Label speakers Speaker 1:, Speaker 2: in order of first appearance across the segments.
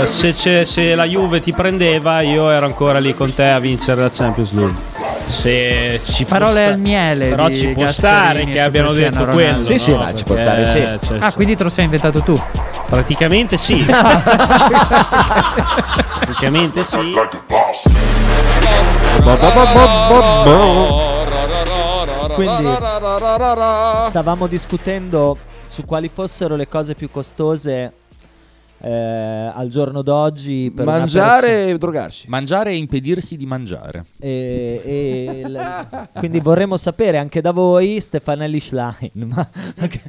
Speaker 1: Eh, se, c'è- se la Juve ti prendeva, io ero ancora lì con te a vincere la Champions League. Se ci può
Speaker 2: Parole
Speaker 1: sta-
Speaker 2: al miele
Speaker 1: Però
Speaker 2: di
Speaker 1: ci può
Speaker 2: Gasperini
Speaker 1: stare
Speaker 2: su
Speaker 1: che abbiano
Speaker 2: Cristiano
Speaker 1: detto
Speaker 2: Ronaldo.
Speaker 1: quello.
Speaker 3: Sì, sì,
Speaker 1: no?
Speaker 3: ma ci può
Speaker 1: Perché,
Speaker 3: stare, sì.
Speaker 1: eh, cioè,
Speaker 2: Ah, quindi te lo sei inventato tu.
Speaker 1: Praticamente sì. Praticamente sì.
Speaker 3: Bo- bo- bo- bo- bo- bo.
Speaker 4: Quindi
Speaker 5: Stavamo discutendo su quali fossero le cose più costose eh, al giorno d'oggi per una persona.
Speaker 3: Mangiare e drogarsi.
Speaker 4: mangiare e impedirsi di mangiare.
Speaker 5: E- e il- quindi vorremmo sapere anche da voi, Stefanelli Schlein. Ma, ma che-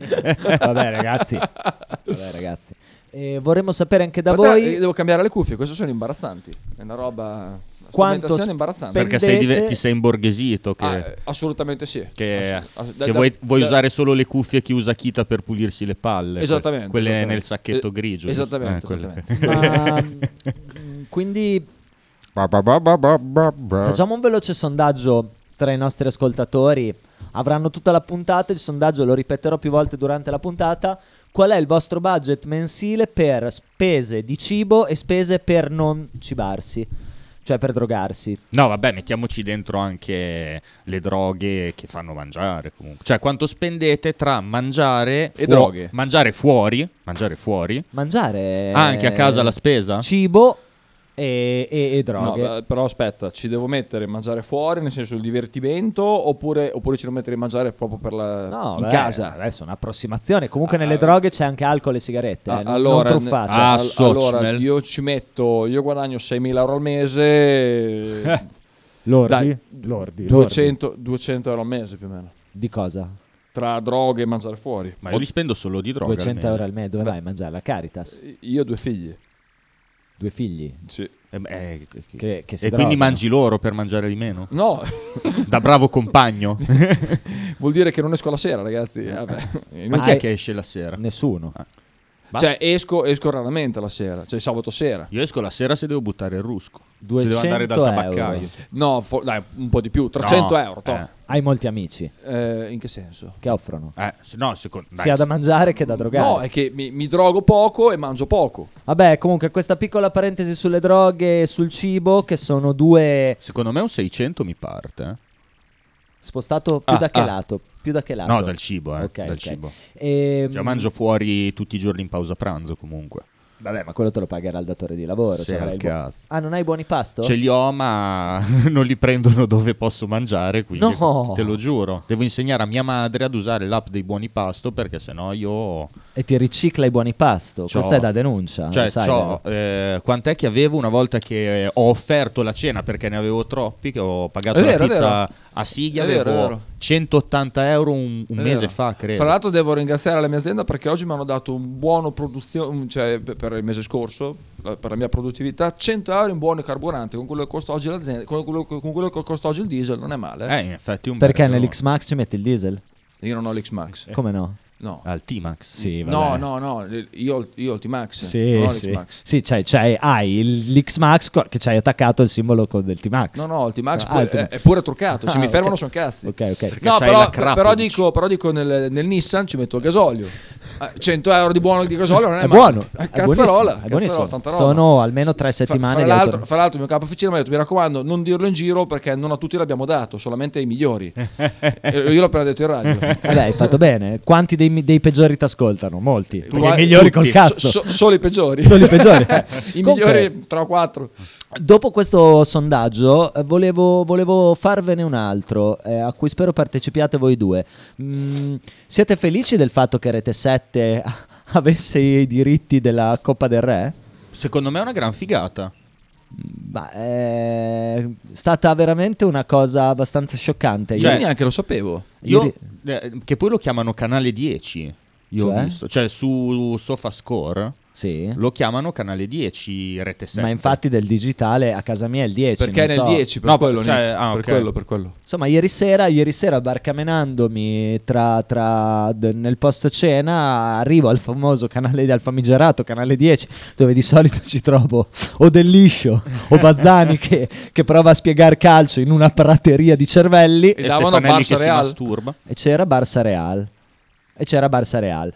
Speaker 5: vabbè, ragazzi, vabbè, ragazzi. E vorremmo sapere anche da
Speaker 3: Guarda, eh,
Speaker 5: voi
Speaker 3: Devo cambiare le cuffie, queste sono imbarazzanti. È una roba. Una
Speaker 5: Quanto
Speaker 3: strumentazione
Speaker 5: spe-
Speaker 3: imbarazzante.
Speaker 5: Perché
Speaker 4: Perché
Speaker 5: sei dive- ti
Speaker 4: ti sei imborghesito che,
Speaker 3: eh,
Speaker 4: eh,
Speaker 3: Ah, eh, assolutamente sì. Assolut- da- da-
Speaker 4: vuoi,
Speaker 3: da-
Speaker 4: usare solo le cuffie chi usa Kita per pulirsi le palle.
Speaker 3: Esattamente.
Speaker 4: Quelle
Speaker 3: esattamente.
Speaker 4: nel sacchetto
Speaker 3: Eh,
Speaker 4: grigio.
Speaker 3: Esattamente. esattamente.
Speaker 5: Ma, mm, quindi
Speaker 3: Eh.
Speaker 5: facciamo un veloce sondaggio tra i nostri ascoltatori. Avranno tutta la puntata, il sondaggio lo ripeterò più volte durante la puntata. Qual è il vostro budget mensile per spese di cibo e spese per non cibarsi, cioè per drogarsi?
Speaker 4: No, vabbè, mettiamoci dentro anche le droghe che fanno mangiare. Comunque. Cioè, quanto spendete tra mangiare
Speaker 3: E droghe.
Speaker 4: Mangiare fuori. Mangiare fuori.
Speaker 5: Mangiare
Speaker 3: Ah,
Speaker 5: eh,
Speaker 4: Anche a casa la spesa?
Speaker 5: Cibo e, e- e droghe.
Speaker 3: No, eh, però aspetta, ci devo mettere mangiare fuori, nel senso il divertimento, oppure, oppure ci devo mettere mangiare proprio per la,
Speaker 5: No,
Speaker 3: in
Speaker 5: beh,
Speaker 3: casa?
Speaker 5: Adesso è un'approssimazione. Comunque
Speaker 3: Ah,
Speaker 5: nelle droghe c'è anche alcol e sigarette.
Speaker 3: Ah,
Speaker 5: eh, non-
Speaker 3: allora,
Speaker 5: non truffate.
Speaker 4: ah,
Speaker 3: al-
Speaker 4: so,
Speaker 3: allora,
Speaker 4: Smell.
Speaker 3: io ci metto, io guadagno 6.000 euro al mese, eh,
Speaker 5: lordi,
Speaker 3: dai,
Speaker 5: lordi,
Speaker 3: 200, 200 euro al mese più o meno,
Speaker 5: lordi. Di cosa?
Speaker 3: tra droghe e mangiare fuori.
Speaker 4: Ma io li spendo solo di droga.
Speaker 5: 200
Speaker 4: almeno.
Speaker 5: euro al mese. Dove vai a mangiare? La Caritas?
Speaker 3: Io ho due figli,
Speaker 5: Due figli?
Speaker 3: sì.
Speaker 4: Eh, beh, eh, che-
Speaker 5: Che, che si
Speaker 4: e
Speaker 5: drogano.
Speaker 4: quindi mangi loro per mangiare di meno?
Speaker 3: No,
Speaker 4: Da bravo compagno.
Speaker 3: vuol dire che non esco la sera, ragazzi. Vabbè.
Speaker 4: Ma
Speaker 5: Ma
Speaker 4: chi è
Speaker 5: hai-
Speaker 4: che esce la sera?
Speaker 5: Nessuno.
Speaker 4: Ah.
Speaker 3: Cioè, esco, esco raramente la sera, cioè sabato sera.
Speaker 4: Io esco la sera se devo buttare il rusco. se
Speaker 5: 200
Speaker 4: devo andare dal
Speaker 5: euro.
Speaker 4: tabaccaio.
Speaker 3: No, fo- dai, un po' di più, 300
Speaker 4: No,
Speaker 3: euro. toh.
Speaker 5: Hai molti amici
Speaker 3: Eh, in che senso?
Speaker 5: che offrono.
Speaker 4: Eh, se- no, secondo dai,
Speaker 5: Sia da
Speaker 4: se-
Speaker 5: mangiare che da drogare.
Speaker 3: No, è che mi, mi drogo poco e mangio poco.
Speaker 5: Vabbè, comunque, questa piccola parentesi sulle droghe e sul cibo, che sono due.
Speaker 4: secondo me un 600 mi parte. eh.
Speaker 5: Spostato più
Speaker 4: Ah,
Speaker 5: da che
Speaker 4: ah.
Speaker 5: lato? Più da che lato?
Speaker 4: No, dal cibo, eh,
Speaker 5: Ok,
Speaker 4: dal
Speaker 5: ok.
Speaker 4: cibo.
Speaker 5: Ehm,
Speaker 4: Cioè, mangio fuori tutti i giorni in pausa pranzo comunque.
Speaker 5: Vabbè, ma quello te lo pagherà il datore di lavoro.
Speaker 4: Sì,
Speaker 5: cioè, avrai
Speaker 4: al
Speaker 5: il buon-
Speaker 4: cazzo. Cioè,
Speaker 5: Ah, non hai buoni pasto?
Speaker 4: Ce li ho, ma non li prendono dove posso mangiare. Quindi
Speaker 5: No!
Speaker 4: te lo giuro. Devo insegnare a mia madre ad usare l'app dei buoni pasto perché sennò io.
Speaker 5: E ti ricicla i buoni pasto.
Speaker 4: C'ho-
Speaker 5: Questa è da denuncia.
Speaker 4: Cioè,
Speaker 5: lo sai,
Speaker 4: c'ho,
Speaker 5: vero?
Speaker 4: eh, quant'è che avevo una volta che ho offerto la cena perché ne avevo troppi? Che ho pagato
Speaker 3: È vero,
Speaker 4: la
Speaker 3: è
Speaker 4: pizza
Speaker 3: vero.
Speaker 4: a Siglia,
Speaker 3: È vero,
Speaker 4: avevo
Speaker 3: è vero.
Speaker 4: 180 euro un, un
Speaker 3: È
Speaker 4: mese
Speaker 3: vero.
Speaker 4: fa, credo.
Speaker 3: Eh. Fra l'altro, devo ringraziare la mia azienda perché oggi mi hanno dato un buono produzione, cioè per- per il mese scorso, la- per la mia produttività, 100 euro in buoni carburanti. Con quello che costa oggi l'azienda, con quello, con quello che costa oggi il diesel, non è male.
Speaker 4: Eh, in effetti un
Speaker 5: Perché
Speaker 4: bel-
Speaker 5: nell'X Max ci metti il diesel?
Speaker 3: Io non ho
Speaker 4: Eh.
Speaker 3: l'X-Max,
Speaker 5: Come no?
Speaker 3: no.
Speaker 4: Al T-Max.
Speaker 5: Sì,
Speaker 3: No, no, no, io, ho- io ho il T-Max. non ho l'X-Max.
Speaker 5: Sì, c'hai, c'hai- hai il- l'X Max co- che c'hai attaccato il simbolo con del T Max.
Speaker 3: No, no, il T-Max
Speaker 5: Ah,
Speaker 3: pure-
Speaker 5: il T-Max.
Speaker 3: è, è pure truccato. Se
Speaker 5: Ah,
Speaker 3: mi
Speaker 5: ok.
Speaker 3: fermano, sono cazzi.
Speaker 5: Ok, ok.
Speaker 3: No,
Speaker 4: c'hai
Speaker 3: però,
Speaker 4: la crappa,
Speaker 3: però
Speaker 4: dici.
Speaker 3: dico, però dico nel, nel Nissan ci metto il gasolio. Eh, 100 euro di buono di gasolio non è,
Speaker 5: È
Speaker 3: male.
Speaker 5: buono, Ah,
Speaker 3: Eh,
Speaker 5: è
Speaker 3: Cazzarola,
Speaker 5: buonissimo, è
Speaker 3: cazzarola,
Speaker 5: buonissimo.
Speaker 3: tanta roba.
Speaker 5: Sono almeno tre
Speaker 3: Fra-
Speaker 5: settimane
Speaker 3: fra,
Speaker 5: di
Speaker 3: l'altro,
Speaker 5: autor-
Speaker 3: fra l'altro il mio capo officina mi ha detto mi raccomando non dirlo in giro perché non a tutti l'abbiamo dato solamente ai migliori E io l'ho appena detto in radio
Speaker 5: Vabbè, Eh, hai fatto bene. Quanti dei, dei peggiori ti ascoltano? Molti. Perché
Speaker 3: Qua-
Speaker 5: i migliori col
Speaker 3: tutti.
Speaker 5: cazzo.
Speaker 3: So- so- solo i peggiori
Speaker 5: Sono i peggiori. Comunque-
Speaker 3: i migliori tra quattro
Speaker 5: Dopo questo sondaggio eh, volevo, volevo farvene un altro eh, a cui spero partecipiate voi due. Mm, siete felici del fatto che Rete 7 avesse i diritti della Coppa del Re?
Speaker 4: Secondo me è una gran figata.
Speaker 5: Ma è stata veramente una cosa abbastanza scioccante.
Speaker 3: io
Speaker 4: Cioè-
Speaker 3: neanche lo sapevo
Speaker 4: Io-
Speaker 5: Ieri-
Speaker 4: eh, che poi lo chiamano canale 10. Io
Speaker 5: Cioè?
Speaker 4: ho visto, cioè su SofaScore
Speaker 5: sì.
Speaker 4: lo chiamano canale 10 rete 7.
Speaker 5: Ma infatti del digitale a casa mia è il 10.
Speaker 3: perché
Speaker 5: non
Speaker 3: è nel
Speaker 5: so.
Speaker 3: 10 per
Speaker 4: No,
Speaker 3: quello
Speaker 4: cioè,
Speaker 3: Nick,
Speaker 4: ah,
Speaker 3: per
Speaker 4: ok.
Speaker 3: quello per quello
Speaker 5: Insomma, ieri sera, ieri sera barcamenandomi tra, tra- d- nel post cena, arrivo al famoso canale, al famigerato canale 10, dove di solito ci trovo o Del Liscio o Bazzani che, che prova a spiegare calcio in una prateria di cervelli.
Speaker 3: E
Speaker 4: e
Speaker 3: davano
Speaker 4: Stefanelli
Speaker 3: Barça
Speaker 4: che si
Speaker 3: Real.
Speaker 4: masturba.
Speaker 5: E c'era Barça Real. E c'era Barça Real.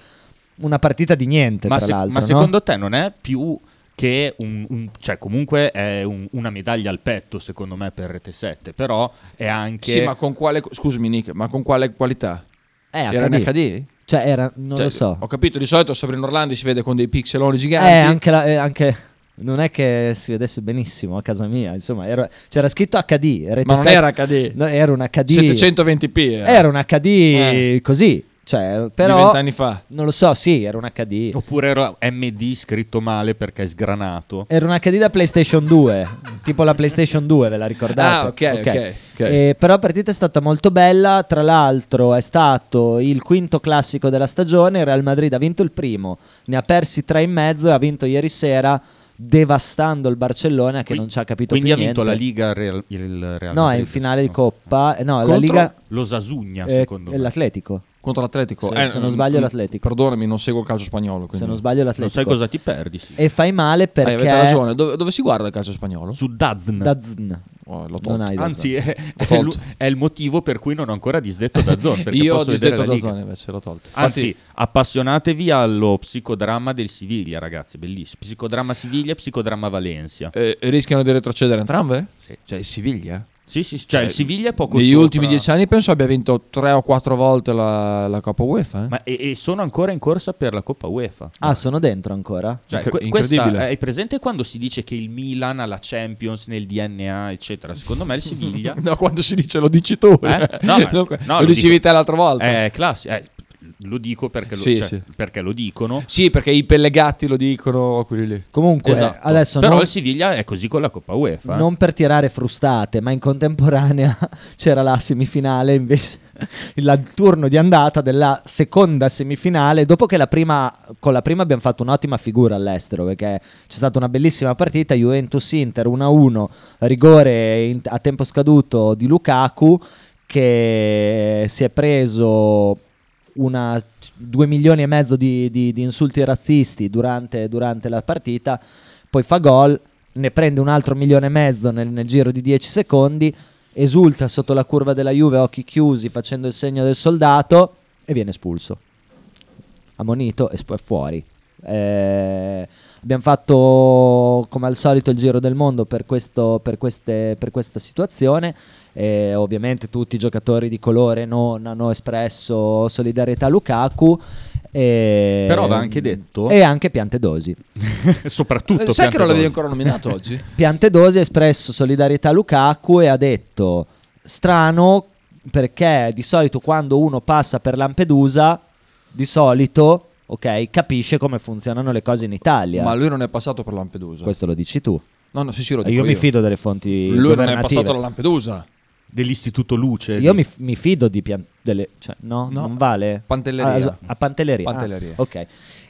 Speaker 5: una partita di niente,
Speaker 4: Ma,
Speaker 5: tra
Speaker 4: se-
Speaker 5: l'altro.
Speaker 4: ma
Speaker 5: no?
Speaker 4: secondo te non è più che un, un- cioè comunque è un- una medaglia al petto secondo me per Rete 7 però è anche
Speaker 3: Sì, ma con quale. Scusami, Nick, ma con quale qualità?
Speaker 5: Eh,
Speaker 3: Era in HD?
Speaker 5: Cioè, era, non
Speaker 3: Cioè,
Speaker 5: lo so.
Speaker 3: Ho capito, di solito Sabrina Orlandi si vede con dei pixeloni
Speaker 5: Eh,
Speaker 3: giganti.
Speaker 5: anche, la- eh, anche- Non è che si vedesse benissimo a casa mia, insomma, era- c'era scritto HD. Rete
Speaker 3: Ma non
Speaker 5: 7
Speaker 3: era HD.
Speaker 5: no, era un HD.
Speaker 3: 720p. eh,
Speaker 5: Era un HD
Speaker 3: Eh.
Speaker 5: così, cioè,
Speaker 3: Di
Speaker 5: però...
Speaker 3: vent'anni fa.
Speaker 5: Non lo so, sì, era un HD.
Speaker 4: oppure era MD scritto male perché è sgranato
Speaker 5: Era un HD da PlayStation 2, tipo la PlayStation 2, ve la ricordate?
Speaker 3: Ah, ok, ok, ok.
Speaker 5: Eh, però la partita è stata molto bella, tra l'altro è stato il quinto classico della stagione, il Real Madrid ha vinto il primo, ne ha persi tre e mezzo e ha vinto ieri sera devastando il Barcellona che
Speaker 4: Quindi-
Speaker 5: non ci ha capito
Speaker 4: quindi
Speaker 5: più
Speaker 4: ha vinto la
Speaker 5: niente.
Speaker 4: Liga Real- il Real
Speaker 5: No, è
Speaker 4: Madrid.
Speaker 5: in finale di
Speaker 4: No.
Speaker 5: Coppa, eh, no, la
Speaker 3: Contro-
Speaker 5: Liga
Speaker 4: lo Sasugna
Speaker 5: eh,
Speaker 4: secondo me
Speaker 5: l'Atletico.
Speaker 3: Contro l'Atletico. Eh, mm,
Speaker 5: Se- se non sbaglio l'Atletico.
Speaker 3: Perdonami, non seguo il calcio spagnolo. Quindi.
Speaker 5: Se non sbaglio l'Atletico.
Speaker 4: non sai cosa ti perdi sì.
Speaker 5: E fai male
Speaker 3: Eh,
Speaker 5: perché
Speaker 3: avete ragione. Dove, dove si guarda il calcio spagnolo?
Speaker 4: su Dazn
Speaker 5: Dazn. esatto.
Speaker 3: Oh, l'ho tolto.
Speaker 5: Non hai Dazn.
Speaker 4: anzi è, è
Speaker 3: tolto.
Speaker 4: lu- è il motivo per cui non ho ancora disdetto Dazn perché
Speaker 3: Io ho
Speaker 4: posso vedere
Speaker 3: disdetto
Speaker 4: la
Speaker 3: da
Speaker 4: Liga.
Speaker 3: zona invece, l'ho tolto.
Speaker 4: Anzi, appassionatevi allo psicodramma del Siviglia, ragazzi, bellissimo. Psicodramma Siviglia, psicodramma Valencia.
Speaker 3: Eh, rischiano di retrocedere entrambe?
Speaker 4: Sì,
Speaker 3: Cioè, il Siviglia?
Speaker 4: sì, sì, sì, cioè, il Siviglia è poco
Speaker 3: Negli
Speaker 4: sopra-
Speaker 3: ultimi dieci anni penso abbia vinto tre o quattro volte la, la Coppa UEFA. eh.
Speaker 4: Ma e, e sono ancora in corsa per la Coppa UEFA.
Speaker 5: Ah, sono dentro ancora?
Speaker 4: Cioè,
Speaker 3: Incre-
Speaker 4: que-
Speaker 3: incredibile.
Speaker 4: questa- hai presente quando si dice che il Milan ha la Champions nel DNA, eccetera? Secondo me il Siviglia
Speaker 3: No, quando si dice lo dici tu.
Speaker 4: Eh? No, ma-
Speaker 3: Dunque,
Speaker 4: no,
Speaker 3: lo
Speaker 4: lo
Speaker 3: dicevi
Speaker 4: dico.
Speaker 3: te l'altra volta.
Speaker 4: è classico. eh, lo dico perché lo,
Speaker 3: Sì,
Speaker 4: cioè,
Speaker 3: sì.
Speaker 4: perché lo dicono.
Speaker 3: Sì, perché i pellegatti lo dicono quelli lì.
Speaker 5: Comunque,
Speaker 4: Esatto.
Speaker 5: adesso
Speaker 4: Però
Speaker 5: non-
Speaker 4: il Siviglia è così con la Coppa UEFA. eh.
Speaker 5: Non per tirare frustate, ma in contemporanea c'era la semifinale, invece la- il turno di andata della seconda semifinale, dopo che la prima, con la prima abbiamo fatto un'ottima figura all'estero, perché c'è stata una bellissima partita, Juventus-Inter 1-1, rigore in- a tempo scaduto di Lukaku, che si è preso una, 2 milioni e mezzo di, di- di insulti razzisti durante, durante la partita, poi fa gol, ne prende un altro milione e mezzo nel, nel giro di 10 secondi, esulta sotto la curva della Juve, occhi chiusi, facendo il segno del soldato e viene espulso. Ammonito e poi fuori. Eh, abbiamo fatto come al solito il giro del mondo per, questo- per queste- per questa situazione. Eh, ovviamente tutti i giocatori di colore non hanno espresso solidarietà a Lukaku. e-
Speaker 4: Però va anche detto-
Speaker 5: E anche Piantedosi.
Speaker 4: Soprattutto
Speaker 3: Eh, sai che non l'avevi
Speaker 4: Piantedosi.
Speaker 3: ancora nominato oggi?
Speaker 5: Piantedosi ha espresso solidarietà a Lukaku e ha detto strano perché di solito quando uno passa per Lampedusa di solito ok, capisce come funzionano le cose in Italia.
Speaker 3: Ma lui non è passato per Lampedusa.
Speaker 5: Questo lo dici tu.
Speaker 3: No, no, sì, sì, lo
Speaker 5: Io,
Speaker 3: dico io.
Speaker 5: mi fido delle fonti
Speaker 3: Lui non è
Speaker 5: governative.
Speaker 3: passato per Lampedusa.
Speaker 4: dell'Istituto Luce.
Speaker 5: Io mi, mi fido di pian- delle, cioè, no,
Speaker 3: No,
Speaker 5: non vale.
Speaker 3: Pantelleria.
Speaker 5: Ah, s- a Pantelleria.
Speaker 3: Pantelleria.
Speaker 5: ah, ok.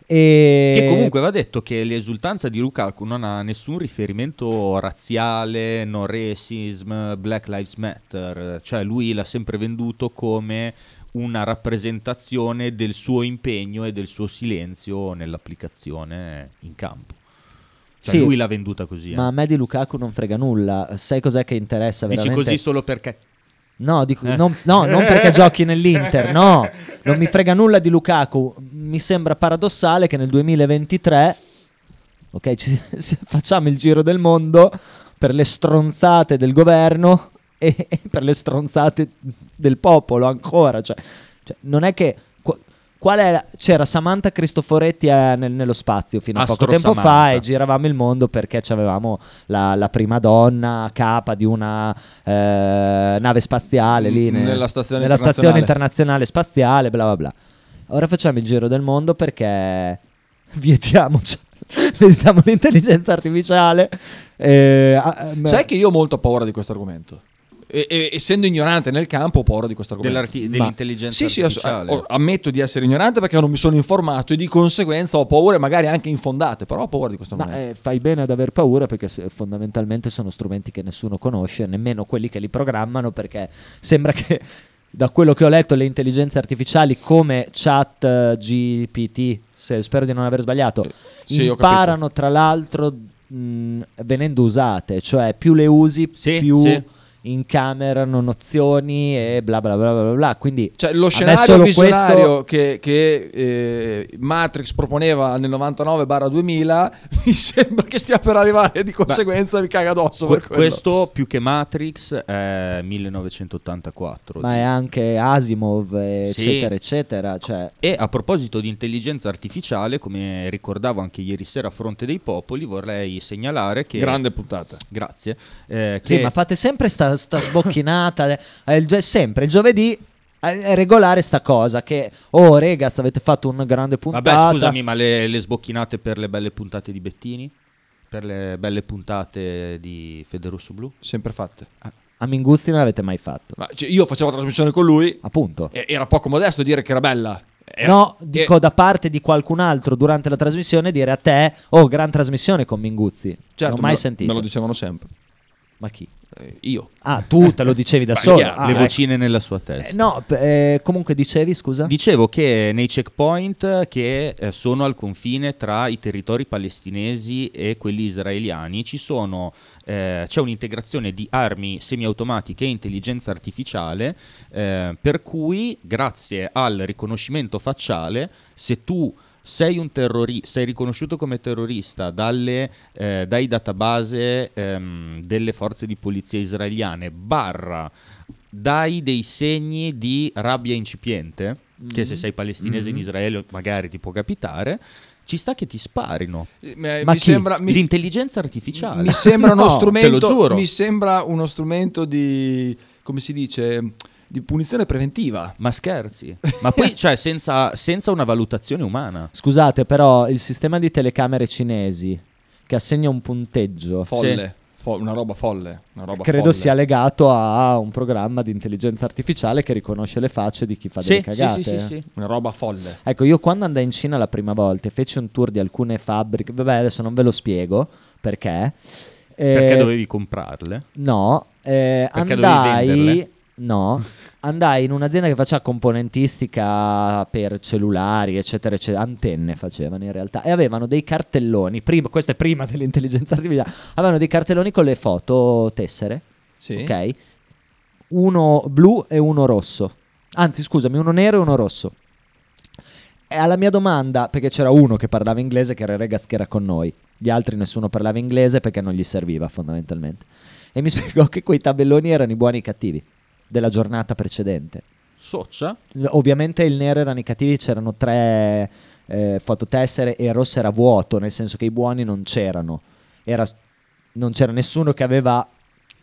Speaker 5: E...
Speaker 4: Che comunque va detto che l'esultanza di Lukaku non ha nessun riferimento razziale, no racism, Black Lives Matter, cioè lui l'ha sempre venduto come una rappresentazione del suo impegno e del suo silenzio nell'applicazione in campo. Cioè
Speaker 5: Sì.
Speaker 4: lui l'ha venduta così. eh.
Speaker 5: Ma a me di Lukaku non frega nulla. Sai cos'è che interessa
Speaker 4: Dici
Speaker 5: veramente?
Speaker 4: così solo perché
Speaker 5: No, dico- non, no, non perché giochi nell'Inter, no, non mi frega nulla di Lukaku. Mi sembra paradossale che nel 2023, ok, ci- se facciamo il giro del mondo per le stronzate del governo e, e per le stronzate del popolo ancora. Cioè, cioè, non è che... qu- Qual è la- c'era Samantha Cristoforetti eh, nel- nello spazio fino a poco
Speaker 4: Astro
Speaker 5: tempo fa
Speaker 4: Samantha.
Speaker 5: e giravamo il mondo perché avevamo la, la prima donna capa di una eh, nave spaziale lì
Speaker 3: Mm,
Speaker 5: ne-
Speaker 3: nella stazione
Speaker 5: nella
Speaker 3: internazionale.
Speaker 5: stazione internazionale spaziale, bla bla bla. Ora facciamo il giro del mondo perché vietiamo, vietiamo l'intelligenza artificiale. eh, ah, ehm,
Speaker 3: Sai che io ho molto paura di questo argomento. E- e- essendo ignorante nel campo, ho paura di questo argomento.
Speaker 4: dell'arti-
Speaker 5: Ma-
Speaker 4: dell'intelligenza
Speaker 3: Sì, sì, ass-
Speaker 4: artificiale.
Speaker 3: o- ammetto di essere ignorante perché non mi sono informato e di conseguenza ho paure, magari anche infondate, però ho paura di questo
Speaker 5: ma
Speaker 3: argomento.
Speaker 5: eh, fai bene ad aver paura perché se- fondamentalmente sono strumenti che nessuno conosce, nemmeno quelli che li programmano, perché sembra che da quello che ho letto le intelligenze artificiali come chat eh, GPT, se- spero di non aver sbagliato,
Speaker 3: Eh, sì, ho capito.
Speaker 5: imparano tra l'altro mh, venendo usate, cioè più le usi
Speaker 4: Sì,
Speaker 5: più
Speaker 4: sì.
Speaker 5: in camera non opzioni e bla bla bla bla bla. Quindi
Speaker 3: Cioè, lo
Speaker 5: me
Speaker 3: scenario
Speaker 5: solo
Speaker 3: visionario
Speaker 5: questo-
Speaker 3: che, che, eh, Matrix proponeva nel 99-2000 mi sembra che stia per arrivare e di conseguenza mi caga addosso per
Speaker 4: Que-
Speaker 3: quello.
Speaker 4: questo più che Matrix è 1984.
Speaker 5: ma è anche Asimov,
Speaker 4: Sì.
Speaker 5: eccetera, eccetera. Cioè,
Speaker 4: E a proposito di intelligenza artificiale, come ricordavo anche ieri sera a Fronte dei Popoli, vorrei segnalare che...
Speaker 3: Grande puntata.
Speaker 4: Grazie. eh,
Speaker 5: sì,
Speaker 4: che-
Speaker 5: ma fate sempre sta, sta sbocchinata. eh, eh, il gio- sempre il giovedì eh, è regolare sta cosa. Che oh, ragazzi, avete fatto un grande puntata.
Speaker 4: Vabbè, scusami, ma le, le sbocchinate per le belle puntate di Bettini? Per le belle puntate di Federosso Blu?
Speaker 3: Sempre fatte.
Speaker 5: A Minguzzi non l'avete mai fatto.
Speaker 3: Ma, cioè, io facevo la trasmissione con lui,
Speaker 5: Appunto.
Speaker 3: e- era poco modesto dire che era bella. Era-
Speaker 5: No, dico
Speaker 3: eh,
Speaker 5: da parte di qualcun altro durante la trasmissione dire a te, oh, gran trasmissione con Minguzzi.
Speaker 3: certo,
Speaker 5: non ho mai
Speaker 3: me lo-
Speaker 5: sentito.
Speaker 3: Me lo dicevano sempre.
Speaker 5: Ma chi?
Speaker 3: Eh, io.
Speaker 5: Ah, tu te lo dicevi da
Speaker 3: Beh,
Speaker 5: solo.
Speaker 3: chiaro,
Speaker 5: Ah,
Speaker 4: le
Speaker 5: ecco.
Speaker 4: vocine nella sua testa.
Speaker 5: Eh, no, p- eh, comunque dicevi, scusa.
Speaker 4: Dicevo che nei checkpoint che eh, sono al confine tra i territori palestinesi e quelli israeliani ci sono, eh, c'è un'integrazione di armi semiautomatiche e intelligenza artificiale eh, per cui grazie al riconoscimento facciale se tu sei, un terrori- sei riconosciuto come terrorista dalle, eh, dai database ehm, delle forze di polizia israeliane barra dai dei segni di rabbia incipiente, che
Speaker 5: Mm-hmm.
Speaker 4: se sei palestinese in Israele magari ti può capitare, ci sta che ti sparino.
Speaker 3: Eh, me-
Speaker 5: Ma
Speaker 3: mi
Speaker 5: chi?
Speaker 3: sembra. Mi,
Speaker 4: L'intelligenza artificiale.
Speaker 3: mi sembra uno
Speaker 4: No,
Speaker 3: strumento.
Speaker 4: Te lo giuro.
Speaker 3: Mi sembra uno strumento di. come si dice? Di punizione preventiva.
Speaker 4: Ma scherzi. Ma poi, cioè, senza, senza una valutazione umana.
Speaker 5: Scusate, però il sistema di telecamere cinesi che assegna un punteggio
Speaker 3: Folle. Fo- una roba folle. Una roba
Speaker 5: credo
Speaker 3: folle.
Speaker 5: sia legato a un programma di intelligenza artificiale che riconosce le facce di chi fa delle
Speaker 4: Sì, sì,
Speaker 5: cagate. eh.
Speaker 4: sì, sì, sì.
Speaker 3: Una roba folle.
Speaker 5: Ecco, io quando andai in Cina la prima volta e feci un tour di alcune fabbriche, vabbè adesso non ve lo spiego perché.
Speaker 4: Perché
Speaker 5: eh,
Speaker 4: dovevi comprarle?
Speaker 5: No, eh,
Speaker 4: Perché dovevi venderle?
Speaker 5: andai, no, andai in un'azienda che faceva componentistica per cellulari, eccetera, eccetera, antenne facevano in realtà, e avevano dei cartelloni, prima, questo è prima dell'intelligenza artificiale, avevano dei cartelloni con le foto tessere,
Speaker 3: Sì.
Speaker 5: ok? Uno blu e uno rosso, anzi scusami, uno nero e uno rosso. E alla mia domanda, perché c'era uno che parlava inglese, che era il ragazzo che era con noi, gli altri nessuno parlava inglese perché non gli serviva fondamentalmente. E mi spiegò che quei tabelloni erano i buoni e i cattivi della giornata precedente.
Speaker 4: Socia?
Speaker 5: L- Ovviamente il nero erano i cattivi, c'erano tre eh, fototessere e il rosso era vuoto, nel senso che i buoni non c'erano. Era s- non c'era nessuno che aveva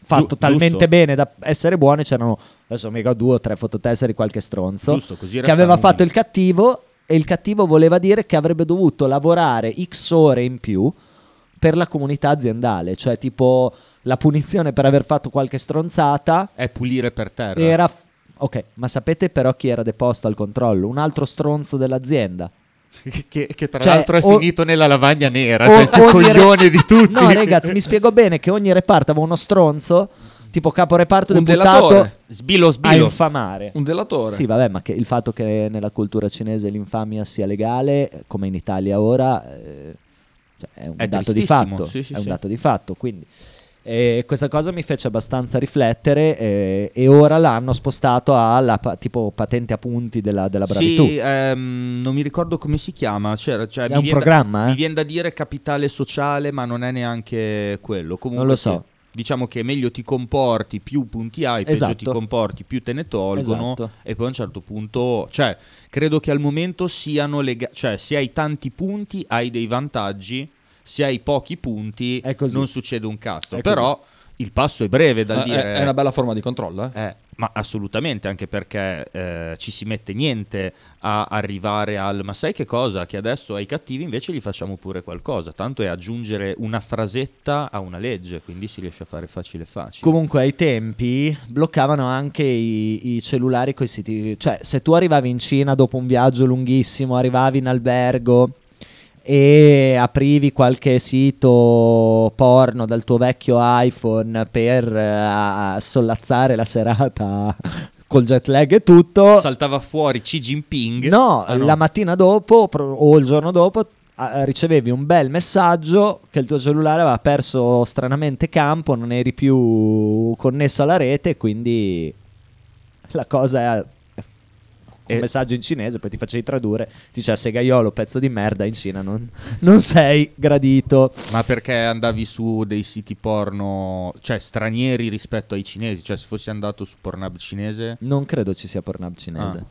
Speaker 5: fatto
Speaker 4: Giu-
Speaker 5: talmente
Speaker 4: giusto.
Speaker 5: bene da essere buono, c'erano adesso non mi ricordo due o tre fototessere, qualche stronzo
Speaker 4: Giusto, così
Speaker 5: che aveva
Speaker 4: restano
Speaker 5: fatto il
Speaker 4: uniti.
Speaker 5: cattivo e il cattivo voleva dire che avrebbe dovuto lavorare X ore in più per la comunità aziendale, cioè tipo la punizione per aver fatto qualche stronzata
Speaker 4: È pulire per terra.
Speaker 5: era Ok, ma sapete però chi era deposto al controllo? Un altro stronzo dell'azienda.
Speaker 4: Che, che tra
Speaker 5: Cioè,
Speaker 4: l'altro è
Speaker 5: o-
Speaker 4: finito nella lavagna nera.
Speaker 5: O-
Speaker 4: cioè, il
Speaker 5: ogni re-
Speaker 4: coglione di tutti.
Speaker 5: No, ragazzi, mi spiego bene che ogni reparto aveva uno stronzo, tipo capo reparto
Speaker 3: Un
Speaker 5: deputato
Speaker 3: delatore.
Speaker 4: Sbilo,
Speaker 5: a
Speaker 4: sbilo.
Speaker 5: infamare.
Speaker 3: Un delatore.
Speaker 5: Sì, vabbè, ma che il fatto che nella cultura cinese l'infamia sia legale, eh, come in Italia ora, eh, cioè, è un
Speaker 4: È
Speaker 5: dato di
Speaker 4: tristissimo,
Speaker 5: fatto.
Speaker 4: sì, sì,
Speaker 5: è un
Speaker 4: sì.
Speaker 5: dato di fatto, quindi. E questa cosa mi fece abbastanza riflettere eh, e ora l'hanno spostato alla pa- tipo patente a punti della, della bravitù.
Speaker 4: Sì, ehm, non mi ricordo come si chiama. c'era- cioè,
Speaker 5: È
Speaker 4: mi
Speaker 5: un
Speaker 4: viene da-
Speaker 5: programma, eh?
Speaker 4: Mi viene da dire capitale sociale, ma non è neanche quello. Comunque,
Speaker 5: Non lo so.
Speaker 4: sì, Diciamo che meglio ti comporti, più punti hai, peggio
Speaker 5: Esatto.
Speaker 4: ti comporti, più te ne tolgono.
Speaker 5: Esatto.
Speaker 4: E poi a un certo punto, cioè, credo che al momento siano legati. Cioè, se hai tanti punti, hai dei vantaggi. Se hai pochi punti,
Speaker 5: È così.
Speaker 4: non succede un cazzo.
Speaker 5: È così.
Speaker 4: Però il passo è breve dal
Speaker 5: Eh,
Speaker 3: Ah, è-
Speaker 4: dire.
Speaker 3: È una bella forma di controllo, eh?
Speaker 4: Eh, ma assolutamente, anche perché eh, ci si mette niente a arrivare al ma sai che cosa? Che adesso ai cattivi invece gli facciamo pure qualcosa. Tanto è aggiungere una frasetta a una legge, quindi si riesce a fare facile facile.
Speaker 5: Comunque ai tempi bloccavano anche i, i cellulari coi siti, cioè se tu arrivavi in Cina dopo un viaggio lunghissimo, arrivavi in albergo e aprivi qualche sito porno dal tuo vecchio iPhone per eh, sollazzare la serata col jet lag e tutto,
Speaker 4: Saltava fuori Xi Jinping.
Speaker 5: no,
Speaker 4: Ah,
Speaker 5: la mattina dopo pro- o il giorno dopo ah, ricevevi un bel messaggio che il tuo cellulare aveva perso stranamente campo, non eri più connesso alla rete, quindi la cosa è un
Speaker 4: E-
Speaker 5: messaggio in cinese, poi ti facevi tradurre, ti diceva segaiolo, pezzo di merda, in Cina non, non sei gradito.
Speaker 4: Ma perché andavi su dei siti porno, cioè stranieri rispetto ai cinesi? Cioè, se fossi andato su Pornhub cinese,
Speaker 5: Non credo ci sia Pornhub cinese.
Speaker 4: Ah.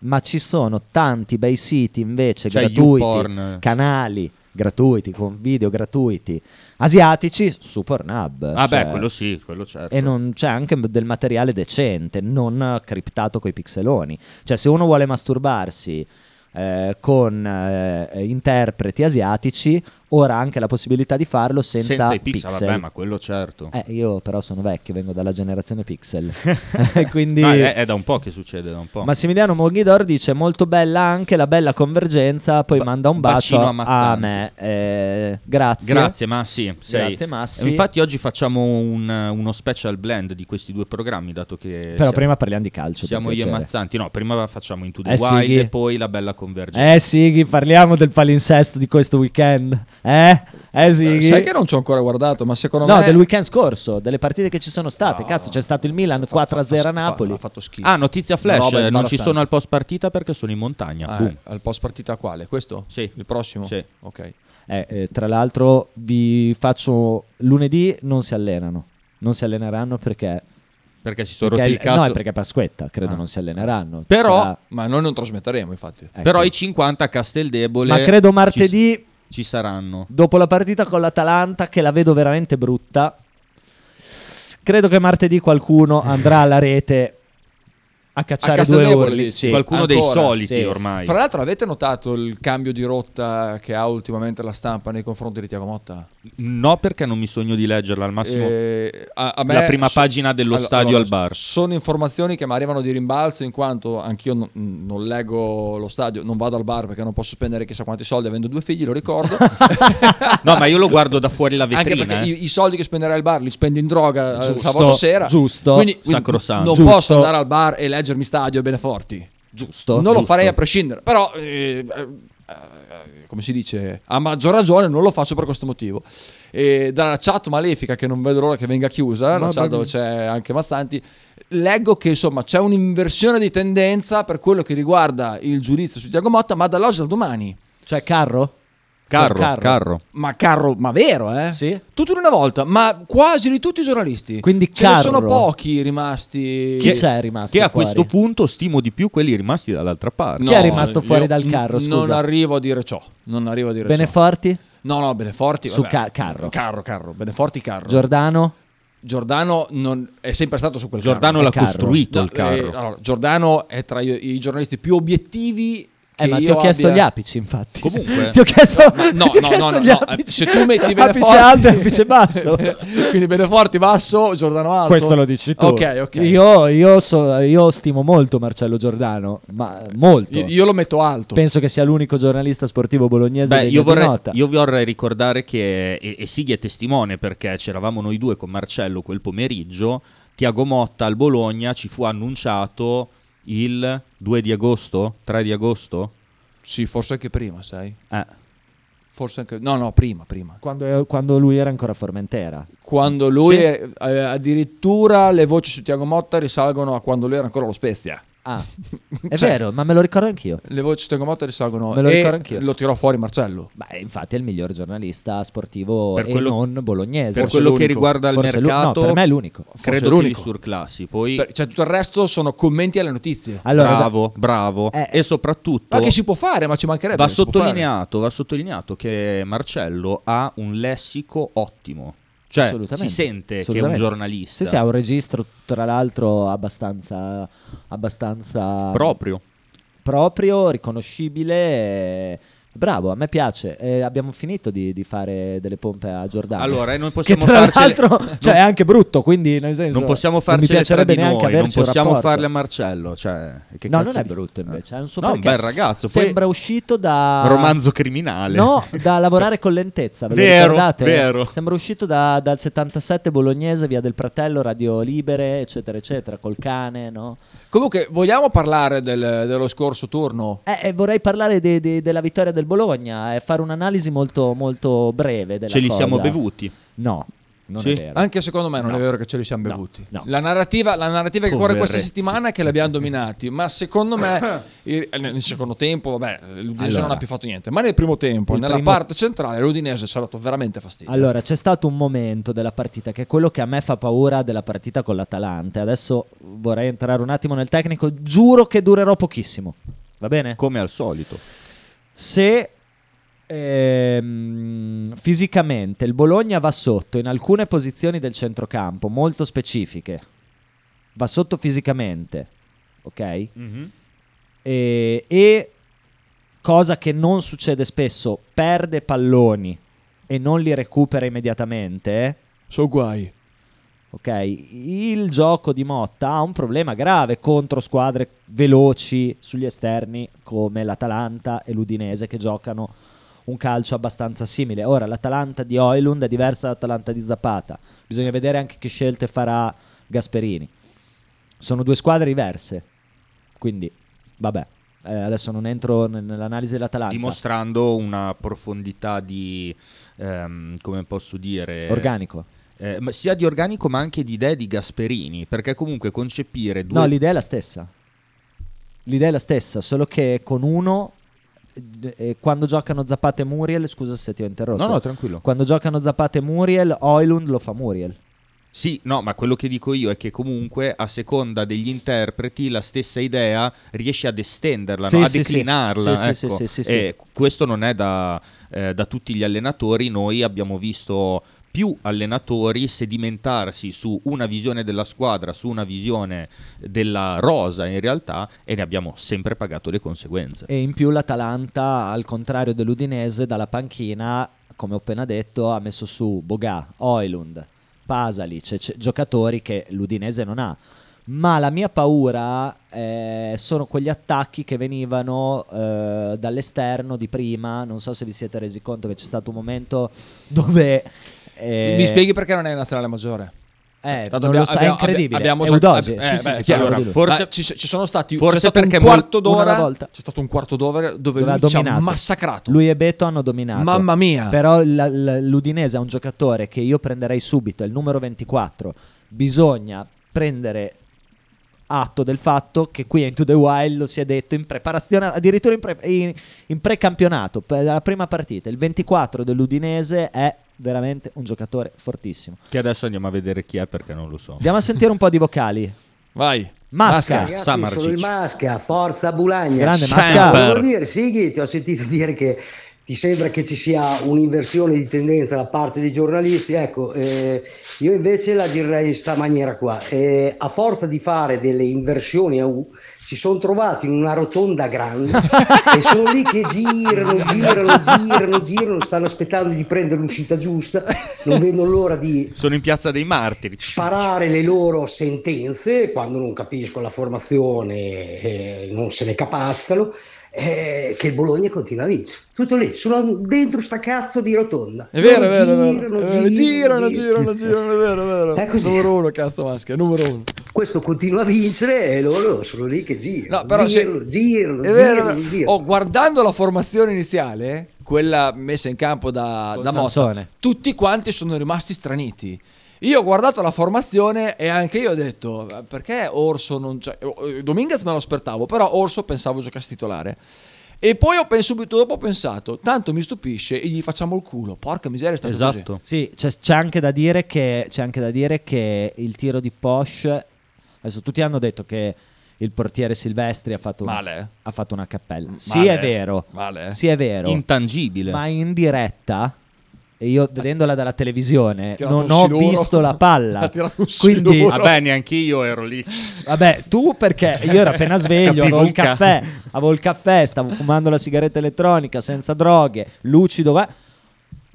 Speaker 5: Ma ci sono tanti bei siti invece
Speaker 4: cioè
Speaker 5: gratuiti,
Speaker 4: YouPorn.
Speaker 5: canali gratuiti, con video gratuiti, asiatici su Pornhub.
Speaker 4: Ah, beh,
Speaker 5: cioè,
Speaker 4: quello sì, quello certo.
Speaker 5: E non c'è anche del materiale decente, non eh, criptato coi pixeloni. Cioè se uno vuole masturbarsi eh, con eh, interpreti asiatici, ora ha anche la possibilità di farlo senza,
Speaker 4: senza, i pixel, vabbè, ma quello certo.
Speaker 5: Eh, io però sono vecchio, vengo dalla generazione pixel. Quindi...
Speaker 4: No, eh, è, è da un po' che succede, da un po'.
Speaker 5: Massimiliano Monghidor dice molto bella anche la bella convergenza, poi
Speaker 4: Ba-
Speaker 5: manda un bacio
Speaker 4: bacino
Speaker 5: a
Speaker 4: ammazzante.
Speaker 5: me. Eh, grazie.
Speaker 4: Grazie Massi, sei-
Speaker 5: Grazie, Massi.
Speaker 4: Infatti oggi facciamo un- uno special blend di questi due programmi, dato che
Speaker 5: Però
Speaker 4: siamo,
Speaker 5: prima parliamo di calcio.
Speaker 4: siamo
Speaker 5: per
Speaker 4: io e
Speaker 5: piacere.
Speaker 4: Mazzanti. No, prima facciamo Into the
Speaker 5: Eh,
Speaker 4: Wild
Speaker 5: Sighi.
Speaker 4: e poi la bella convergenza.
Speaker 5: Eh Sighi, parliamo del palinsesto di questo weekend. Eh? Eh Sighi?
Speaker 3: Sai che non ci ho ancora guardato, ma secondo
Speaker 5: No,
Speaker 3: me
Speaker 5: del weekend scorso, delle partite che ci sono state.
Speaker 3: No.
Speaker 5: Cazzo, c'è stato il Milan
Speaker 3: Fa- fa-
Speaker 5: 4-0
Speaker 3: fa-
Speaker 5: a Napoli.
Speaker 3: Ha fatto
Speaker 5: Eh,
Speaker 3: schifo.
Speaker 4: Ah, notizia flash,
Speaker 3: Roba
Speaker 4: non ci
Speaker 3: imbarazzante.
Speaker 4: sono al post partita perché sono in montagna.
Speaker 3: Ah,
Speaker 4: Boom.
Speaker 3: eh, al post partita quale? Questo?
Speaker 4: Sì.
Speaker 3: Il prossimo?
Speaker 4: Sì.
Speaker 3: Ok.
Speaker 5: Eh, eh, tra l'altro vi faccio lunedì non si allenano. Non si alleneranno perché
Speaker 4: Perché si sono
Speaker 5: perché-
Speaker 4: rotti il
Speaker 5: No,
Speaker 4: cazzo.
Speaker 5: è perché Pasquetta, credo non si alleneranno.
Speaker 4: Però-
Speaker 5: Sarà-
Speaker 3: Ma noi non trasmetteremo, infatti.
Speaker 5: ecco.
Speaker 4: Però i 50 a Casteldebole
Speaker 5: Ma credo
Speaker 4: ci-
Speaker 5: martedì
Speaker 4: ci saranno.
Speaker 5: dopo la partita con l'Atalanta che la vedo veramente brutta. Credo che martedì qualcuno andrà alla rete a cacciare due
Speaker 3: Castelnevole,
Speaker 5: urli.
Speaker 3: dici? Sì,
Speaker 4: Qualcuno dei
Speaker 3: ancora,
Speaker 4: soliti
Speaker 5: sì.
Speaker 4: ormai.
Speaker 3: Fra l'altro, avete notato il cambio di rotta che ha ultimamente la stampa nei confronti di Tiago Motta?
Speaker 4: No, perché non mi sogno di leggerla al massimo.
Speaker 3: Eh, a- a
Speaker 4: La prima pagina dello stadio al bar.
Speaker 3: Sono informazioni che mi arrivano di rimbalzo in quanto anch'io non, non leggo lo stadio, non vado al bar perché non posso spendere chissà quanti soldi avendo due figli, lo ricordo.
Speaker 4: No, ma io lo guardo da fuori la
Speaker 3: Anche
Speaker 4: vetrina.
Speaker 3: perché
Speaker 4: eh.
Speaker 3: i, i soldi che spenderai al bar li spendi in droga eh,
Speaker 5: Giusto,
Speaker 3: sabato sera.
Speaker 5: giusto.
Speaker 3: Quindi, quindi
Speaker 4: Sacrosanto.
Speaker 3: non
Speaker 5: Giusto.
Speaker 3: posso andare al bar e leggermi stadio e Beneforti.
Speaker 5: Giusto.
Speaker 3: non lo
Speaker 5: giusto.
Speaker 3: farei a prescindere, però eh, eh, eh, come si dice, a maggior ragione non lo faccio per questo motivo. E dalla chat malefica che non vedo l'ora che venga chiusa, la
Speaker 5: Mamma
Speaker 3: chat dove c'è anche Mazzanti, leggo che insomma c'è un'inversione di tendenza per quello che riguarda il giudizio su Tiago Motta, ma dall'oggi al domani.
Speaker 5: Cioè, carro?
Speaker 4: Carro,
Speaker 5: Cioè,
Speaker 4: carro.
Speaker 3: Ma carro, ma vero, eh?
Speaker 5: Sì.
Speaker 3: Tutto in una volta, ma quasi di tutti i giornalisti.
Speaker 5: Quindi
Speaker 3: Ce ne sono
Speaker 5: carro.
Speaker 3: pochi rimasti.
Speaker 5: Chi c'è rimasto
Speaker 4: Che a
Speaker 5: fuori?
Speaker 4: questo punto stimo di più quelli rimasti dall'altra parte.
Speaker 5: Chi è rimasto fuori dal carro,
Speaker 3: n- Non
Speaker 5: scusa?
Speaker 3: arrivo a dire ciò. Non arrivo a dire ciò.
Speaker 5: Beneforti?
Speaker 3: No, no, Beneforti.
Speaker 5: Su
Speaker 3: vabbè.
Speaker 5: ca- carro.
Speaker 3: Carro, carro. Beneforti, carro.
Speaker 5: Giordano?
Speaker 3: Giordano non- è sempre stato su quel
Speaker 4: Giordano
Speaker 5: il
Speaker 4: l'ha
Speaker 5: carro.
Speaker 3: carro.
Speaker 4: costruito il carro.
Speaker 3: No, eh, allora, Giordano è tra i, i giornalisti più obiettivi. Che
Speaker 5: Eh, ma ti
Speaker 3: io
Speaker 5: ho chiesto
Speaker 3: abbia-
Speaker 5: gli apici, infatti.
Speaker 4: Comunque-
Speaker 5: ti ho chiesto,
Speaker 3: no,
Speaker 5: ti ho
Speaker 3: no,
Speaker 5: chiesto
Speaker 3: no,
Speaker 5: gli
Speaker 3: no,
Speaker 5: apici.
Speaker 3: se tu metti
Speaker 5: apice
Speaker 3: Beneforti-
Speaker 5: alto e apice basso.
Speaker 3: Quindi Beneforti basso, Giordano alto.
Speaker 5: Questo lo dici tu.
Speaker 3: Ok, ok.
Speaker 5: Io, io so- io stimo molto Marcello Giordano, ma molto.
Speaker 3: Io- io lo metto alto.
Speaker 5: Penso che sia l'unico giornalista sportivo bolognese
Speaker 4: Beh,
Speaker 5: degno
Speaker 4: io
Speaker 5: di
Speaker 4: vorrei,
Speaker 5: nota.
Speaker 4: io vorrei ricordare che, e, e Sighi è testimone perché c'eravamo noi due con Marcello quel pomeriggio, Tiago Motta al Bologna ci fu annunciato il 2 di agosto, 3 di agosto?
Speaker 3: Sì, forse anche prima, sai.
Speaker 4: Eh,
Speaker 3: Forse anche. No, no, prima, prima.
Speaker 5: Quando, quando lui era ancora a Formentera.
Speaker 3: Quando lui.
Speaker 5: Sì.
Speaker 3: è- eh, addirittura le voci su Tiago Motta risalgono a quando lui era ancora lo Spezia.
Speaker 5: Ah, è
Speaker 3: Cioè-
Speaker 5: vero, ma me lo ricordo anch'io.
Speaker 3: Le voci su Tiago Motta risalgono
Speaker 5: Me lo
Speaker 3: e
Speaker 5: ricordo anch'io.
Speaker 3: lo tirò fuori Marcello.
Speaker 5: Beh, infatti è il miglior giornalista sportivo
Speaker 4: Per
Speaker 5: e
Speaker 4: quello-
Speaker 5: non bolognese.
Speaker 4: per
Speaker 3: Forse
Speaker 4: quello che
Speaker 3: l'unico.
Speaker 4: riguarda il
Speaker 5: Forse l'u- no,
Speaker 4: mercato,
Speaker 5: per me è l'unico.
Speaker 3: Forse
Speaker 4: credo che
Speaker 3: l'unico.
Speaker 4: li surclassi, poi
Speaker 3: Per- Cioè, tutto il resto sono commenti alle notizie.
Speaker 5: Allora, da-
Speaker 4: bravo, bravo,
Speaker 5: Eh.
Speaker 4: e soprattutto...
Speaker 3: Ma che si può fare, ma ci mancherebbe.
Speaker 4: Va
Speaker 3: si può fare.
Speaker 4: sottolineato, va sottolineato che Marcello ha un lessico ottimo. Cioè, si
Speaker 5: Assolutamente.
Speaker 4: sente che è un
Speaker 5: Assolutamente.
Speaker 4: giornalista
Speaker 5: Sì, sì, ha un registro, tra l'altro, abbastanza, abbastanza
Speaker 4: proprio.
Speaker 5: proprio, riconoscibile. e- Bravo, a me piace. E abbiamo finito di, di fare delle pompe a Giordano.
Speaker 4: Allora, e noi
Speaker 5: che
Speaker 4: possiamo
Speaker 5: tra
Speaker 4: farcele-
Speaker 5: l'altro cioè, è anche brutto, quindi nel senso,
Speaker 4: non possiamo
Speaker 5: non mi
Speaker 4: farcele tra
Speaker 5: piacerebbe
Speaker 4: di
Speaker 5: neanche
Speaker 4: noi, non
Speaker 5: averci un
Speaker 4: possiamo
Speaker 5: rapporto.
Speaker 4: farle a Marcello, cioè, che
Speaker 5: No,
Speaker 4: cazzo
Speaker 5: non è
Speaker 4: di-
Speaker 5: brutto invece, è un suo
Speaker 4: No, un
Speaker 5: perché
Speaker 4: bel ragazzo, poi-
Speaker 5: Sembra uscito da
Speaker 4: romanzo criminale.
Speaker 5: No, da lavorare con lentezza, ve lo
Speaker 4: Vero,
Speaker 5: ricordate?
Speaker 4: vero.
Speaker 5: Sembra uscito da- dal 77 bolognese, via del Pratello, Radio Libere, eccetera, eccetera, col cane, no?
Speaker 3: Comunque, vogliamo parlare del- dello scorso turno?
Speaker 5: Eh, eh, vorrei parlare eh, de- de- della vittoria del del Bologna e fare un'analisi molto, molto breve della
Speaker 4: Ce li siamo
Speaker 5: cosa.
Speaker 4: bevuti.
Speaker 5: No, non
Speaker 4: Sì?
Speaker 5: è vero.
Speaker 3: Anche secondo me non
Speaker 5: No.
Speaker 3: è vero che ce li siamo
Speaker 5: No,
Speaker 3: bevuti.
Speaker 5: no.
Speaker 3: La narrativa, la narrativa che corre questa
Speaker 4: Poveretti.
Speaker 3: settimana è che li abbiamo dominati, ma secondo me il- eh, nel secondo tempo, vabbè, l'Udinese
Speaker 5: Allora.
Speaker 3: non ha più fatto niente, ma nel primo tempo,
Speaker 5: Il
Speaker 3: nella
Speaker 5: primo-
Speaker 3: parte centrale, l'Udinese ci ha dato veramente fastidio.
Speaker 5: Allora, c'è stato un momento della partita che è quello che a me fa paura della partita con l'Atalante. Adesso vorrei entrare un attimo nel tecnico. Giuro che durerò pochissimo. Va bene?
Speaker 4: Come al solito.
Speaker 5: Ah, Se ehm, fisicamente il Bologna va sotto in alcune posizioni del centrocampo molto specifiche, va sotto fisicamente, ok? e, e cosa che non succede spesso, perde palloni e non li recupera immediatamente.
Speaker 3: Sono guai.
Speaker 5: Ok, il gioco di Motta ha un problema grave contro squadre veloci sugli esterni come l'Atalanta e l'Udinese che giocano un calcio abbastanza simile. Ora l'Atalanta di Oilund è diversa dall'Atalanta di Zapata, bisogna vedere anche che scelte farà Gasperini. Sono due squadre diverse, quindi vabbè, eh, adesso non entro ne- nell'analisi dell'Atalanta.
Speaker 4: Dimostrando una profondità di... ehm, come posso dire...
Speaker 5: Organico.
Speaker 4: eh, ma sia di organico ma anche di idee di Gasperini. Perché comunque concepire due...
Speaker 5: No, l'idea è la stessa. L'idea è la stessa, solo che con uno, eh, eh, quando giocano Zapata e Muriel, scusa se ti ho interrotto.
Speaker 4: No, no, tranquillo.
Speaker 5: Quando giocano Zapata e Muriel, Oilund lo fa Muriel.
Speaker 4: Sì, no, ma quello che dico io è che comunque a seconda degli interpreti la stessa idea riesce ad estenderla,
Speaker 5: Sì,
Speaker 4: no? a
Speaker 5: sì, sì.
Speaker 4: declinarla.
Speaker 5: Sì, sì,
Speaker 4: ecco.
Speaker 5: sì, sì, sì,
Speaker 4: E questo non è da, eh, da tutti gli allenatori, noi abbiamo visto più allenatori sedimentarsi su una visione della squadra, su una visione della rosa in realtà e ne abbiamo sempre pagato le conseguenze.
Speaker 5: E in più l'Atalanta, al contrario dell'Udinese, dalla panchina, come ho appena detto, ha messo su Bogà, Oilund, Pasalic, c- giocatori che l'Udinese non ha. Ma la mia paura eh, sono quegli attacchi che venivano eh, dall'esterno di prima. Non so se vi siete resi conto che c'è stato un momento dove. eh,
Speaker 3: Mi spieghi perché non è nazionale maggiore?
Speaker 5: Eh, non
Speaker 3: Tanto abbiamo-
Speaker 5: lo so, è
Speaker 3: abbiamo-
Speaker 5: incredibile.
Speaker 3: abbiamo
Speaker 5: È
Speaker 3: già-
Speaker 5: Udoge,
Speaker 3: eh,
Speaker 5: sì, sì,
Speaker 3: beh,
Speaker 5: sì,
Speaker 3: è chiaro.
Speaker 5: parlo di lui.
Speaker 4: Forse-
Speaker 3: Ah, ci, ci sono stati
Speaker 4: forse
Speaker 3: c'è stato
Speaker 4: perché
Speaker 3: un certo quarto
Speaker 5: mol- una
Speaker 3: d'ora.
Speaker 5: alla volta.
Speaker 3: C'è stato un quarto d'ora dove
Speaker 5: Dove ha
Speaker 3: lui ci ha
Speaker 5: dominato.
Speaker 3: massacrato.
Speaker 5: Lui e Beto hanno dominato.
Speaker 3: Mamma mia.
Speaker 5: Però la- la- l'Udinese è un giocatore che io prenderei subito, è il numero 24. Bisogna prendere atto del fatto che qui a Into the Wild lo si è detto in preparazione, addirittura in, pre, in, in precampionato, per la prima partita. Il 24 dell'Udinese è veramente un giocatore fortissimo.
Speaker 4: Che adesso andiamo a vedere chi è perché non lo so.
Speaker 5: Andiamo a sentire un po' di vocali.
Speaker 3: Vai.
Speaker 5: Masca.
Speaker 4: Masca.
Speaker 2: Ragazzi,
Speaker 4: Samardzic.
Speaker 2: sono il Masca, forza Bulagna.
Speaker 5: Grande
Speaker 4: Sempre.
Speaker 5: Masca.
Speaker 2: Volevo dire, Sighi, ti ho sentito dire che ti sembra che ci sia un'inversione di tendenza da parte dei giornalisti. Ecco, eh, io invece la direi in questa maniera qua. Eh, a forza di fare delle inversioni a U, si sono trovati in una rotonda grande e sono lì che girano, girano, girano, girano, stanno aspettando di prendere l'uscita giusta, non vedono l'ora di
Speaker 4: Sono in piazza dei martiri.
Speaker 2: sparare le loro sentenze quando non capiscono la formazione eh, non se ne capacitano eh, che il Bologna continua a vincere tutto lì sono dentro sta cazzo di rotonda
Speaker 3: È vero, è vero, Eh, è vero.
Speaker 2: Loro
Speaker 3: È vero. Girano, girano,
Speaker 2: girano,
Speaker 3: girano, è vero, è vero.
Speaker 2: È così.
Speaker 3: Numero uno, cazzo maschera, numero uno.
Speaker 2: questo continua a vincere e loro sono lì che girano
Speaker 3: No, però se-
Speaker 2: girano, girano,
Speaker 3: È vero, è
Speaker 2: girano,
Speaker 3: vero.
Speaker 2: girano.
Speaker 3: Oh, guardando la formazione iniziale, quella messa in campo da,
Speaker 5: Con
Speaker 3: da Motta,
Speaker 5: Sansone.
Speaker 3: tutti quanti sono rimasti straniti. Io ho guardato la formazione e anche io ho detto "Ma perché Orso non c'è. Eh, Dominguez me lo aspettavo, però Orso pensavo giocasse titolare. E poi ho pensato, subito dopo ho pensato, tanto mi stupisce e gli facciamo il culo. Porca miseria, è stato così.
Speaker 4: Esatto.
Speaker 5: Sì, c'è, c'è anche da dire che, c'è anche da dire che il tiro di Posh. Adesso tutti hanno detto che il portiere Silvestri ha fatto, una-
Speaker 3: Male.
Speaker 5: ha fatto una cappella. Sì,
Speaker 3: Male.
Speaker 5: è vero.
Speaker 3: Male.
Speaker 5: Sì, è vero.
Speaker 4: Intangibile.
Speaker 5: ma in diretta. E io vedendola dalla televisione
Speaker 3: Ha tirato
Speaker 5: non
Speaker 3: un
Speaker 5: ho
Speaker 3: siluro.
Speaker 5: visto la palla.
Speaker 3: Ha tirato un
Speaker 5: Quindi,
Speaker 3: siluro.
Speaker 4: Vabbè, neanche io Ah, ero lì.
Speaker 5: Vabbè, tu perché io ero appena sveglio,
Speaker 4: Capivo
Speaker 5: avevo il
Speaker 4: un ca-
Speaker 5: caffè, avevo il caffè, stavo fumando la sigaretta elettronica senza droghe, lucido. guarda.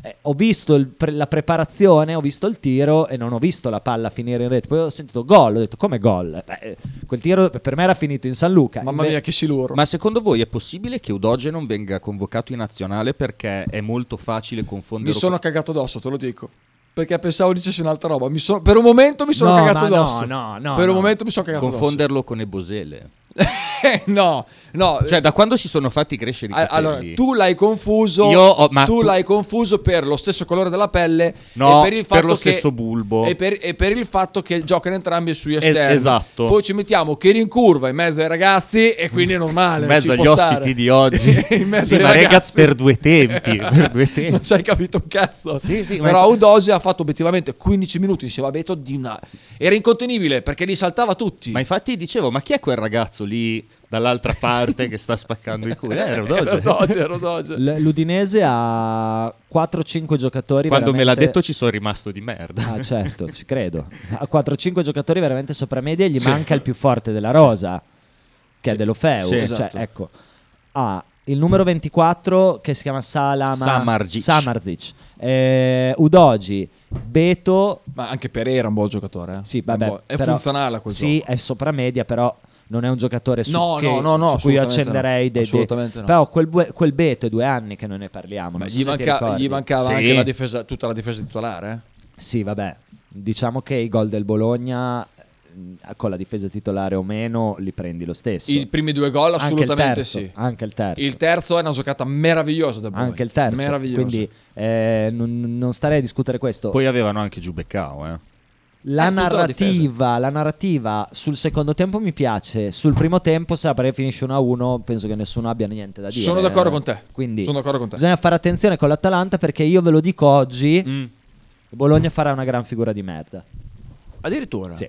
Speaker 5: Eh, ho visto il pre- la preparazione, ho visto il tiro e non ho visto la palla finire in rete. Poi ho sentito gol, ho detto come gol? Beh, eh, quel tiro per me era finito in San Luca.
Speaker 3: Mamma
Speaker 5: Inve-
Speaker 3: mia, che siluro.
Speaker 4: Ma secondo voi è possibile che Udoge non venga convocato in nazionale perché è molto facile confondere
Speaker 3: Mi sono cagato addosso, te lo dico. Perché pensavo dicessi un'altra roba. Mi sono- per un momento mi sono
Speaker 5: No,
Speaker 3: cagato
Speaker 5: ma no,
Speaker 3: addosso.
Speaker 5: no, no,
Speaker 3: Per un
Speaker 5: no.
Speaker 3: momento mi sono cagato addosso.
Speaker 4: confonderlo con Ebosele?
Speaker 3: no, no.
Speaker 4: Cioè, da quando si sono fatti crescere i
Speaker 3: A-
Speaker 4: capelli?
Speaker 3: Eh. Allora, tu l'hai confuso.
Speaker 4: Io ho- ma
Speaker 3: tu,
Speaker 4: tu-
Speaker 3: l'hai confuso per lo stesso colore della pelle.
Speaker 4: No,
Speaker 3: e per, il
Speaker 4: per
Speaker 3: fatto
Speaker 4: lo
Speaker 3: che-
Speaker 4: stesso bulbo.
Speaker 3: E per, e per il fatto che giocano entrambi sui esterni.
Speaker 4: esatto.
Speaker 3: Poi ci mettiamo che in curva in mezzo ai ragazzi, e quindi è normale.
Speaker 4: in mezzo
Speaker 3: ci
Speaker 4: agli
Speaker 3: può stare.
Speaker 4: ospiti di oggi.
Speaker 3: in mezzo
Speaker 4: sì,
Speaker 3: ai
Speaker 4: ma
Speaker 3: ragazzi.
Speaker 4: ragazzi per due tempi, per due
Speaker 3: non
Speaker 4: tempi.
Speaker 3: ci hai capito un cazzo.
Speaker 4: Sì, sì, ma
Speaker 3: Però
Speaker 4: inf-
Speaker 3: Udoge ha fatto obiettivamente 15 minuti insieme a Beto. Di una... Era incontenibile perché li saltava tutti.
Speaker 4: Ma infatti dicevo, ma chi è quel ragazzo lì dall'altra parte che sta spaccando i culo? Eh, era
Speaker 3: Era
Speaker 4: Udoge.
Speaker 3: Udoge, era Udoge.
Speaker 5: L- L'Udinese ha 4-5 giocatori.
Speaker 4: Quando me l'ha
Speaker 5: veramente-
Speaker 4: detto ci sono rimasto di merda.
Speaker 5: Ah, certo, ci credo. Ha 4-5 giocatori veramente sopra media e gli manca il più forte della rosa, che è dell'Ofeu.
Speaker 4: Sì,
Speaker 5: cioè,
Speaker 3: esatto.
Speaker 5: ecco. Ha il numero 24 che si chiama Salama
Speaker 4: Samardzic.
Speaker 5: Samardzic. Eh, Udogi, Beto.
Speaker 3: Ma anche Pereira è un buon giocatore. eh.
Speaker 5: Sì,
Speaker 3: È,
Speaker 5: vabbè,
Speaker 3: un buon- è
Speaker 5: però-
Speaker 3: funzionale a quel
Speaker 5: Sì,
Speaker 3: gioco.
Speaker 5: è sopra media, però non è un giocatore su,
Speaker 3: No,
Speaker 5: che-
Speaker 3: no, no, no,
Speaker 5: su cui io
Speaker 3: assolutamente
Speaker 5: accenderei
Speaker 3: no,
Speaker 5: dei- dei-
Speaker 3: assolutamente no.
Speaker 5: Però quel, bue- quel Beto è due anni che non ne parliamo.
Speaker 3: Ma
Speaker 5: non so
Speaker 3: gli,
Speaker 5: se ti
Speaker 3: manca-
Speaker 5: ricordi.
Speaker 3: gli mancava
Speaker 4: Sì.
Speaker 3: anche la difesa, tutta la difesa titolare. eh.
Speaker 5: Sì, vabbè, diciamo che i gol del Bologna mh, con la difesa titolare o meno li prendi lo stesso.
Speaker 3: I primi due gol
Speaker 5: Anche il
Speaker 3: assolutamente
Speaker 5: terzo,
Speaker 3: sì.
Speaker 5: Anche il terzo.
Speaker 3: Il terzo è una giocata meravigliosa da Bologna.
Speaker 5: anche il terzo.
Speaker 3: Meravigliosa.
Speaker 5: Quindi eh, non, non starei a discutere questo.
Speaker 4: Poi avevano anche Giubeccao, eh.
Speaker 5: la,
Speaker 3: Eh, tutta la
Speaker 5: narrativa, la narrativa sul secondo tempo mi piace. Sul primo tempo, se la Parè finisce 1-1, penso che nessuno abbia niente da dire. eh,
Speaker 3: Sono d'accordo con te.
Speaker 5: Quindi
Speaker 3: Sono d'accordo con te.
Speaker 5: bisogna fare attenzione con l'Atalanta perché io ve lo dico oggi,
Speaker 3: Mm.
Speaker 5: Bologna farà una gran figura di merda.
Speaker 3: Addirittura.
Speaker 5: Sì.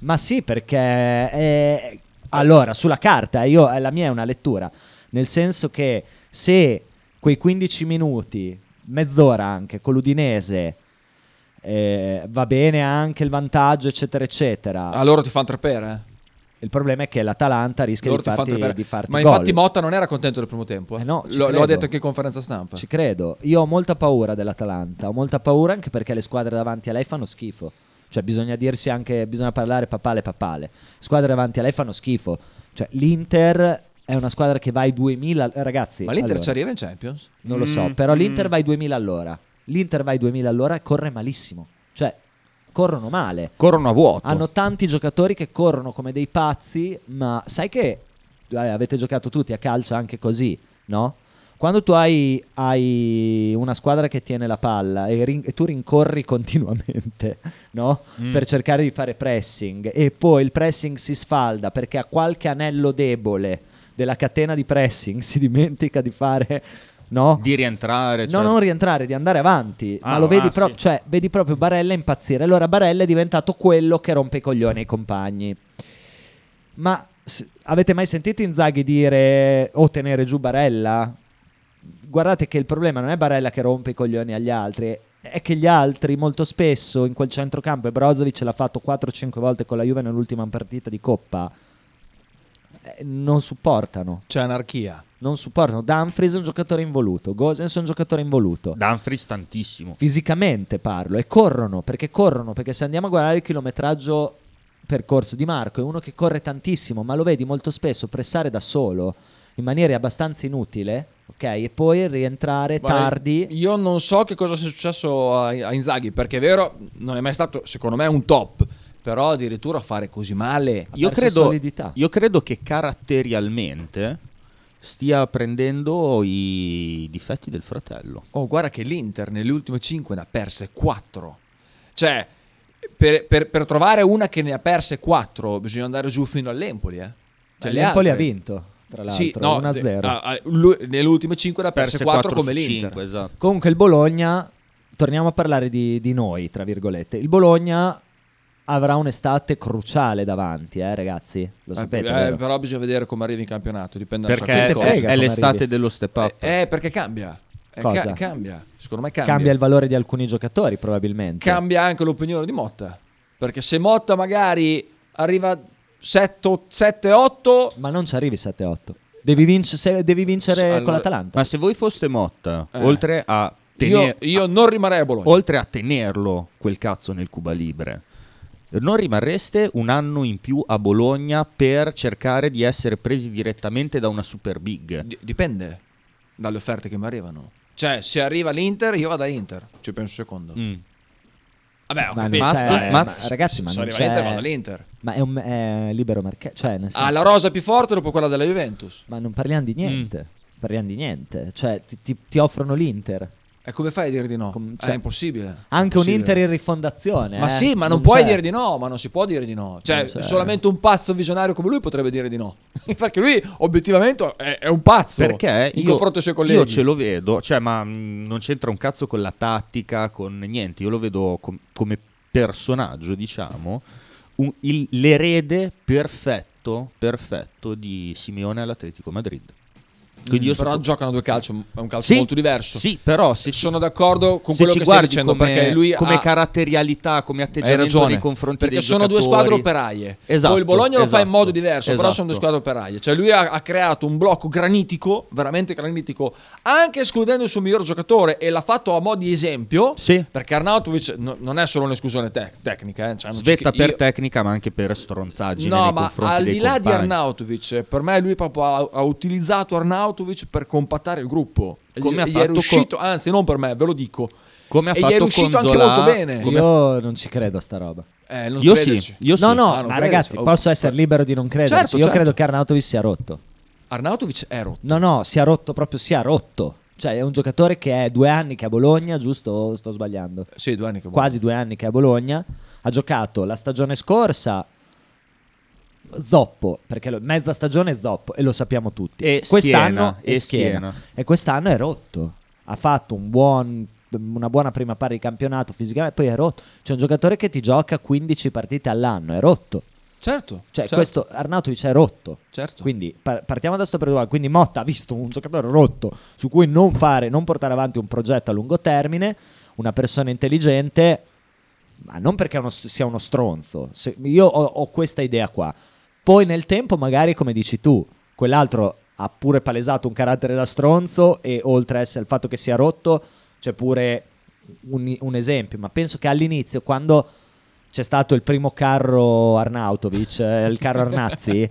Speaker 5: Ma sì, perché eh, allora sulla carta io, eh, la mia è una lettura, nel senso che se quei 15 minuti, mezz'ora anche con l'Udinese eh, va bene anche il vantaggio, eccetera, eccetera.
Speaker 3: A loro ti fanno tre pere. eh.
Speaker 5: il problema è che l'Atalanta rischia
Speaker 3: Loro
Speaker 5: di
Speaker 3: ti fanno
Speaker 5: farti,
Speaker 3: tre pere.
Speaker 5: di farti
Speaker 3: Ma
Speaker 5: gol.
Speaker 3: infatti Motta non era contento del primo tempo. eh.
Speaker 5: Eh no, ci
Speaker 3: Lo- lo
Speaker 5: credo.
Speaker 3: ha detto anche in conferenza stampa.
Speaker 5: Ci credo. Io ho molta paura dell'Atalanta. Ho molta paura anche perché le squadre davanti a lei fanno schifo. Cioè, bisogna dirsi anche, bisogna parlare papale papale. Squadre davanti a lei fanno schifo. Cioè, l'Inter è una squadra che va ai 2000. eh, Ragazzi,
Speaker 3: Ma l'Inter Mm.
Speaker 5: allora,
Speaker 3: ci arriva in Champions?
Speaker 5: Non lo so, però l'Inter va ai 2000 all'ora. L'Inter va ai 2000 all'ora e corre malissimo. Cioè, corrono male.
Speaker 4: Corrono a vuoto.
Speaker 5: Hanno tanti giocatori che corrono come dei pazzi, ma sai che eh, avete giocato tutti a calcio anche così, no? Quando tu hai, hai una squadra che tiene la palla e, rin- e tu rincorri continuamente, no? Per cercare di fare pressing e poi il pressing si sfalda perché a qualche anello debole della catena di pressing si dimentica di fare, no?
Speaker 4: Di rientrare.
Speaker 5: Oh. No,
Speaker 4: cioè-
Speaker 5: non rientrare, di andare avanti.
Speaker 4: Ah,
Speaker 5: ma lo vedi,
Speaker 4: ah,
Speaker 5: proprio,
Speaker 4: sì.
Speaker 5: cioè, vedi proprio Barella impazzire. Allora Barella è diventato quello che rompe i coglioni ai compagni. Ma s- avete mai sentito Inzaghi dire o tenere giù Barella? Guardate che il problema non è Barella che rompe i coglioni agli altri, è che gli altri molto spesso in quel centrocampo, e Brozovic l'ha fatto 4-5 volte con la Juve nell'ultima partita di Coppa, eh, non supportano.
Speaker 3: C'è anarchia.
Speaker 5: Non supportano. Dumfries è un giocatore involuto, Gosens è un giocatore involuto.
Speaker 4: Dumfries tantissimo.
Speaker 5: Fisicamente parlo e corrono perché corrono perché se andiamo a guardare il chilometraggio percorso di Marco è uno che corre tantissimo ma lo vedi molto spesso pressare da solo in maniera abbastanza inutile ok e poi rientrare
Speaker 3: Guarda,
Speaker 5: tardi
Speaker 3: Io non so che cosa sia successo a, a Inzaghi, perché è vero, non è mai stato, secondo me, un top. Però addirittura fare così male.
Speaker 5: Ha
Speaker 4: Io
Speaker 5: perso
Speaker 4: credo,
Speaker 5: solidità.
Speaker 4: io credo che caratterialmente stia prendendo i difetti del fratello.
Speaker 3: Oh, guarda che l'Inter nelle ultime 5 ne ha perse 4. Cioè, per, per- per trovare una che ne ha perse 4 bisogna andare giù fino all'Empoli. Eh. Cioè,
Speaker 5: Cioè,
Speaker 3: le
Speaker 5: l'Empoli ha
Speaker 3: altre-
Speaker 5: vinto tra l'altro
Speaker 3: Sì, no,
Speaker 5: 1-0
Speaker 3: de- ah, ah, lu- nelle ultime 5 ne ha perse 4 come
Speaker 4: su
Speaker 3: l'Inter.
Speaker 4: cinque, esatto.
Speaker 5: Comunque il Bologna, torniamo a parlare di, di noi, tra virgolette. Il Bologna avrà un'estate cruciale davanti, eh, ragazzi. Lo sapete,
Speaker 3: Eh,
Speaker 5: vero?
Speaker 3: però bisogna vedere come arrivi in campionato, dipende da un
Speaker 4: Perché
Speaker 5: Che
Speaker 4: è,
Speaker 5: te frega
Speaker 4: è
Speaker 5: come
Speaker 4: l'estate
Speaker 5: arrivi.
Speaker 4: dello step
Speaker 3: sacco
Speaker 4: up.
Speaker 3: di cose. Eh, eh, perché cambia. Eh,
Speaker 5: Cosa?
Speaker 3: ca- cambia. Secondo me
Speaker 5: cambia.
Speaker 3: cambia.
Speaker 5: il valore di alcuni giocatori, probabilmente.
Speaker 3: cambia anche l'opinione di Motta. Perché se Motta magari arriva 7-8,
Speaker 5: Ma non ci arrivi 7-8. Devi, vinc- se- devi vincere
Speaker 3: Sì, allora-
Speaker 5: con l'Atalanta.
Speaker 4: Ma se voi foste Motta,
Speaker 3: Eh.
Speaker 4: oltre, a
Speaker 3: io,
Speaker 4: tener-
Speaker 3: io non rimarrei a Bologna.
Speaker 4: oltre a tenerlo quel cazzo nel Cuba Libre, non rimarreste un anno in più a Bologna per cercare di essere presi direttamente da una super big?
Speaker 3: Di- dipende dalle offerte che mi arrivano. Cioè, se arriva l'Inter, io vado all'Inter. Ci penso un secondo.
Speaker 4: Mm.
Speaker 6: Vabbè, ho
Speaker 5: Mm. Ma
Speaker 6: capito.
Speaker 5: non c'è-
Speaker 4: Mazzi,
Speaker 5: ma-
Speaker 4: Mazzi,
Speaker 5: ragazzi, ma
Speaker 3: Sono
Speaker 5: non
Speaker 3: arrivato all'Inter, vado
Speaker 5: c'è...
Speaker 3: all'Inter.
Speaker 5: Ma è un è libero mercato, cioè nel senso...
Speaker 3: Ha la Mm. rosa più forte dopo quella della Juventus.
Speaker 5: Ma non parliamo di niente. Parliamo di niente. Cioè, ti, ti- ti offrono l'Inter.
Speaker 3: E come fai a dire di no?
Speaker 5: Com-
Speaker 3: Cioè,
Speaker 5: cioè,
Speaker 3: è impossibile.
Speaker 5: Anche un
Speaker 3: Impossibile.
Speaker 5: Inter in rifondazione.
Speaker 3: Ma
Speaker 5: eh.
Speaker 3: sì, ma non, puoi
Speaker 5: c'è.
Speaker 3: dire di no, ma non si può dire di no. Cioè,
Speaker 5: Non c'è.
Speaker 3: solamente un pazzo visionario come lui potrebbe dire di no. Perché lui, obiettivamente, è, è un pazzo.
Speaker 4: Perché
Speaker 3: in
Speaker 4: io-
Speaker 3: confronto ai suoi colleghi.
Speaker 4: Io ce lo vedo, cioè, ma mh, non c'entra un cazzo con la tattica, con niente. Io lo vedo com- come personaggio, diciamo, un- il- l'erede perfetto, perfetto di Simeone all'Atletico Madrid. Quindi io
Speaker 3: Mm, però
Speaker 4: sono-
Speaker 3: giocano due calcio, è un calcio
Speaker 4: Sì,
Speaker 3: molto diverso.
Speaker 4: Sì, però se ci-
Speaker 3: Sono d'accordo con
Speaker 4: se
Speaker 3: quello
Speaker 4: ci
Speaker 3: che stai
Speaker 4: guardi
Speaker 3: dicendo
Speaker 4: come,
Speaker 3: perché lui
Speaker 4: come
Speaker 3: ha
Speaker 4: caratterialità, come
Speaker 3: hai
Speaker 4: atteggiamento
Speaker 3: ragione
Speaker 4: nei confronti
Speaker 3: perché
Speaker 4: dei
Speaker 3: sono due
Speaker 4: giocatori-
Speaker 3: squadre operaie.
Speaker 4: Esatto,
Speaker 3: Poi il Bologna lo fa in
Speaker 4: esatto,
Speaker 3: modo diverso, però sono due
Speaker 4: esatto.
Speaker 3: squadre operaie. Cioè lui ha, ha creato un blocco granitico, veramente granitico, anche escludendo il suo miglior giocatore e l'ha fatto a mo' di esempio.
Speaker 4: Sì.
Speaker 3: Perché Arnautovic no- non è solo un'esclusione tec- tecnica, eh. Cioè, non ci-
Speaker 4: Svetta per
Speaker 3: io-
Speaker 4: tecnica, ma anche per stronzaggine
Speaker 3: No,
Speaker 4: nei
Speaker 3: ma
Speaker 4: confronti
Speaker 3: al
Speaker 4: dei
Speaker 3: di là di
Speaker 4: compagni.
Speaker 3: Arnautovic, per me lui proprio ha, ha utilizzato Arnautovic per compattare il gruppo. Gli-
Speaker 4: Come ha
Speaker 3: gli
Speaker 4: fatto
Speaker 3: è
Speaker 4: con-
Speaker 3: riuscito, anzi non per me, ve lo dico.
Speaker 4: Come ha
Speaker 3: E gli è
Speaker 4: fatto
Speaker 3: riuscito anche
Speaker 4: Conzolà-
Speaker 3: molto bene.
Speaker 4: come ha
Speaker 5: Io non ci credo a sta roba.
Speaker 3: Eh, non
Speaker 4: Io
Speaker 3: crederci.
Speaker 4: sì,
Speaker 5: no,
Speaker 4: io sì.
Speaker 5: no,
Speaker 3: Ah, non
Speaker 5: ma
Speaker 3: crederci.
Speaker 5: ragazzi,
Speaker 3: Oh,
Speaker 5: posso essere libero di non crederci.
Speaker 3: Certo,
Speaker 5: Io
Speaker 3: certo.
Speaker 5: credo che Arnautovic sia rotto.
Speaker 3: Arnautovic è rotto.
Speaker 5: No, no, si è rotto proprio, si è rotto. Cioè, è un giocatore che è due anni che è a Bologna, giusto? O Sto sbagliando.
Speaker 3: Sì, due anni che
Speaker 5: Quasi due anni che è a Bologna. Ha giocato la stagione scorsa zoppo, perché lo- mezza stagione è zoppo e lo sappiamo tutti.
Speaker 4: E
Speaker 5: quest'anno
Speaker 4: schiena,
Speaker 5: è
Speaker 4: e
Speaker 5: schiena.
Speaker 4: schiena.
Speaker 5: E quest'anno è rotto. Ha fatto un buon- una buona prima parte di campionato fisicamente, poi è rotto. C'è un giocatore che ti gioca 15 partite all'anno, è rotto.
Speaker 3: Certo.
Speaker 5: Cioè,
Speaker 3: certo,
Speaker 5: questo Arnautovic è rotto.
Speaker 3: Certo.
Speaker 5: Quindi par- partiamo da sto periodo. Quindi Motta ha visto un giocatore rotto su cui non fare, non portare avanti un progetto a lungo termine, una persona intelligente, ma non perché è uno- sia uno stronzo. Se- io ho, ho questa idea qua. Poi nel tempo, magari come dici tu, quell'altro ha pure palesato un carattere da stronzo e oltre a essere il fatto che sia rotto, c'è pure un, un esempio. Ma penso che all'inizio, quando c'è stato il primo carro Arnautovic, eh, il carro Arnazzi,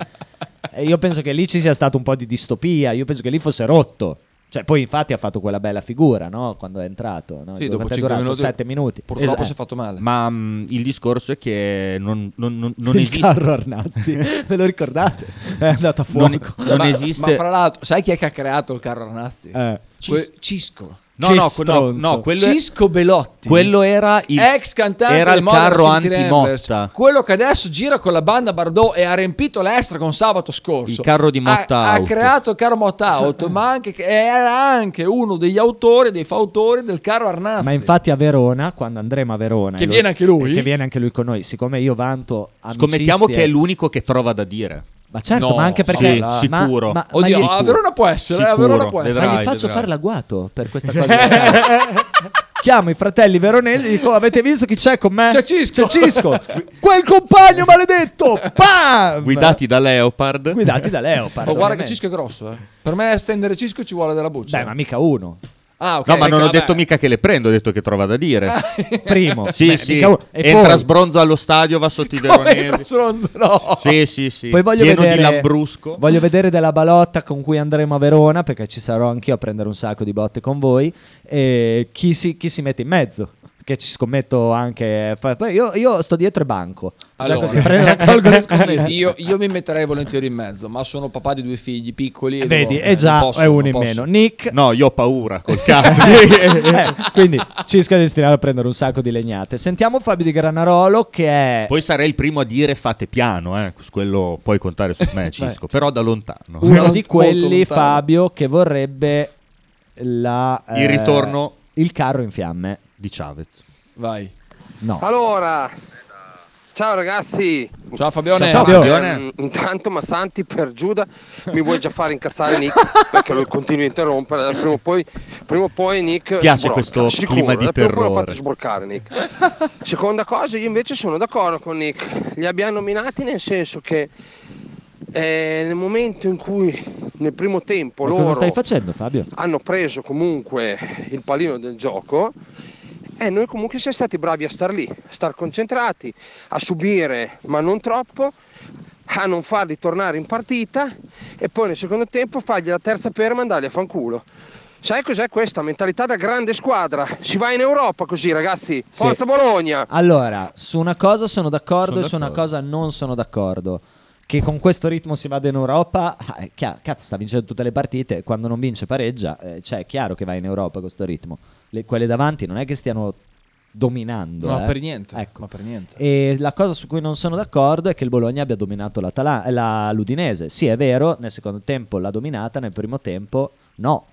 Speaker 5: e io penso che lì ci sia stato un po' di distopia, io penso che lì fosse rotto. Cioè, poi infatti ha fatto quella bella figura, no? Quando è entrato, no? Quanto
Speaker 3: Sì, dopo
Speaker 5: è
Speaker 3: 5
Speaker 5: durato?
Speaker 3: minuti.
Speaker 5: 7 minuti.
Speaker 3: Purtroppo
Speaker 5: Esatto.
Speaker 3: si è fatto male.
Speaker 4: Ma mh, il discorso è che non, non- non- non
Speaker 5: il
Speaker 4: esiste.
Speaker 5: carro Arnazzi, ve lo ricordate? È andato a
Speaker 4: Non,
Speaker 5: fuoco.
Speaker 4: non
Speaker 3: ma,
Speaker 4: esiste.
Speaker 3: ma fra l'altro, sai chi è che ha creato il carro Arnazzi?
Speaker 5: Eh.
Speaker 3: Que- Cisco.
Speaker 4: No,
Speaker 5: che
Speaker 4: no,
Speaker 5: stronzo.
Speaker 4: no, no, quello, è-
Speaker 3: Cisco Belotti.
Speaker 4: quello era il,
Speaker 3: ex cantante
Speaker 4: era
Speaker 3: del
Speaker 4: il
Speaker 3: Modena
Speaker 4: carro
Speaker 3: City Ramblers,
Speaker 4: anti-Motta.
Speaker 3: quello che adesso gira con la banda Bardot e ha riempito l'estra con sabato scorso
Speaker 4: Il carro di Motta
Speaker 3: ha, ha
Speaker 4: Out.
Speaker 3: creato il carro Motta Out ma anche, era anche uno degli autori dei fautori del carro Arnazzi
Speaker 5: Ma infatti a Verona, quando andremo a Verona...
Speaker 3: Che
Speaker 5: e lo-
Speaker 3: viene anche lui?
Speaker 5: Che viene anche lui con noi. Siccome io vanto amicizie...
Speaker 4: Scommettiamo che è l'unico che trova da dire.
Speaker 5: Ma certo,
Speaker 3: No,
Speaker 5: ma anche perché...
Speaker 4: sì,
Speaker 5: ma-
Speaker 4: sicuro.
Speaker 5: ma- ma
Speaker 3: Oddio,
Speaker 5: gli-
Speaker 3: a Verona può essere, a
Speaker 4: Sicuro,
Speaker 3: Verona può essere.
Speaker 4: vedrai,
Speaker 5: ma gli faccio
Speaker 4: vedrai.
Speaker 5: fare l'agguato per questa cosa. Chiamo i fratelli veronesi e dico: Avete visto chi c'è con me?
Speaker 3: C'è Cisco."
Speaker 5: C'è Cisco. Quel compagno maledetto! Pam!
Speaker 4: Guidati da Leopard.
Speaker 5: Guidati da Leopard.
Speaker 3: Oh, guarda che
Speaker 5: ovviamente.
Speaker 3: Cisco è grosso, eh. Per me stendere Cisco ci vuole della buccia.
Speaker 5: Beh, ma mica uno.
Speaker 3: Ah, ok,
Speaker 4: No, ma
Speaker 3: ecco,
Speaker 4: non ho
Speaker 3: vabbè. Ah,
Speaker 4: detto mica che le prendo, ho detto che trova da dire.
Speaker 5: Primo.
Speaker 4: Sì,
Speaker 5: Beh,
Speaker 4: sì.
Speaker 5: mica uno. E
Speaker 4: Entra
Speaker 5: poi,
Speaker 4: sbronzo allo stadio, va sotto i
Speaker 3: Come entra
Speaker 4: veronesi.
Speaker 3: Stronzo, no.
Speaker 4: Sì, sì, sì.
Speaker 5: poi voglio
Speaker 4: Pieno
Speaker 5: vedere.
Speaker 4: di lambrusco.
Speaker 5: Voglio vedere della balotta con cui andremo a Verona. Perché ci sarò anch'io a prendere un sacco di botte con voi. E chi si, chi si mette in mezzo? Che ci scommetto anche. fa- poi io, io sto dietro e banco. Cioè,
Speaker 3: Allora.
Speaker 5: così prendo- raccolgo
Speaker 4: eh,
Speaker 5: le scommesse.
Speaker 3: io, io mi metterei volentieri in mezzo, ma sono papà di due figli piccoli. e
Speaker 5: Vedi,
Speaker 3: devo-
Speaker 5: è già
Speaker 3: non posso,
Speaker 5: è uno
Speaker 3: non
Speaker 5: in
Speaker 3: posso.
Speaker 5: meno. Nick,
Speaker 4: No, io ho paura col cazzo.
Speaker 5: eh, quindi Cisco è destinato a prendere un sacco di legnate. Sentiamo Fabio di Granarolo che è.
Speaker 4: Poi sarei il primo a dire fate piano, eh. su quello puoi contare su me, Cisco, però da lontano.
Speaker 5: uno
Speaker 3: Molto
Speaker 5: di quelli,
Speaker 3: lontano.
Speaker 5: Fabio, che vorrebbe la, eh,
Speaker 4: Il ritorno.
Speaker 5: Il carro in fiamme.
Speaker 4: Di Chavez.
Speaker 3: Vai.
Speaker 5: No.
Speaker 7: Allora, ciao ragazzi.
Speaker 3: Ciao Fabione.
Speaker 5: Ciao, Fabio.
Speaker 4: Fabione.
Speaker 7: Mm, Intanto Massanti per Giuda mi vuoi già fare incazzare Nick perché lo continui a interrompere. Prima o poi, prima o poi Nick.
Speaker 4: Piace
Speaker 7: sbrocca,
Speaker 4: questo
Speaker 7: sicuro. eh,
Speaker 4: clima
Speaker 7: Prima o
Speaker 4: di
Speaker 7: poi
Speaker 4: terrore.
Speaker 7: Lo faccio sbroccare Nick. Seconda cosa, io invece sono d'accordo con Nick. Li abbiamo nominati nel senso che eh, nel momento in cui nel primo tempo
Speaker 5: Ma
Speaker 7: loro
Speaker 5: cosa stai facendo, Fabio?
Speaker 7: hanno preso comunque il palino del gioco e noi comunque siamo stati bravi a star lì, a star concentrati, a subire ma non troppo, a non farli tornare in partita e poi nel secondo tempo fargli la terza per e mandarli a fanculo. Sai cos'è questa mentalità da grande squadra? Si va in Europa così, ragazzi. Forza Bologna!
Speaker 5: Allora, su una cosa sono d'accordo
Speaker 4: Sono
Speaker 5: e su una
Speaker 4: d'accordo.
Speaker 5: cosa non sono d'accordo. Che con questo ritmo si vada in Europa, ah, è chia- cazzo, sta vincendo tutte le partite. Quando non vince, pareggia. Eh, cioè, è chiaro che va in Europa con questo ritmo. Le- quelle davanti non è che stiano dominando.
Speaker 3: No,
Speaker 5: eh.
Speaker 3: per niente.
Speaker 5: Ecco.
Speaker 3: Ma per niente.
Speaker 5: E la cosa su cui non sono d'accordo è che il Bologna abbia dominato l'Atala- la l'Udinese. Sì, è vero, nel secondo tempo l'ha dominata, nel primo tempo no.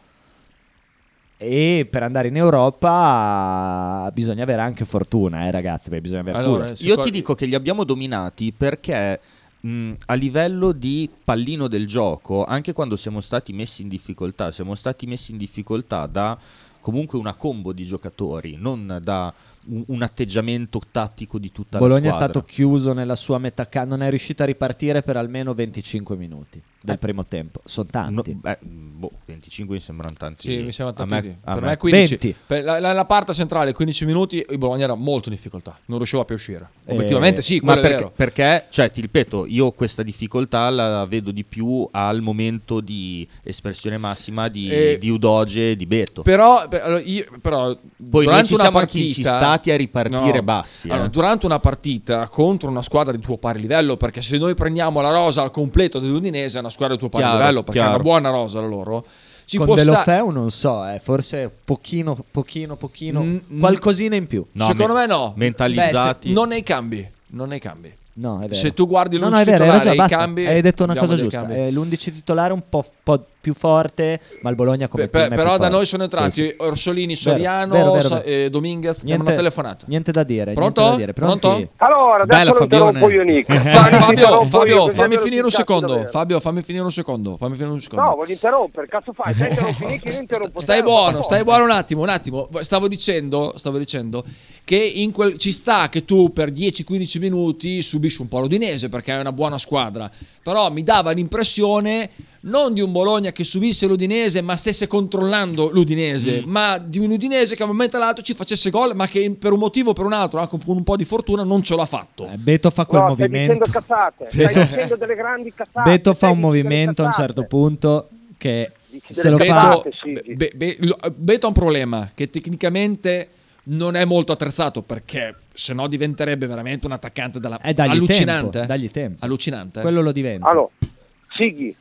Speaker 5: E per andare in Europa bisogna avere anche fortuna, eh, ragazzi. Perché bisogna avere
Speaker 3: Allora,
Speaker 5: culo.
Speaker 3: si
Speaker 4: Io
Speaker 3: col-
Speaker 4: ti dico che li abbiamo dominati perché mh, a livello di pallino del gioco, anche quando siamo stati messi in difficoltà, siamo stati messi in difficoltà da comunque una combo di giocatori, non da un, un atteggiamento tattico di tutta
Speaker 5: Bologna
Speaker 4: la
Speaker 5: è
Speaker 4: squadra.
Speaker 5: stato chiuso nella sua metà ca- non è riuscito a ripartire per almeno 25 minuti del
Speaker 4: Eh.
Speaker 5: primo tempo. Sono
Speaker 4: No,
Speaker 5: tanti.
Speaker 4: beh, boh, 25 mi sembrano tanti.
Speaker 3: Sì, mi sembra
Speaker 4: A
Speaker 3: tanti. sì.
Speaker 4: a
Speaker 3: per me 15.
Speaker 5: 20.
Speaker 3: Per la, la- la parte centrale 15 minuti il Bologna era molto in difficoltà, non riusciva più a uscire. Obiettivamente
Speaker 5: Eh,
Speaker 3: sì,
Speaker 4: Ma
Speaker 3: quello è
Speaker 4: perché,
Speaker 3: vero.
Speaker 4: perché, cioè, ti ripeto, io questa difficoltà la vedo di più al momento di espressione massima di,
Speaker 3: Eh,
Speaker 4: di Udoge e di Beto.
Speaker 3: Però, per- allora, io- però
Speaker 4: Poi noi
Speaker 3: durante
Speaker 4: ci
Speaker 3: una
Speaker 4: siamo
Speaker 3: partita
Speaker 4: stati a ripartire
Speaker 3: No.
Speaker 4: bassi. eh.
Speaker 3: Allora, durante una partita contro una squadra di tuo pari livello, perché se noi prendiamo la rosa al completo dell'Udinese, è una squadra di tuo pari
Speaker 4: Chiaro,
Speaker 3: livello, perché è
Speaker 4: chiaro.
Speaker 3: una buona rosa la loro, ci
Speaker 5: Con
Speaker 3: può sta-
Speaker 5: Delofeu non so, eh, forse pochino, pochino, pochino,
Speaker 3: Mm, mm.
Speaker 5: qualcosina in più.
Speaker 4: No,
Speaker 3: secondo
Speaker 4: me-
Speaker 3: me no. Beh,
Speaker 4: mentalizzati.
Speaker 3: se- non nei cambi, non nei cambi.
Speaker 5: No, è vero.
Speaker 3: Se tu guardi
Speaker 5: No,
Speaker 3: l'11
Speaker 5: no, è vero, hai
Speaker 3: titolare,
Speaker 5: ragione,
Speaker 3: i
Speaker 5: basta.
Speaker 3: cambi-
Speaker 5: Hai detto una
Speaker 3: abbiamo
Speaker 5: cosa
Speaker 3: dei
Speaker 5: giusta.
Speaker 3: cambi.
Speaker 5: Eh, l'11 titolare un po', po' più forte, ma il Bologna come
Speaker 3: Beh, per-
Speaker 5: team è più
Speaker 3: però da
Speaker 5: forte.
Speaker 3: noi sono entrati
Speaker 5: Sì, sì.
Speaker 3: Orsolini,
Speaker 5: Vero,
Speaker 3: Soriano,
Speaker 5: vero, vero,
Speaker 3: Sa-
Speaker 5: vero.
Speaker 3: eh, Dominguez. Abbiamo una telefonata.
Speaker 5: Niente da dire.
Speaker 3: Pronto?
Speaker 5: Niente da dire. Pronti?
Speaker 3: Pronto?
Speaker 6: Allora, adesso
Speaker 4: Bella,
Speaker 6: lo interrompo
Speaker 4: Fabione.
Speaker 6: io Nick.
Speaker 3: Fa-
Speaker 6: Adesso
Speaker 3: Fabio,
Speaker 6: interrompo io,
Speaker 3: Fabio,
Speaker 6: perché
Speaker 3: fammi
Speaker 6: mi
Speaker 3: finire un
Speaker 6: cazzo
Speaker 3: secondo.
Speaker 6: davvero.
Speaker 3: Fabio, fammi finire un secondo. Fammi finire un secondo.
Speaker 6: No, voglio interrompere, cazzo fai? Te interrompi Nick, io interrompo
Speaker 3: Stai
Speaker 6: te,
Speaker 3: buono,
Speaker 6: ma
Speaker 3: stai
Speaker 6: no.
Speaker 3: buono un attimo, un attimo. Stavo dicendo, stavo dicendo che in quel- ci sta che tu per 10-15 minuti subisci un po' l'Udinese perché è una buona squadra. Però mi dava l'impressione non di un Bologna che subisse l'Udinese ma stesse controllando l'Udinese, ma di un Udinese che a un momento all'altro ci facesse gol ma che per un motivo o per un altro, anche con un po' di fortuna, non ce l'ha fatto.
Speaker 5: Eh, Beto fa quel
Speaker 6: No,
Speaker 5: movimento.
Speaker 6: stai dicendo cazzate,
Speaker 5: Beto-
Speaker 6: stai dicendo delle grandi cazzate.
Speaker 5: Beto fa
Speaker 6: stai
Speaker 5: un
Speaker 6: dicendo delle
Speaker 5: movimento a un
Speaker 6: cazzate.
Speaker 5: certo punto che
Speaker 6: Dici
Speaker 5: se lo
Speaker 6: delle
Speaker 5: fa...
Speaker 6: cazzate.
Speaker 3: Beto,
Speaker 6: parte, Sigi.
Speaker 3: Be- Be- lo- Beto ha un problema che tecnicamente non è molto attrezzato perché sennò diventerebbe veramente un attaccante della,
Speaker 5: Eh, dagli
Speaker 3: allucinante.
Speaker 5: tempo,
Speaker 3: eh.
Speaker 5: dagli tempo.
Speaker 3: Allucinante. eh.
Speaker 5: Quello lo diventa.
Speaker 6: Allora, Sighi,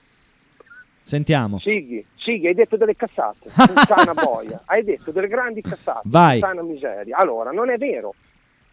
Speaker 5: Sentiamo.
Speaker 6: Sighi, Sighi, hai detto delle cazzate, puttana boia, hai detto delle grandi cazzate,
Speaker 5: Vai.
Speaker 6: puttana miseria. Allora, non è vero,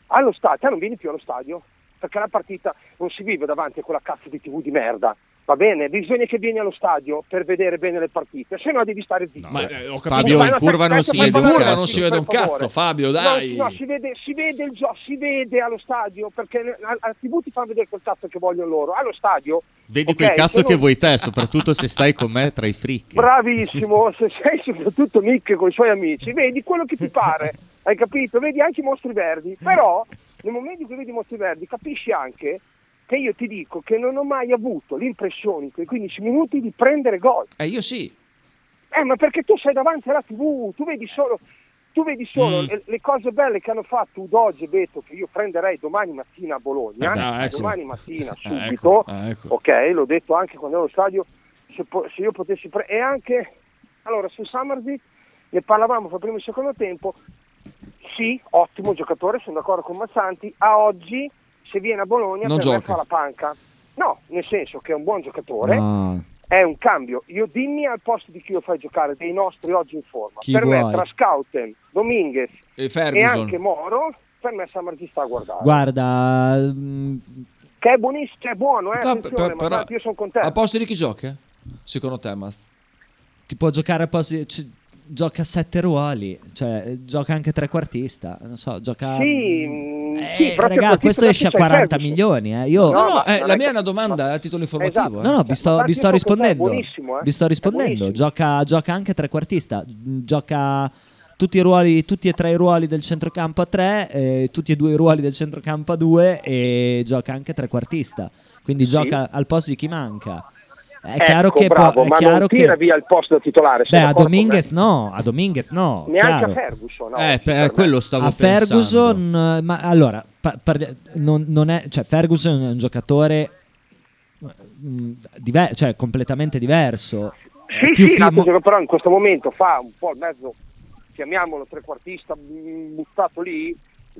Speaker 6: allo stadio, te non vieni più allo stadio, perché la partita non si vive davanti a quella cazzo di tv di merda, va bene? Bisogna che vieni allo stadio per vedere bene le partite, se no devi stare zitto.
Speaker 3: Ma eh, ho capito.
Speaker 4: Fabio,
Speaker 6: Ma
Speaker 4: in
Speaker 6: no,
Speaker 4: curva non si
Speaker 6: aspetta,
Speaker 4: vede
Speaker 6: aspetta,
Speaker 4: un
Speaker 3: curva
Speaker 4: cazzo.
Speaker 3: non si vede un
Speaker 6: per favore.
Speaker 3: cazzo, Fabio, dai.
Speaker 6: No, no, si, vede, si vede il gioco, si vede allo stadio, perché a- alla TV ti fanno vedere quel cazzo che vogliono loro. Allo stadio...
Speaker 4: Vedi
Speaker 6: ok,
Speaker 4: quel cazzo
Speaker 6: se
Speaker 4: che
Speaker 6: non-
Speaker 4: vuoi te, soprattutto se stai con me tra i fricchi.
Speaker 6: Bravissimo, se sei soprattutto Nick con i suoi amici, vedi quello che ti pare, hai capito? Vedi anche i mostri verdi, però nel momento in cui vedi i mostri verdi capisci anche che io ti dico che non ho mai avuto l'impressione in quei 15 minuti di prendere gol.
Speaker 3: Eh, io sì.
Speaker 6: Eh, ma perché tu sei davanti alla TV, tu vedi solo, tu vedi
Speaker 3: Mm.
Speaker 6: solo le, le cose belle che hanno fatto Udoge e Beto, che io prenderei domani mattina a Bologna,
Speaker 3: Ah, ecco.
Speaker 6: domani mattina
Speaker 3: Ah, ecco,
Speaker 6: subito,
Speaker 3: ah, ecco.
Speaker 6: ok, l'ho detto anche quando ero allo stadio, se, po- se io potessi pre- e anche, allora su Summersby ne parlavamo fra primo e secondo tempo, sì, ottimo giocatore, sono d'accordo con Mazzanti, a oggi se viene a Bologna
Speaker 3: Non
Speaker 6: per me
Speaker 3: gioca.
Speaker 6: fa la panca. No, nel senso che è un buon giocatore,
Speaker 5: No.
Speaker 6: è un cambio. Io dimmi al posto di chi lo fai giocare dei nostri oggi in forma.
Speaker 5: Chi
Speaker 6: per
Speaker 5: vuoi?
Speaker 6: me tra Scouten, Dominguez
Speaker 3: E
Speaker 6: e
Speaker 3: Ferguson.
Speaker 6: anche Moro, per me Samarchi sta a guardare.
Speaker 5: Guarda, mm,
Speaker 6: che è buonissimo, cioè, è buono, eh,
Speaker 3: No,
Speaker 6: attenzione,
Speaker 3: per-
Speaker 6: ma
Speaker 3: però-
Speaker 6: guarda, io sono
Speaker 3: A
Speaker 6: contento.
Speaker 3: posto di chi gioca? Secondo te, Maz?
Speaker 5: chi può giocare a posi- c- gioca a sette ruoli, cioè eh, gioca anche trequartista, non so, gioca...
Speaker 6: Sì,
Speaker 5: Mm,
Speaker 6: mm, sì, proprio
Speaker 5: raga,
Speaker 6: così,
Speaker 5: questo
Speaker 6: perché
Speaker 5: esce a
Speaker 6: c'è
Speaker 5: 40
Speaker 6: Ferguson.
Speaker 5: milioni, eh. Io...
Speaker 3: No, no,
Speaker 6: ma-
Speaker 3: eh,
Speaker 6: ma-
Speaker 3: la mia è una domanda a titolo informativo.
Speaker 6: Esatto.
Speaker 3: eh.
Speaker 5: No, no, vi sto,
Speaker 6: Ma
Speaker 5: vi
Speaker 6: sì,
Speaker 5: sto
Speaker 6: è
Speaker 5: rispondendo.
Speaker 6: buonissimo, eh.
Speaker 5: Vi sto
Speaker 6: È
Speaker 5: rispondendo.
Speaker 6: buonissimo.
Speaker 5: Gioca, gioca anche trequartista. mh, Gioca tutti e, ruoli, tutti e tre i ruoli del centrocampo a tre, eh, tutti e due i ruoli del centrocampo a due e gioca anche trequartista. Quindi gioca al posto di chi manca. È chiaro
Speaker 6: Ecco,
Speaker 5: che può-
Speaker 6: bravo,
Speaker 5: è
Speaker 6: ma
Speaker 5: chiaro
Speaker 6: non tira
Speaker 5: che-
Speaker 6: via il posto da titolare.
Speaker 5: Beh,
Speaker 6: sei
Speaker 5: a
Speaker 6: d'accordo con
Speaker 5: Dominguez
Speaker 6: me?
Speaker 5: no, a Dominguez no.
Speaker 6: Neanche
Speaker 5: chiaro.
Speaker 6: a Ferguson. no,
Speaker 4: Eh, per-
Speaker 6: per me.
Speaker 4: quello stavo
Speaker 5: a
Speaker 4: pensando.
Speaker 5: Ferguson, eh, ma allora, pa- parli- non, non è, eh, cioè Ferguson è un giocatore mh, diver- cioè, completamente diverso.
Speaker 6: Sì,
Speaker 5: più
Speaker 6: sì,
Speaker 5: fi-
Speaker 6: nel senso che però in questo momento fa un po' il mezzo, chiamiamolo trequartista mm, buttato lì. S-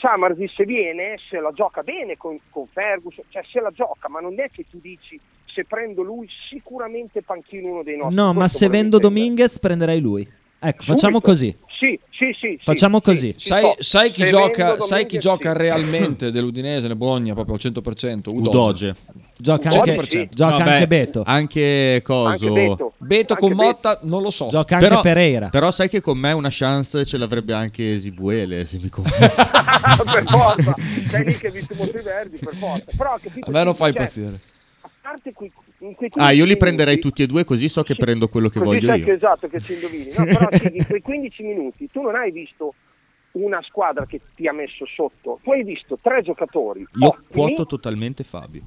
Speaker 6: Samaris se viene, se la gioca bene con, con Ferguson, cioè se la gioca, ma non è che tu dici se prendo lui sicuramente panchino uno dei nostri.
Speaker 5: No, ma
Speaker 6: Questo
Speaker 5: se
Speaker 6: volevo
Speaker 5: vendo
Speaker 6: intendere.
Speaker 5: Dominguez prenderei lui. Ecco, facciamo
Speaker 6: Subito.
Speaker 5: così.
Speaker 6: Sì, sì, sì. sì,
Speaker 5: Facciamo
Speaker 6: sì,
Speaker 5: così.
Speaker 6: sì,
Speaker 3: Sai,
Speaker 6: so.
Speaker 3: sai chi
Speaker 6: Se
Speaker 3: gioca,
Speaker 6: vendo
Speaker 3: sai chi
Speaker 6: Dominguez,
Speaker 3: gioca
Speaker 6: sì.
Speaker 3: realmente dell'Udinese nel Bologna proprio al 100%? Udoge.
Speaker 4: Udoge.
Speaker 5: Gioca
Speaker 6: Oggi
Speaker 5: anche,
Speaker 6: sì.
Speaker 5: gioca
Speaker 4: No,
Speaker 5: anche
Speaker 4: beh, ah,
Speaker 5: Beto.
Speaker 4: Anche Coso.
Speaker 6: Anche Beto.
Speaker 3: Beto
Speaker 6: Anche
Speaker 3: con Motta non lo so.
Speaker 5: Gioca anche Pereira.
Speaker 4: però sai che con me una chance ce l'avrebbe anche Zibuele se mi confondo.
Speaker 6: per forza. Sei lì che hai visto molti verdi, per forza. Però, capito,
Speaker 3: A me non
Speaker 6: sì,
Speaker 3: fa
Speaker 6: cioè,
Speaker 3: impazzire.
Speaker 6: A parte qui, in quei
Speaker 4: ah,
Speaker 6: 15
Speaker 4: io li prenderei
Speaker 6: minuti-
Speaker 4: tutti e due così so che
Speaker 6: Sì,
Speaker 4: prendo quello che
Speaker 6: così
Speaker 4: voglio
Speaker 6: sai
Speaker 4: io.
Speaker 6: che esatto che ci indovini. No, però sì, in quei 15 minuti tu non hai visto una squadra che ti ha messo sotto, tu hai visto tre giocatori
Speaker 4: Io
Speaker 6: ottimi
Speaker 4: quoto totalmente Fabio.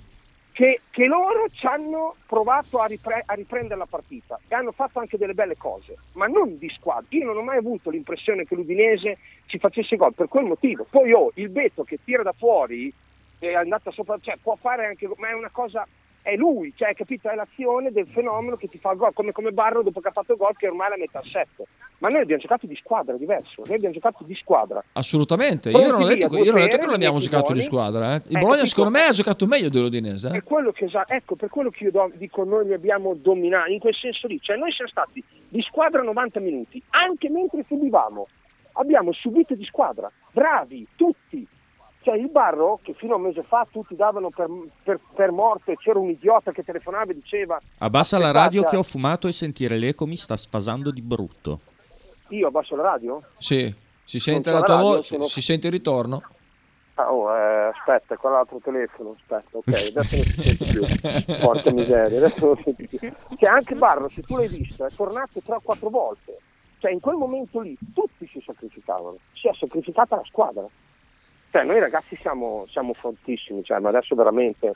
Speaker 6: che, che loro ci hanno provato a, ripre- a riprendere la partita e hanno fatto anche delle belle cose, ma non di squadra. Io non ho mai avuto l'impressione che l'Udinese ci facesse gol per quel motivo. Poi ho il Beto che tira da fuori è andata sopra, cioè può fare anche, ma è una cosa, è lui, cioè capito, è l'azione del fenomeno che ti fa il gol, come, come Barro dopo che ha fatto il gol che ormai è la metà set. Ma noi abbiamo giocato di squadra, è diverso, noi abbiamo giocato di squadra.
Speaker 3: Assolutamente.
Speaker 6: Pronti
Speaker 3: Io non ho
Speaker 6: via,
Speaker 3: detto,
Speaker 6: due
Speaker 3: io non ho detto
Speaker 6: pere,
Speaker 3: che non abbiamo
Speaker 6: metti
Speaker 3: giocato
Speaker 6: buoni.
Speaker 3: di squadra. eh. Il
Speaker 6: Eh,
Speaker 3: Bologna,
Speaker 6: capito?
Speaker 3: secondo me, ha giocato meglio dell'Udinese. eh.
Speaker 6: È quello che esa- ecco, per quello che io do- dico noi li abbiamo dominati, in quel senso lì, cioè noi siamo stati di squadra 90 minuti, anche mentre subivamo, abbiamo subito di squadra, bravi, tutti. Cioè il Barro, che fino a un mese fa tutti davano per, per- per morto e c'era un idiota che telefonava e diceva
Speaker 4: Abbassa la
Speaker 6: Aspettate.
Speaker 4: radio che ho fumato e sentire l'eco mi sta sfasando di brutto.
Speaker 6: io abbasso la radio?
Speaker 3: Sì. Si sente,
Speaker 6: c'è
Speaker 3: la
Speaker 6: la
Speaker 3: tua
Speaker 6: radio,
Speaker 3: voce,
Speaker 6: sono-
Speaker 3: si sente il ritorno.
Speaker 6: Ah, oh, eh, aspetta, qua l'altro telefono, aspetta, ok, adesso non si sente più. Porca miseria, adesso non si sente più. Cioè anche Barro, se tu l'hai visto, è tornato 3 o 4 volte. Cioè in quel momento lì tutti si sacrificavano, si è sacrificata la squadra. Cioè noi ragazzi siamo, siamo fortissimi, cioè, ma adesso veramente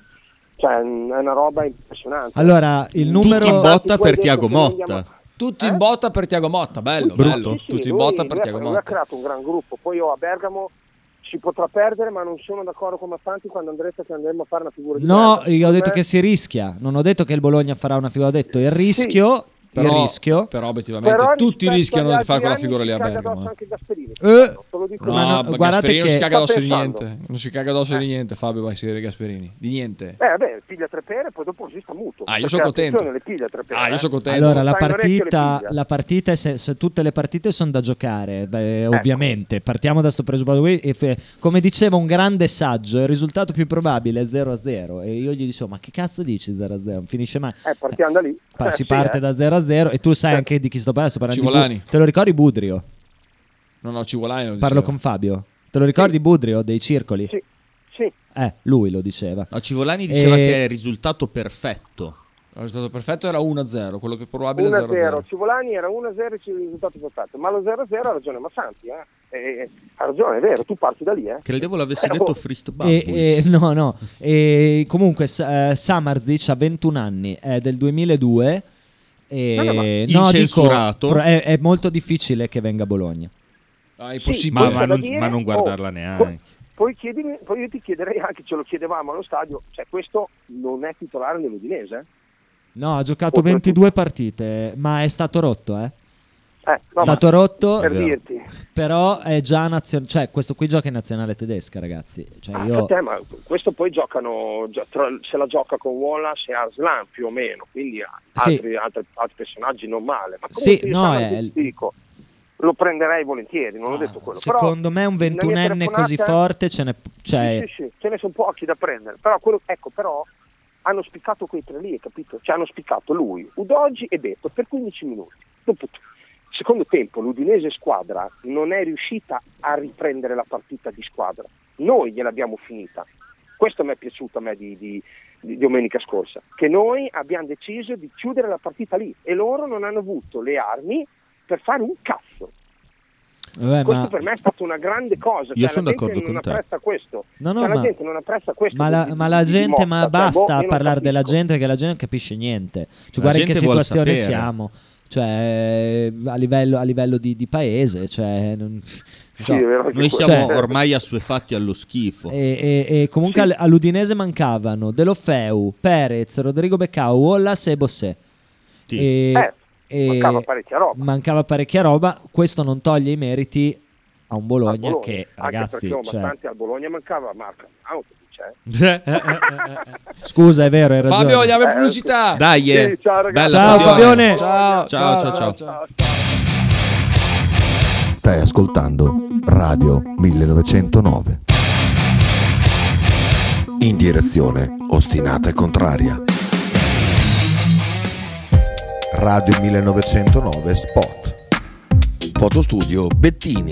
Speaker 6: cioè, mh, è una roba impressionante.
Speaker 5: Allora, il numero...
Speaker 4: in botta
Speaker 6: Infatti, tu hai
Speaker 4: per Tiago
Speaker 6: detto che noi andiamo-
Speaker 4: Motta.
Speaker 3: Tutti
Speaker 6: Eh?
Speaker 3: in botta per Tiago Motta. Bello,
Speaker 4: Brutto.
Speaker 3: bello.
Speaker 6: Sì, sì,
Speaker 3: Tutti in
Speaker 6: lui-
Speaker 3: botta per
Speaker 6: lui ha-
Speaker 3: Tiago
Speaker 6: Lui ha
Speaker 3: Motta.
Speaker 6: creato un gran gruppo, poi io a Bergamo si potrà perdere, ma non sono d'accordo con Mattanti quando andrete che andremo a fare una figura di
Speaker 5: No,
Speaker 6: merda.
Speaker 5: io ho detto
Speaker 6: Eh?
Speaker 5: che si rischia. Non ho detto che il Bologna farà una figura. Ho detto il rischio... il
Speaker 3: Però,
Speaker 5: rischio...
Speaker 3: però obiettivamente
Speaker 6: Però
Speaker 3: tutti
Speaker 6: rispetto
Speaker 3: rischiano
Speaker 6: agli
Speaker 3: di fare quella
Speaker 6: altri
Speaker 3: figura lì a
Speaker 6: anni si caga
Speaker 3: Bergamo. eh.
Speaker 6: addosso Anche Gasperini,
Speaker 5: Eh.
Speaker 6: te lo dico
Speaker 3: No,
Speaker 5: Ma
Speaker 6: io.
Speaker 5: no,
Speaker 3: ma
Speaker 5: guardate
Speaker 3: Gasperini non
Speaker 5: che-
Speaker 3: si caga addosso di
Speaker 6: Sto
Speaker 3: niente.
Speaker 6: pensando.
Speaker 3: Non si caga addosso di
Speaker 6: Eh.
Speaker 3: niente, Fabio Bassieri Gasperini. Di niente.
Speaker 6: Eh, vabbè, piglia tre pere e poi dopo si sta muto.
Speaker 3: Ah, io
Speaker 6: Perché
Speaker 3: sono contento.
Speaker 6: attenzione, le piglia tre pere,
Speaker 3: Ah, io
Speaker 6: eh.
Speaker 3: sono contento.
Speaker 5: Allora, la
Speaker 6: Fai un orecchio e le
Speaker 5: partita,
Speaker 6: piglia.
Speaker 5: la partita è se- se tutte le partite sono da giocare, beh,
Speaker 6: Ecco.
Speaker 5: ovviamente. Partiamo da sto presupposto. qui e fe- come diceva un grande saggio, il risultato più probabile è 0-0. E io gli dicevo, ma che cazzo dici 0-0? Non finisce mai.
Speaker 6: Eh, partiamo da lì.
Speaker 5: Pa-
Speaker 6: Eh,
Speaker 5: si
Speaker 6: sì,
Speaker 5: parte
Speaker 6: eh.
Speaker 5: da 0-0 e tu sai anche di chi sto parlando. Sto parlando di
Speaker 3: Civolani.
Speaker 5: Bu- te lo ricordi Budrio?
Speaker 3: No, no, Civolani lo
Speaker 5: Parlo
Speaker 3: diceva.
Speaker 5: con Fabio. Te lo ricordi Budrio dei circoli?
Speaker 6: Sì, sì.
Speaker 5: Eh, lui lo diceva.
Speaker 4: No, Civolani diceva
Speaker 5: E-
Speaker 4: che è il risultato perfetto.
Speaker 3: Il risultato perfetto era 1-0, quello che è probabile è
Speaker 6: 1-0,
Speaker 3: 0-0.
Speaker 6: Civolani era 1-0 e ci il risultato perfetto, ma lo 0-0 ha ragione Massanti, eh. Eh, ha ragione, è vero, tu parti da lì, eh.
Speaker 4: Credevo l'avesse
Speaker 6: Eh, oh.
Speaker 4: detto Frist Bubbles.
Speaker 5: E, e- no, no. E, comunque, Sa- eh, Samarzic ha 21 anni, è del 2002. E,
Speaker 6: No, no, Ah, ma
Speaker 5: no, dico,
Speaker 4: incensurato.
Speaker 5: pro- è, è molto difficile che venga a Bologna.
Speaker 3: Ah, è
Speaker 6: Sì,
Speaker 3: impossibile.
Speaker 4: Ma-
Speaker 6: questo
Speaker 4: ma
Speaker 6: è da boh,
Speaker 4: non- ma non guardarla neanche.
Speaker 6: Poi, poi chiedimi- poi io ti chiederei anche, ce lo chiedevamo allo stadio, cioè questo non è titolare nell'Udinese? eh.
Speaker 5: No, ha giocato
Speaker 6: Oltretutto.
Speaker 5: 22 partite, ma è stato rotto, eh.
Speaker 6: eh? Eh,
Speaker 5: È
Speaker 6: no,
Speaker 5: stato
Speaker 6: ma-
Speaker 5: rotto,
Speaker 6: per dirti.
Speaker 5: però è già nazionale. Cioè, questo qui gioca in nazionale tedesca, ragazzi. Cioè,
Speaker 6: Ah,
Speaker 5: io-
Speaker 6: te, ma questo poi giocano, gio- tra- se la gioca con Wallace e Arslan più o meno, quindi a-
Speaker 5: Sì.
Speaker 6: altri, altri- altri personaggi non male. Ma
Speaker 5: Sì,
Speaker 6: comunque io
Speaker 5: no,
Speaker 6: Samarzic
Speaker 5: è- Ah,
Speaker 6: ti dico, lo prenderei volentieri, non ho detto quello. Però
Speaker 5: secondo me, un
Speaker 6: la mia
Speaker 5: 21enne così
Speaker 6: telefonata-
Speaker 5: forte ce n'è. Cioè,
Speaker 6: Sì, sì, sì, ce ne sono pochi da prendere, però, quello- ecco, però hanno spiccato quei tre lì, hai capito? Cioè hanno spiccato lui, Udogi e Beto per 15 minuti. Dopo t- secondo tempo l'Udinese squadra non è riuscita a riprendere la partita di squadra, noi gliel'abbiamo finita. Questo mi è piaciuto a me di, di- di domenica scorsa, che noi abbiamo deciso di chiudere la partita lì e loro non hanno avuto le armi per fare un cazzo.
Speaker 5: vabbè,
Speaker 6: Questo
Speaker 5: Eh, ma-
Speaker 6: per me è stata una grande cosa.
Speaker 4: Io
Speaker 6: cioè,
Speaker 4: sono
Speaker 6: la gente
Speaker 4: d'accordo
Speaker 6: non
Speaker 4: con te.
Speaker 6: apprezza questo.
Speaker 5: No, no,
Speaker 6: Cioè,
Speaker 5: ma-
Speaker 6: la gente non apprezza questo.
Speaker 5: Ma la,
Speaker 6: di-
Speaker 5: ma la
Speaker 6: di
Speaker 5: gente,
Speaker 6: mossa,
Speaker 5: ma
Speaker 6: cioè, boh,
Speaker 5: basta
Speaker 6: io non
Speaker 5: parlare
Speaker 6: capisco.
Speaker 5: della gente che la gente non capisce niente. Cioè,
Speaker 4: La
Speaker 5: guarda in che
Speaker 4: gente vuole
Speaker 5: situazione
Speaker 4: sapere.
Speaker 5: siamo. Cioè, a livello, a livello di, di paese, cioè, non- non so.
Speaker 6: Sì, è vero anche
Speaker 4: Noi
Speaker 6: questo.
Speaker 4: siamo
Speaker 5: Cioè-
Speaker 4: ormai assuefatti allo schifo.
Speaker 5: E, e- e comunque al- all'Udinese mancavano Delofeu, Perez, Rodrigo Beccao, Wallace e Bossè.
Speaker 1: Sì.
Speaker 5: E-
Speaker 6: Eh,
Speaker 5: e-
Speaker 6: mancava parecchia roba.
Speaker 5: mancava parecchia roba. Questo non toglie i meriti a un Bologna,
Speaker 6: Al Bologna.
Speaker 5: che,
Speaker 6: Anche
Speaker 5: ragazzi,
Speaker 6: perché oh,
Speaker 5: cioè-
Speaker 6: Mazzanti al Bologna mancava Marco Arnautovic, eh.
Speaker 5: scusa, è vero, hai ragione.
Speaker 3: Fabio, andiamo in
Speaker 6: Eh,
Speaker 3: pubblicità.
Speaker 4: Dai, eh.
Speaker 6: Sì, ciao, ragazzi.
Speaker 4: Bella,
Speaker 5: Ciao, Fabione.
Speaker 3: Ciao,
Speaker 4: Ciao, ciao, ciao.
Speaker 8: Stai ascoltando Radio 1909. In direzione ostinata e contraria. Radio 1909 Spot.
Speaker 9: Fotostudio Bettini,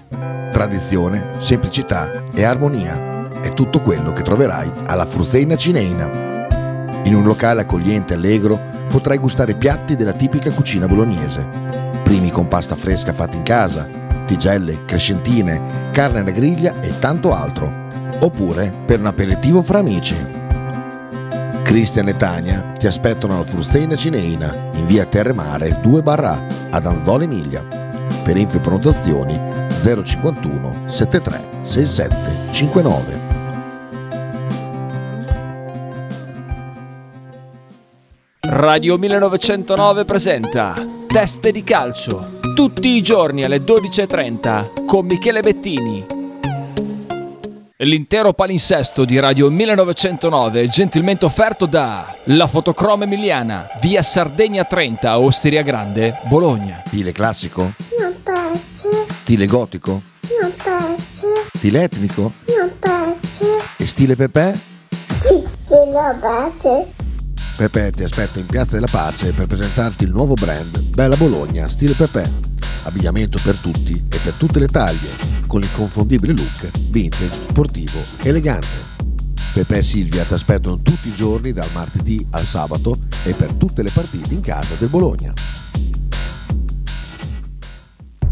Speaker 9: Tradizione, semplicità e armonia è tutto quello che troverai alla Fruzeina Cineina. In un locale accogliente e allegro potrai gustare piatti della tipica cucina bolognese. Primi con pasta fresca fatta in casa, tigelle, crescentine, carne alla griglia e tanto altro. Oppure per un aperitivo fra amici. Cristian e Tania ti aspettano alla Fruzeina Cineina in via Terremare 2 barra ad Anzola Emilia. Per info e prenotazioni 051 73 67 59.
Speaker 3: Radio 1909 presenta Teste di calcio, tutti i giorni alle 12.30 con Michele Bettini. L'intero palinsesto di Radio 1909 è gentilmente offerto da La Fotocroma Emiliana, via Sardegna 30, Osteria Grande, Bologna.
Speaker 9: Stile classico? Non piace. Stile gotico? Non piace. Stile etnico? Non piace. E stile Pepe?
Speaker 10: Sì, la base.
Speaker 9: Pepe ti aspetta in Piazza della Pace per presentarti il nuovo brand Bella Bologna Stile Pepe. Abbigliamento per tutti e per tutte le taglie, con l'inconfondibile look vintage, sportivo, elegante. Pepe e Silvia ti aspettano tutti i giorni dal martedì al sabato e per tutte le partite in casa del Bologna.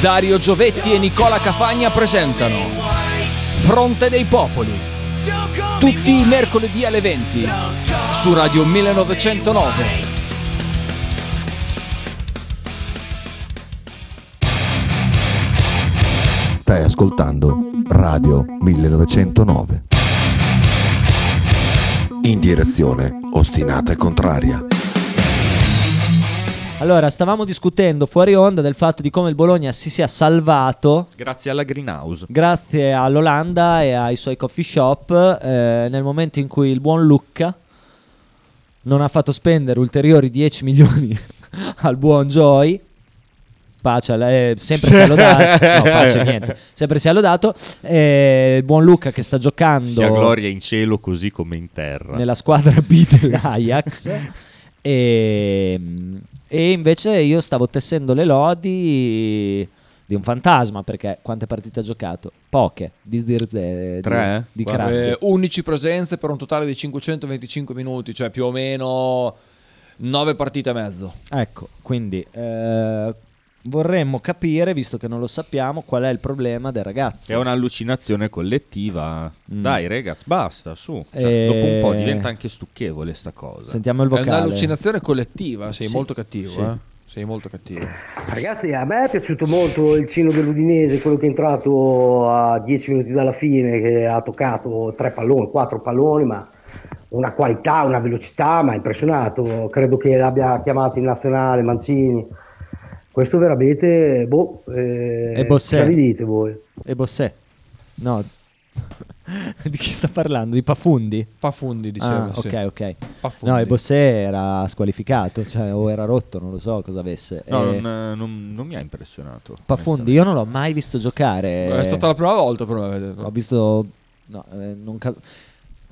Speaker 3: Dario Giovetti e Nicola Cafagna presentano Fronte dei Popoli, tutti i mercoledì alle 20 su Radio 1909.
Speaker 8: Stai ascoltando Radio 1909. In direzione ostinata e contraria.
Speaker 5: Allora, stavamo discutendo fuori onda del fatto di come il Bologna si sia salvato
Speaker 4: Grazie alla Greenhouse.
Speaker 5: grazie all'Olanda e ai suoi coffee shop eh, nel momento in cui il buon Lucca non ha fatto spendere ulteriori 10 milioni al buon Joy pace alla- eh, sempre sia lodato no pace niente sempre sia lodato eh, il buon Lucca che sta giocando
Speaker 4: Sia gloria in cielo così come in terra.
Speaker 5: nella squadra B dell'Ajax. e, e invece io stavo tessendo le lodi di un fantasma perché quante partite ha giocato? Poche di Zirze di-
Speaker 4: Tre? eh?
Speaker 5: di,
Speaker 3: Vabbè,
Speaker 5: Krasti.
Speaker 3: 11 Eh, presenze per un totale di 525 minuti, cioè più o meno 9 partite e mezzo.
Speaker 5: Ecco, quindi eh, vorremmo capire, visto che non lo sappiamo, qual è il problema del ragazzo.
Speaker 4: È un'allucinazione collettiva.
Speaker 5: Mm.
Speaker 4: Dai, ragazzi, basta, su. Cioè,
Speaker 5: Eh,
Speaker 4: Dopo un po' diventa anche stucchevole sta cosa.
Speaker 5: Sentiamo il vocale.
Speaker 3: È un'allucinazione collettiva, sei
Speaker 5: Sì.
Speaker 3: molto cattivo,
Speaker 5: Sì.
Speaker 3: eh. Sei molto cattivo.
Speaker 2: Ragazzi, a me è piaciuto molto il Cino dell'Udinese, quello che è entrato a 10 minuti dalla fine, che ha toccato tre palloni, quattro palloni, ma una qualità, una velocità, mi ha impressionato. Credo che l'abbia chiamato in nazionale Mancini. Questo veramente, boh, eh,
Speaker 5: E Bossè.
Speaker 2: cosa vi dite voi?
Speaker 5: E Bossè? No. Di chi sta parlando? Di Pafundi?
Speaker 3: Pafundi diceva.
Speaker 5: Ah,
Speaker 3: sì.
Speaker 5: ok, ok.
Speaker 3: Pafundi.
Speaker 5: No, e Bossè era squalificato, cioè, o era rotto, non lo so cosa avesse.
Speaker 4: No,
Speaker 5: E
Speaker 4: non, eh, non- non mi ha impressionato.
Speaker 5: Pafundi, io non l'ho mai visto giocare.
Speaker 3: Eh, È stata la prima volta però eh, a vederlo.
Speaker 5: L'ho visto. No, eh, non cap-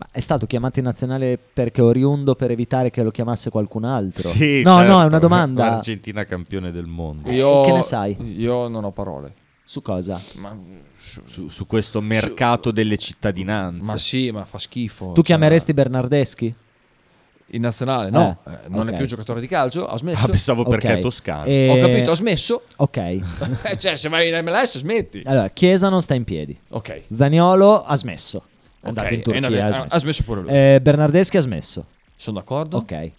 Speaker 5: Ma è stato chiamato in nazionale perché oriundo per evitare che lo chiamasse qualcun altro?
Speaker 4: Sì,
Speaker 5: no,
Speaker 4: certo.
Speaker 5: no, è una domanda.
Speaker 4: L'Argentina campione del mondo.
Speaker 3: Io-
Speaker 5: che ne sai?
Speaker 3: Io non ho parole.
Speaker 5: Su cosa?
Speaker 4: Su, su questo mercato delle cittadinanze.
Speaker 3: Ma sì, ma fa schifo.
Speaker 5: Tu
Speaker 3: Cioè,
Speaker 5: chiameresti Bernardeschi?
Speaker 3: in nazionale? No,
Speaker 5: Eh,
Speaker 3: Eh, non
Speaker 5: ok.
Speaker 3: è più giocatore di calcio, ha smesso.
Speaker 4: Ah, pensavo perché
Speaker 5: Ok.
Speaker 4: è toscano.
Speaker 5: E-
Speaker 3: Ho capito, ho smesso.
Speaker 5: Ok.
Speaker 3: cioè, se vai in MLS smetti.
Speaker 5: Allora, Chiesa non sta in piedi.
Speaker 3: Ok.
Speaker 5: Zaniolo ha smesso. È
Speaker 3: Ok,
Speaker 5: andato in
Speaker 3: è
Speaker 5: Turchia.
Speaker 3: andato-
Speaker 5: ha,
Speaker 3: ha-
Speaker 5: smesso.
Speaker 3: ha smesso pure lui.
Speaker 5: Eh, Bernardeschi ha smesso.
Speaker 3: Sono d'accordo.
Speaker 5: Ok. Eh,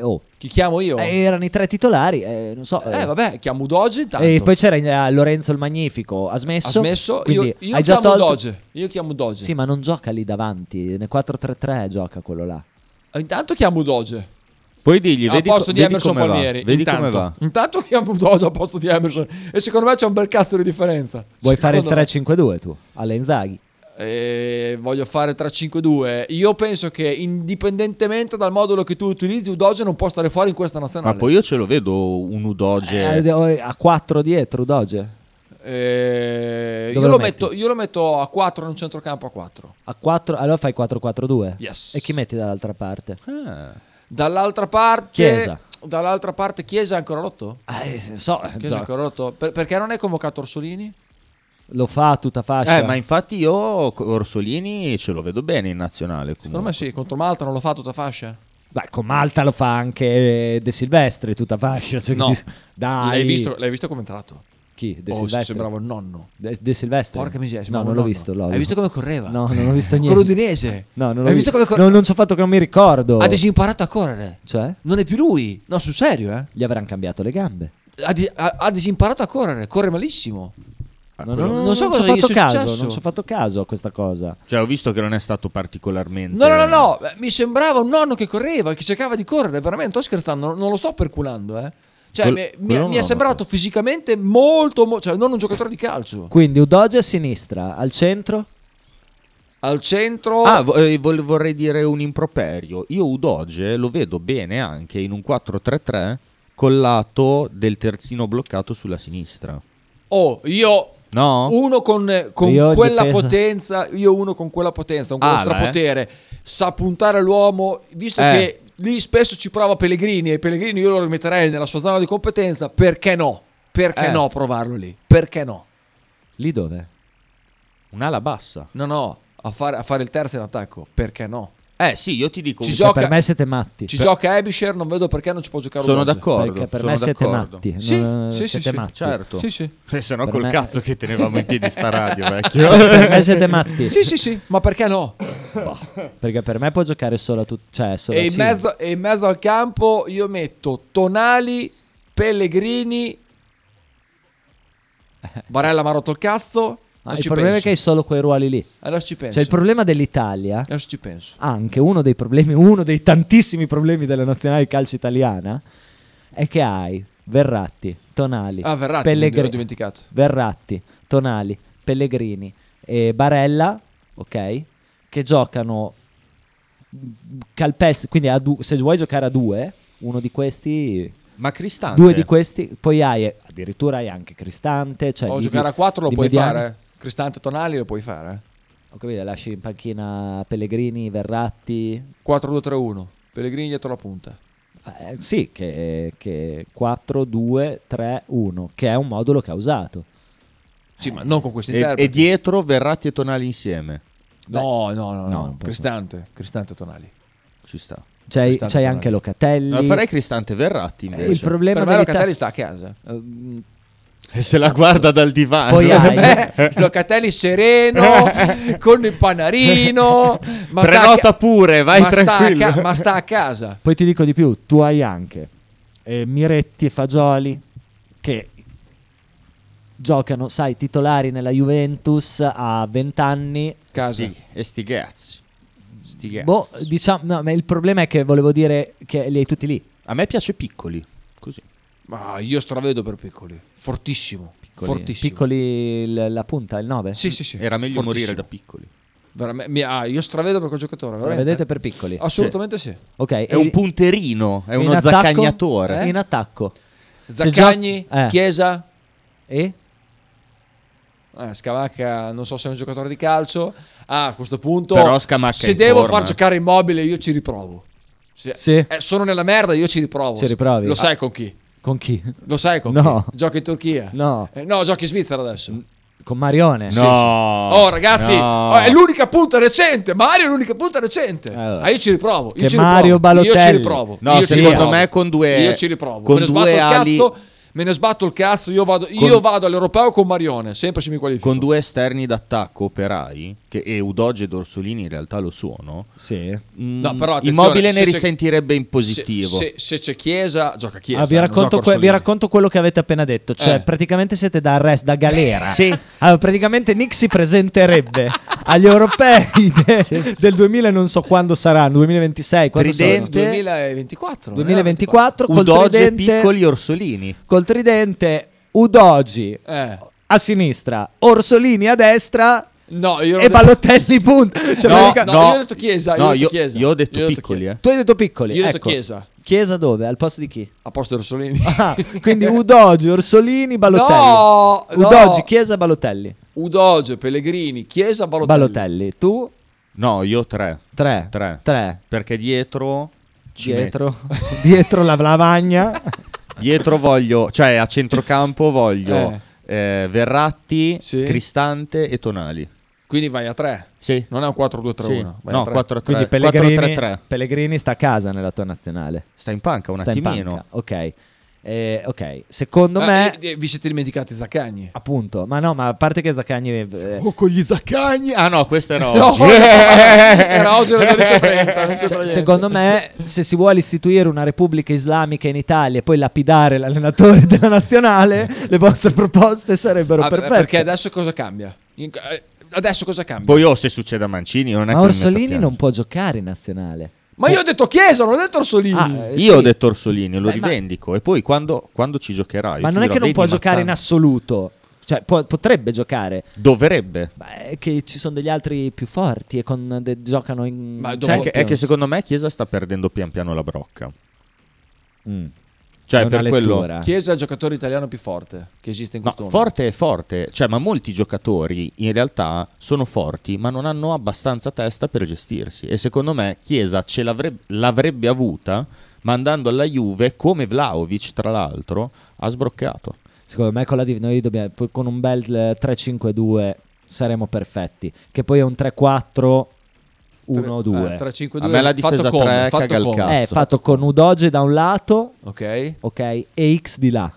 Speaker 5: oh.
Speaker 3: Chi chiamo io?
Speaker 5: Eh,
Speaker 3: Eh,
Speaker 5: erano i tre titolari, eh, non so. eh.
Speaker 3: vabbè, chiamo Doge intanto.
Speaker 5: E poi c'era eh, Lorenzo il Magnifico, ha
Speaker 3: ha
Speaker 5: smesso.
Speaker 3: smesso.
Speaker 5: quindi
Speaker 3: io io
Speaker 5: hai già
Speaker 3: chiamo
Speaker 5: tolto-
Speaker 3: Doge. Io chiamo Doge.
Speaker 5: Sì, ma non gioca lì davanti, nel 4-3-3 gioca quello là.
Speaker 3: Eh, Intanto chiamo Doge.
Speaker 4: Poi digli,
Speaker 3: Al
Speaker 4: vedi,
Speaker 3: posto
Speaker 4: co-
Speaker 3: di
Speaker 4: vedi
Speaker 3: Emerson
Speaker 4: come va,
Speaker 3: Palmieri.
Speaker 4: Vedi
Speaker 3: intanto,
Speaker 4: come va.
Speaker 3: Intanto chiamo Doge al posto di Emerson. E secondo me c'è un bel cazzo di differenza.
Speaker 5: Vuoi fare il
Speaker 3: Secondo me.
Speaker 5: 3-5-2 tu, alle Inzaghi?
Speaker 3: Eh, voglio fare 3-5-2. Io penso che indipendentemente dal modulo che tu utilizzi, Udoge non può stare fuori in questa
Speaker 4: Ma
Speaker 3: nazionale.
Speaker 4: poi io ce lo vedo un Udoge.
Speaker 5: Eh, eh, a 4 dietro Doge?
Speaker 3: Eh,
Speaker 5: Dove
Speaker 3: io,
Speaker 5: lo
Speaker 3: lo
Speaker 5: metti?
Speaker 3: metto, io lo metto a 4 in un centrocampo a 4.
Speaker 5: A 4, allora fai 4-4-2.
Speaker 3: Yes. Eh.
Speaker 5: E chi metti dall'altra parte?
Speaker 4: Ah,
Speaker 3: Dall'altra parte...
Speaker 5: Chiesa.
Speaker 3: Dall'altra parte Chiesa è ancora rotto?
Speaker 5: Eh, non so,
Speaker 4: Esatto.
Speaker 3: Chiesa è ancora rotto? Per- perché non è convocato Orsolini?
Speaker 5: lo fa a tutta fascia.
Speaker 4: Eh, ma infatti io co- Orsolini ce lo vedo bene in nazionale.
Speaker 3: Secondo
Speaker 4: Comunque.
Speaker 3: me sì, contro Malta non lo fa tutta fascia.
Speaker 5: Beh, con Malta lo fa anche De Silvestri, tutta fascia. cioè,
Speaker 3: No.
Speaker 5: chi- Dai,
Speaker 3: L'hai visto, l'hai visto come è entrato?
Speaker 5: chi? De
Speaker 3: Oh,
Speaker 5: Silvestri.
Speaker 3: sembrava il nonno.
Speaker 5: De, De Silvestri.
Speaker 3: Porca miseria,
Speaker 5: no,
Speaker 3: sembrava
Speaker 5: non
Speaker 3: un
Speaker 5: l'ho
Speaker 3: nonno.
Speaker 5: visto. l'ho
Speaker 3: Hai visto come correva?
Speaker 5: No, non ho visto
Speaker 3: Con
Speaker 5: niente.
Speaker 3: l'Udinese.
Speaker 5: No, non l'ho
Speaker 3: Hai
Speaker 5: visto.
Speaker 3: visto come cor- Ah,
Speaker 5: non, non ci ho fatto che non mi
Speaker 4: Oh.
Speaker 5: ricordo.
Speaker 3: Ha disimparato a correre.
Speaker 5: Cioè?
Speaker 3: Non è più lui. No, sul serio, eh.
Speaker 5: Gli avranno cambiato le gambe.
Speaker 3: Ha, di- ha- ha disimparato a correre. Corre malissimo.
Speaker 5: No,
Speaker 3: Ah, quello-
Speaker 5: no, no,
Speaker 3: Non so
Speaker 5: ci ho
Speaker 3: cosa gli
Speaker 5: fatto
Speaker 3: sia
Speaker 5: caso,
Speaker 3: successo.
Speaker 5: Non ci ho fatto caso a questa cosa.
Speaker 4: Cioè, ho visto che non è stato particolarmente.
Speaker 3: No, no, no, no. eh, Mi sembrava un nonno che correva, che cercava di correre. Veramente, sto scherzando. Non non lo sto perculando, eh. Cioè,
Speaker 4: Quel-
Speaker 3: mi- mi,
Speaker 4: quello non
Speaker 3: mi è
Speaker 4: l'ho
Speaker 3: sembrato fisicamente molto, mo- cioè, non un giocatore di calcio.
Speaker 5: Quindi Udoge a sinistra, al centro.
Speaker 3: Al centro.
Speaker 4: Ah, vo- eh, vol- vorrei dire un improperio. Io Udoge lo vedo bene anche in un 4-3-3 collato del terzino bloccato sulla sinistra.
Speaker 3: oh, io.
Speaker 4: No?
Speaker 3: Uno con, con
Speaker 5: Io in
Speaker 3: quella
Speaker 5: difesa.
Speaker 3: potenza, io uno con quella potenza, con quello
Speaker 4: Ala, eh?
Speaker 3: strapotere, sa puntare all'uomo, visto
Speaker 4: Eh.
Speaker 3: che lì spesso ci prova Pellegrini e Pellegrini io lo rimetterei nella sua zona di competenza, perché no? Perché
Speaker 4: Eh.
Speaker 3: no provarlo lì? Perché no?
Speaker 5: Lì dove?
Speaker 4: Un'ala bassa.
Speaker 3: No, no, a fare, a fare il terzo in attacco, perché no?
Speaker 4: Eh sì, io ti dico.
Speaker 3: Ci
Speaker 4: un-
Speaker 3: gioca-
Speaker 5: Per me siete matti.
Speaker 3: Ci gioca Ebisher, non vedo perché non ci può giocare
Speaker 4: Sono
Speaker 3: Udoge.
Speaker 4: d'accordo.
Speaker 5: Perché per
Speaker 4: sono
Speaker 5: me siete
Speaker 4: d'accordo.
Speaker 5: matti.
Speaker 3: Sì,
Speaker 5: non-
Speaker 3: sì, sì,
Speaker 5: siete
Speaker 3: sì,
Speaker 5: matti.
Speaker 4: Certo.
Speaker 3: Sì, sì.
Speaker 4: Eh, se no
Speaker 5: Per
Speaker 4: col
Speaker 5: me-
Speaker 4: cazzo che tenevamo in piedi sta radio, vecchio.
Speaker 5: per me siete matti.
Speaker 3: Sì, sì, sì, ma perché no?
Speaker 5: Perché per me può giocare solo a tutti. Cioè, solo
Speaker 3: E
Speaker 5: a
Speaker 3: in,
Speaker 5: cinque.
Speaker 3: mezzo, e in mezzo al campo io metto Tonali, Pellegrini, Barella mi ha rotto il cazzo.
Speaker 5: Ma
Speaker 3: adesso
Speaker 5: il
Speaker 3: ci
Speaker 5: problema è
Speaker 3: penso.
Speaker 5: che hai solo quei ruoli lì.
Speaker 3: Adesso ci penso.
Speaker 5: Cioè, il Ah, problema dell'Italia.
Speaker 3: Adesso ci penso.
Speaker 5: Anche uno dei problemi, uno dei tantissimi problemi della nazionale calcio italiana. È che hai Verratti, Tonali,
Speaker 3: Ah, Verratti,
Speaker 5: Pellegrini- Cioè,
Speaker 3: l'ho dimenticato.
Speaker 5: Verratti, Tonali, Pellegrini e Barella, ok? Che giocano calpesti. Quindi a du- se vuoi giocare a due, uno di questi
Speaker 4: Ma Cristante.
Speaker 5: Due di questi, poi hai addirittura hai anche Cristante. Cioè
Speaker 3: o
Speaker 5: di-
Speaker 3: giocare a
Speaker 5: di-
Speaker 3: 4 lo
Speaker 5: di
Speaker 3: puoi
Speaker 5: mediani.
Speaker 3: fare. Cristante Tonali lo puoi fare.
Speaker 5: Ho capito, lasci in panchina Pellegrini, Verratti.
Speaker 3: 4-2-3-1. Pellegrini dietro la punta.
Speaker 5: Eh, sì, che, che 4, 2, 3, 1, che è un modulo che ha usato.
Speaker 3: Sì, ma non con questi
Speaker 4: E,
Speaker 3: interpreti.
Speaker 4: e dietro Verratti e Tonali insieme.
Speaker 3: no, no, no, no.
Speaker 5: non posso.
Speaker 3: Cristante, Cristante Tonali.
Speaker 4: Ci sta.
Speaker 5: C'hai,
Speaker 3: Cristante
Speaker 5: c'hai
Speaker 3: sarà
Speaker 5: anche
Speaker 3: lì.
Speaker 5: Locatelli.
Speaker 4: No, farei Cristante Verratti
Speaker 5: Eh,
Speaker 4: invece.
Speaker 5: il problema
Speaker 3: per me
Speaker 5: dell'Ita-
Speaker 3: Locatelli sta a casa.
Speaker 5: Ehm,
Speaker 4: E se la guarda dal divano.
Speaker 5: Poi hai-
Speaker 3: Eh, Locatelli
Speaker 5: Eh.
Speaker 3: sereno, con il panarino. Ma sta a
Speaker 4: Prenota
Speaker 3: ca-
Speaker 4: pure, vai
Speaker 3: ma sta a
Speaker 4: tranquillo.
Speaker 3: ca- ma sta a casa.
Speaker 5: Poi ti dico di più, tu hai anche eh, Miretti e Fagioli che giocano, sai, titolari nella Juventus a 20 anni.
Speaker 3: Casa.
Speaker 4: e sti cazzi. Sti cazzi.
Speaker 5: Boh, diciamo, no, ma il problema è che volevo dire che li hai tutti lì.
Speaker 4: A me piace piccoli. Così.
Speaker 3: Ma io stravedo per piccoli. Fortissimo.
Speaker 5: Piccoli,
Speaker 3: fortissimo.
Speaker 5: piccoli il- la punta, il 9.
Speaker 3: Sì, sì, sì.
Speaker 4: Era meglio
Speaker 3: Fortissimo.
Speaker 4: morire da piccoli.
Speaker 3: Veramente- mi- ah, io stravedo per quel giocatore.
Speaker 5: Lo
Speaker 3: veramente.
Speaker 5: vedete per piccoli.
Speaker 3: Assolutamente sì.
Speaker 5: Ok,
Speaker 11: È un punterino, è
Speaker 5: in
Speaker 11: uno
Speaker 5: attacco-
Speaker 11: zaccagnatore.
Speaker 5: eh? In attacco. C'è già-
Speaker 3: Zaccagni,
Speaker 5: eh,
Speaker 3: Chiesa,
Speaker 5: E?
Speaker 3: eh, Scamacca, non so se è un giocatore di calcio. Ah, a questo punto,
Speaker 11: Però Scamacca è
Speaker 3: se
Speaker 11: in
Speaker 3: devo
Speaker 11: forma.
Speaker 3: far giocare immobile, io ci riprovo. Se-
Speaker 5: Sì.
Speaker 3: eh, sono nella merda, io ci riprovo.
Speaker 5: Ci riprovi. Ah.
Speaker 3: Lo sai con chi?
Speaker 5: Con chi?
Speaker 3: Lo sai con
Speaker 5: No.
Speaker 3: chi? Gioca in Turchia?
Speaker 5: No.
Speaker 3: Eh, no, gioca in Svizzera adesso.
Speaker 5: Con Marione.
Speaker 11: No,
Speaker 3: Oh ragazzi,
Speaker 11: no.
Speaker 3: oh, è l'unica punta recente. Mario è l'unica punta recente.
Speaker 5: Allora.
Speaker 3: Ah, io ci riprovo. Io
Speaker 5: Eh, Che
Speaker 3: ci
Speaker 5: Mario
Speaker 3: riprovo. Io ci
Speaker 5: Balotelli.
Speaker 3: riprovo.
Speaker 11: No,
Speaker 3: io ci
Speaker 11: secondo
Speaker 3: riprovo.
Speaker 11: me con due-
Speaker 3: Io ci riprovo.
Speaker 11: con
Speaker 3: me ne sbatto
Speaker 11: due
Speaker 3: il
Speaker 11: ali-
Speaker 3: cazzo. Me ne sbatto il cazzo. Io vado, io vado all'europeo con Marione. Sempre se mi qualifico.
Speaker 11: Con due esterni d'attacco operai, che e Udoge e Dorsolini in realtà lo sono,
Speaker 5: Sì.
Speaker 11: mm,
Speaker 3: No, però attenzione,
Speaker 11: Immobile ne
Speaker 3: se c'è-
Speaker 11: risentirebbe in
Speaker 3: se,
Speaker 11: positivo.
Speaker 3: se- se c'è Chiesa, gioca Chiesa. eh,
Speaker 5: Ah, vi,
Speaker 3: non
Speaker 5: racconto que-
Speaker 3: gioca
Speaker 5: vi
Speaker 3: Orsolini.
Speaker 5: racconto quello che avete appena detto. Cioè,
Speaker 3: Eh.
Speaker 5: praticamente siete da arresto, da galera.
Speaker 11: Sì.
Speaker 5: Allora, praticamente Nick si presenterebbe agli europei de- del 2000, non so quando saranno, 2026, quando
Speaker 11: Tridente.
Speaker 5: saranno?
Speaker 3: eh, 2024. non è
Speaker 5: 2024, col
Speaker 11: Udoge,
Speaker 5: tridente,
Speaker 11: piccoli Orsolini.
Speaker 5: col tridente Udogi
Speaker 3: 2024. Eh.
Speaker 5: a sinistra, Orsolini a destra
Speaker 3: No, io non
Speaker 5: e
Speaker 3: ho detto-
Speaker 5: Ballotelli punto. Cioè,
Speaker 3: No,
Speaker 5: pratica-
Speaker 3: no, io ho detto Chiesa, io
Speaker 11: No,
Speaker 3: ho detto
Speaker 11: io,
Speaker 3: Chiesa.
Speaker 11: io ho detto
Speaker 3: Io ho detto
Speaker 11: piccoli, eh.
Speaker 5: Tu hai detto piccoli.
Speaker 3: Io ho detto
Speaker 5: ecco.
Speaker 3: Chiesa.
Speaker 5: Chiesa dove? Al posto di chi?
Speaker 3: A posto di Orsolini.
Speaker 5: Ah, quindi Udogi, Orsolini, Balotelli.
Speaker 3: No, no.
Speaker 5: Udogi, Chiesa, Balotelli.
Speaker 3: Udoge, Pellegrini, Chiesa, Balotelli.
Speaker 5: Balotelli. Tu?
Speaker 11: No, io tre.
Speaker 5: Tre.
Speaker 11: Tre.
Speaker 5: Tre.
Speaker 11: Perché dietro... ci
Speaker 5: Dietro. Dietro la lavagna.
Speaker 11: metto- dietro voglio... Cioè, a centrocampo voglio eh, Verratti,
Speaker 3: Sì.
Speaker 11: Cristante e Tonali.
Speaker 3: Quindi vai a 3.
Speaker 11: Sì.
Speaker 3: Non è un 4-2-3-1.
Speaker 11: Sì.
Speaker 3: vai a
Speaker 11: No,
Speaker 3: tre.
Speaker 11: 4
Speaker 5: Quindi
Speaker 11: 3
Speaker 5: Pellegrini,
Speaker 11: 4-3-3.
Speaker 5: Pellegrini sta a casa nella tua nazionale.
Speaker 11: Sta in panca un
Speaker 5: sta in
Speaker 11: attimino.
Speaker 5: panca. Ok. Eh, ok. Secondo
Speaker 3: Ah,
Speaker 5: me...
Speaker 3: e- e vi siete dimenticati Zaccagni.
Speaker 5: Appunto, ma no, ma a parte che Zaccagni... eh,
Speaker 3: Uh,
Speaker 11: Oh, con gli zaccagni. Ah no, questo era
Speaker 3: No,
Speaker 11: oggi.
Speaker 3: era oggi alle 12.30. non c'entra niente.
Speaker 5: Cioè, Secondo me, se si vuole istituire una repubblica islamica in Italia e poi lapidare l'allenatore della nazionale, le vostre proposte sarebbero
Speaker 3: Ah,
Speaker 5: perfette.
Speaker 3: perché adesso cosa cambia? In- eh, Adesso cosa cambia?
Speaker 11: Poi oh, se succede a Mancini non è
Speaker 5: Ma
Speaker 11: che mi
Speaker 5: Orsolini
Speaker 11: metto a
Speaker 5: non può giocare in nazionale.
Speaker 3: Ma io ho detto Chiesa, non ho detto Orsolini.
Speaker 5: Ah,
Speaker 11: piangere.
Speaker 5: eh,
Speaker 11: Io ho
Speaker 5: sì.
Speaker 11: detto Orsolini, lo
Speaker 5: Beh, ma-
Speaker 11: rivendico. E poi quando, quando ci giocherai?
Speaker 5: Ma
Speaker 11: tu
Speaker 5: non è
Speaker 11: la
Speaker 5: che non
Speaker 11: vedi
Speaker 5: può giocare in
Speaker 11: Mazzan-
Speaker 5: assoluto. Cioè, può- potrebbe giocare.
Speaker 11: Dovrebbe.
Speaker 5: Ma è che ci sono degli altri più forti e con- de- giocano in.
Speaker 3: Ma dopo-
Speaker 11: Cioè, è, che,
Speaker 5: Champions.
Speaker 11: è che secondo me Chiesa sta perdendo pian piano la brocca.
Speaker 5: Mm. È
Speaker 11: Cioè,
Speaker 5: una
Speaker 11: per quello.
Speaker 5: lettura.
Speaker 3: Chiesa è il giocatore italiano più forte che esiste in
Speaker 11: No,
Speaker 3: questo momento.
Speaker 11: forte è forte, cioè, ma molti giocatori in realtà sono forti, ma non hanno abbastanza testa per gestirsi. E secondo me Chiesa ce l'avreb- l'avrebbe avuta, ma andando alla Juve, come Vlaovic, tra l'altro, ha sbroccato.
Speaker 5: Secondo me con, la div- noi dobbiamo- poi con un bel eh, 3-5-2 saremo perfetti. Che poi è un 3-4-1-2.
Speaker 3: Eh, 3-5-2.
Speaker 11: A me la difesa
Speaker 3: fatto come,
Speaker 11: tre
Speaker 3: fatto
Speaker 11: caga il
Speaker 3: come.
Speaker 11: cazzo.
Speaker 5: È fatto con Udoge da un lato,
Speaker 3: Ok.
Speaker 5: ok, e X di là.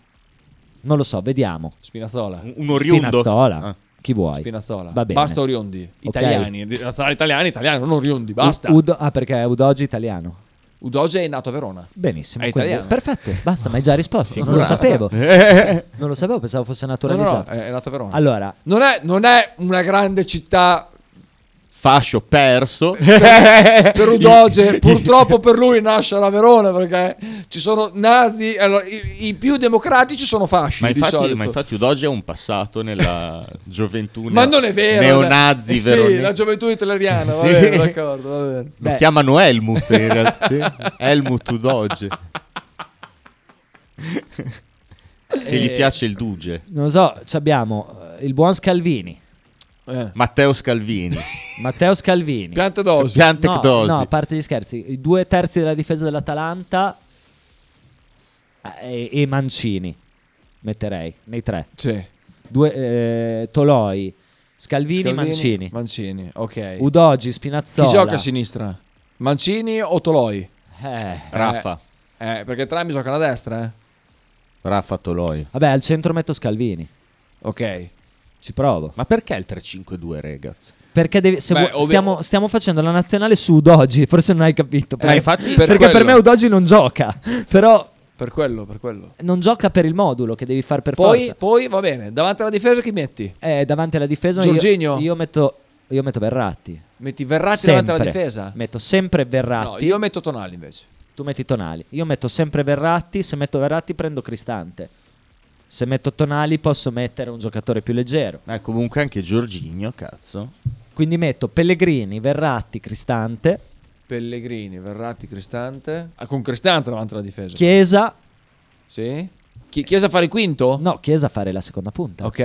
Speaker 5: Non lo so, vediamo.
Speaker 3: Spinazzola.
Speaker 11: Un oriundo.
Speaker 5: Spinazzola,
Speaker 11: Ah.
Speaker 5: chi vuoi.
Speaker 3: Spinazzola.
Speaker 5: Va bene.
Speaker 3: Basta Oriondi.
Speaker 5: Ok.
Speaker 3: Italiani. Di- Nazionale italiana, italiano, non Oriondi. Basta.
Speaker 5: U- Udo- ah, perché Udoge è italiano.
Speaker 3: Udoge è nato a Verona.
Speaker 5: Benissimo.
Speaker 3: È
Speaker 5: quindi-
Speaker 3: italiano.
Speaker 5: Perfetto, basta, ma hai già risposto. Non lo sapevo. Non lo sapevo, pensavo fosse
Speaker 3: No, eh. no,
Speaker 5: naturalità.
Speaker 3: no, è, è nato a Verona.
Speaker 5: Allora,
Speaker 3: Non è, non è una grande città
Speaker 11: Fascio perso.
Speaker 3: per Udoge. Purtroppo per lui nasce a Verona perché ci sono nazi. allora, i, i più democratici sono fasci.
Speaker 11: Ma
Speaker 3: di
Speaker 11: infatti,
Speaker 3: solito.
Speaker 11: ma infatti Udoge ha un passato nella gioventù
Speaker 3: Ma
Speaker 11: neo-
Speaker 3: non è vero.
Speaker 11: Neonazi
Speaker 3: eh, Sì, la
Speaker 11: veronesi.
Speaker 3: gioventù italiana. Va
Speaker 11: Sì.
Speaker 3: bene, d'accordo. Va bene.
Speaker 11: Lo
Speaker 5: Beh.
Speaker 11: chiamano Helmut in realtà. Helmut Udoge. che gli piace il Duge.
Speaker 5: non lo so, ci abbiamo eh, il buon Scalvini,
Speaker 3: Eh.
Speaker 11: Matteo Scalvini.
Speaker 5: Matteo Scalvini.
Speaker 3: Piante d'osi.
Speaker 11: Piante
Speaker 5: no,
Speaker 11: Cdosi.
Speaker 5: no, a parte gli scherzi, i due terzi della difesa dell'Atalanta eh, e, e Mancini, metterei, nei tre.
Speaker 3: Sì.
Speaker 5: Due, eh, Toloi, Scalvini,
Speaker 3: Scalvini,
Speaker 5: Mancini,
Speaker 3: Mancini, ok.
Speaker 5: Udogi,
Speaker 3: Chi
Speaker 5: Spinazzola.
Speaker 3: gioca a sinistra? Mancini o Toloi?
Speaker 5: Eh,
Speaker 11: Raffa.
Speaker 3: Eh, perché entrambi giocano a destra, eh?
Speaker 11: Raffa Toloi.
Speaker 5: Vabbè, al centro metto Scalvini,
Speaker 3: Ok.
Speaker 5: ci provo.
Speaker 11: Ma perché il 3-5-2, ragazzi?
Speaker 5: Perché devi- se
Speaker 3: Beh,
Speaker 5: vuoi-
Speaker 3: ovvio-
Speaker 5: stiamo, stiamo facendo la nazionale su Udogi, forse non hai capito. però-
Speaker 11: infatti-
Speaker 5: perché
Speaker 3: Eh, per
Speaker 5: per
Speaker 3: quello.
Speaker 5: me Udogi non gioca, però
Speaker 3: Per quello, per quello.
Speaker 5: non gioca per il modulo che devi fare per
Speaker 3: Poi,
Speaker 5: forza.
Speaker 3: poi va bene, davanti alla difesa chi metti?
Speaker 5: Eh, davanti alla difesa io-
Speaker 3: Jorginho?
Speaker 5: Io, metto, io metto Verratti.
Speaker 3: Metti Verratti davanti alla
Speaker 5: Sempre.
Speaker 3: difesa?
Speaker 5: Metto sempre Verratti.
Speaker 3: No, io metto Tonali invece.
Speaker 5: Tu metti Tonali. Io metto sempre Verratti. Se metto Verratti prendo Cristante. Se metto Tonali posso mettere un giocatore più leggero.
Speaker 11: Eh, comunque anche Giorginio, cazzo.
Speaker 5: Quindi metto Pellegrini, Verratti, Cristante,
Speaker 3: Pellegrini, Verratti, Cristante. Ah, con Cristante davanti alla difesa.
Speaker 5: Chiesa.
Speaker 3: Sì. Chi- Chiesa a fare il quinto?
Speaker 5: No, Chiesa a fare la seconda punta.
Speaker 3: Ok.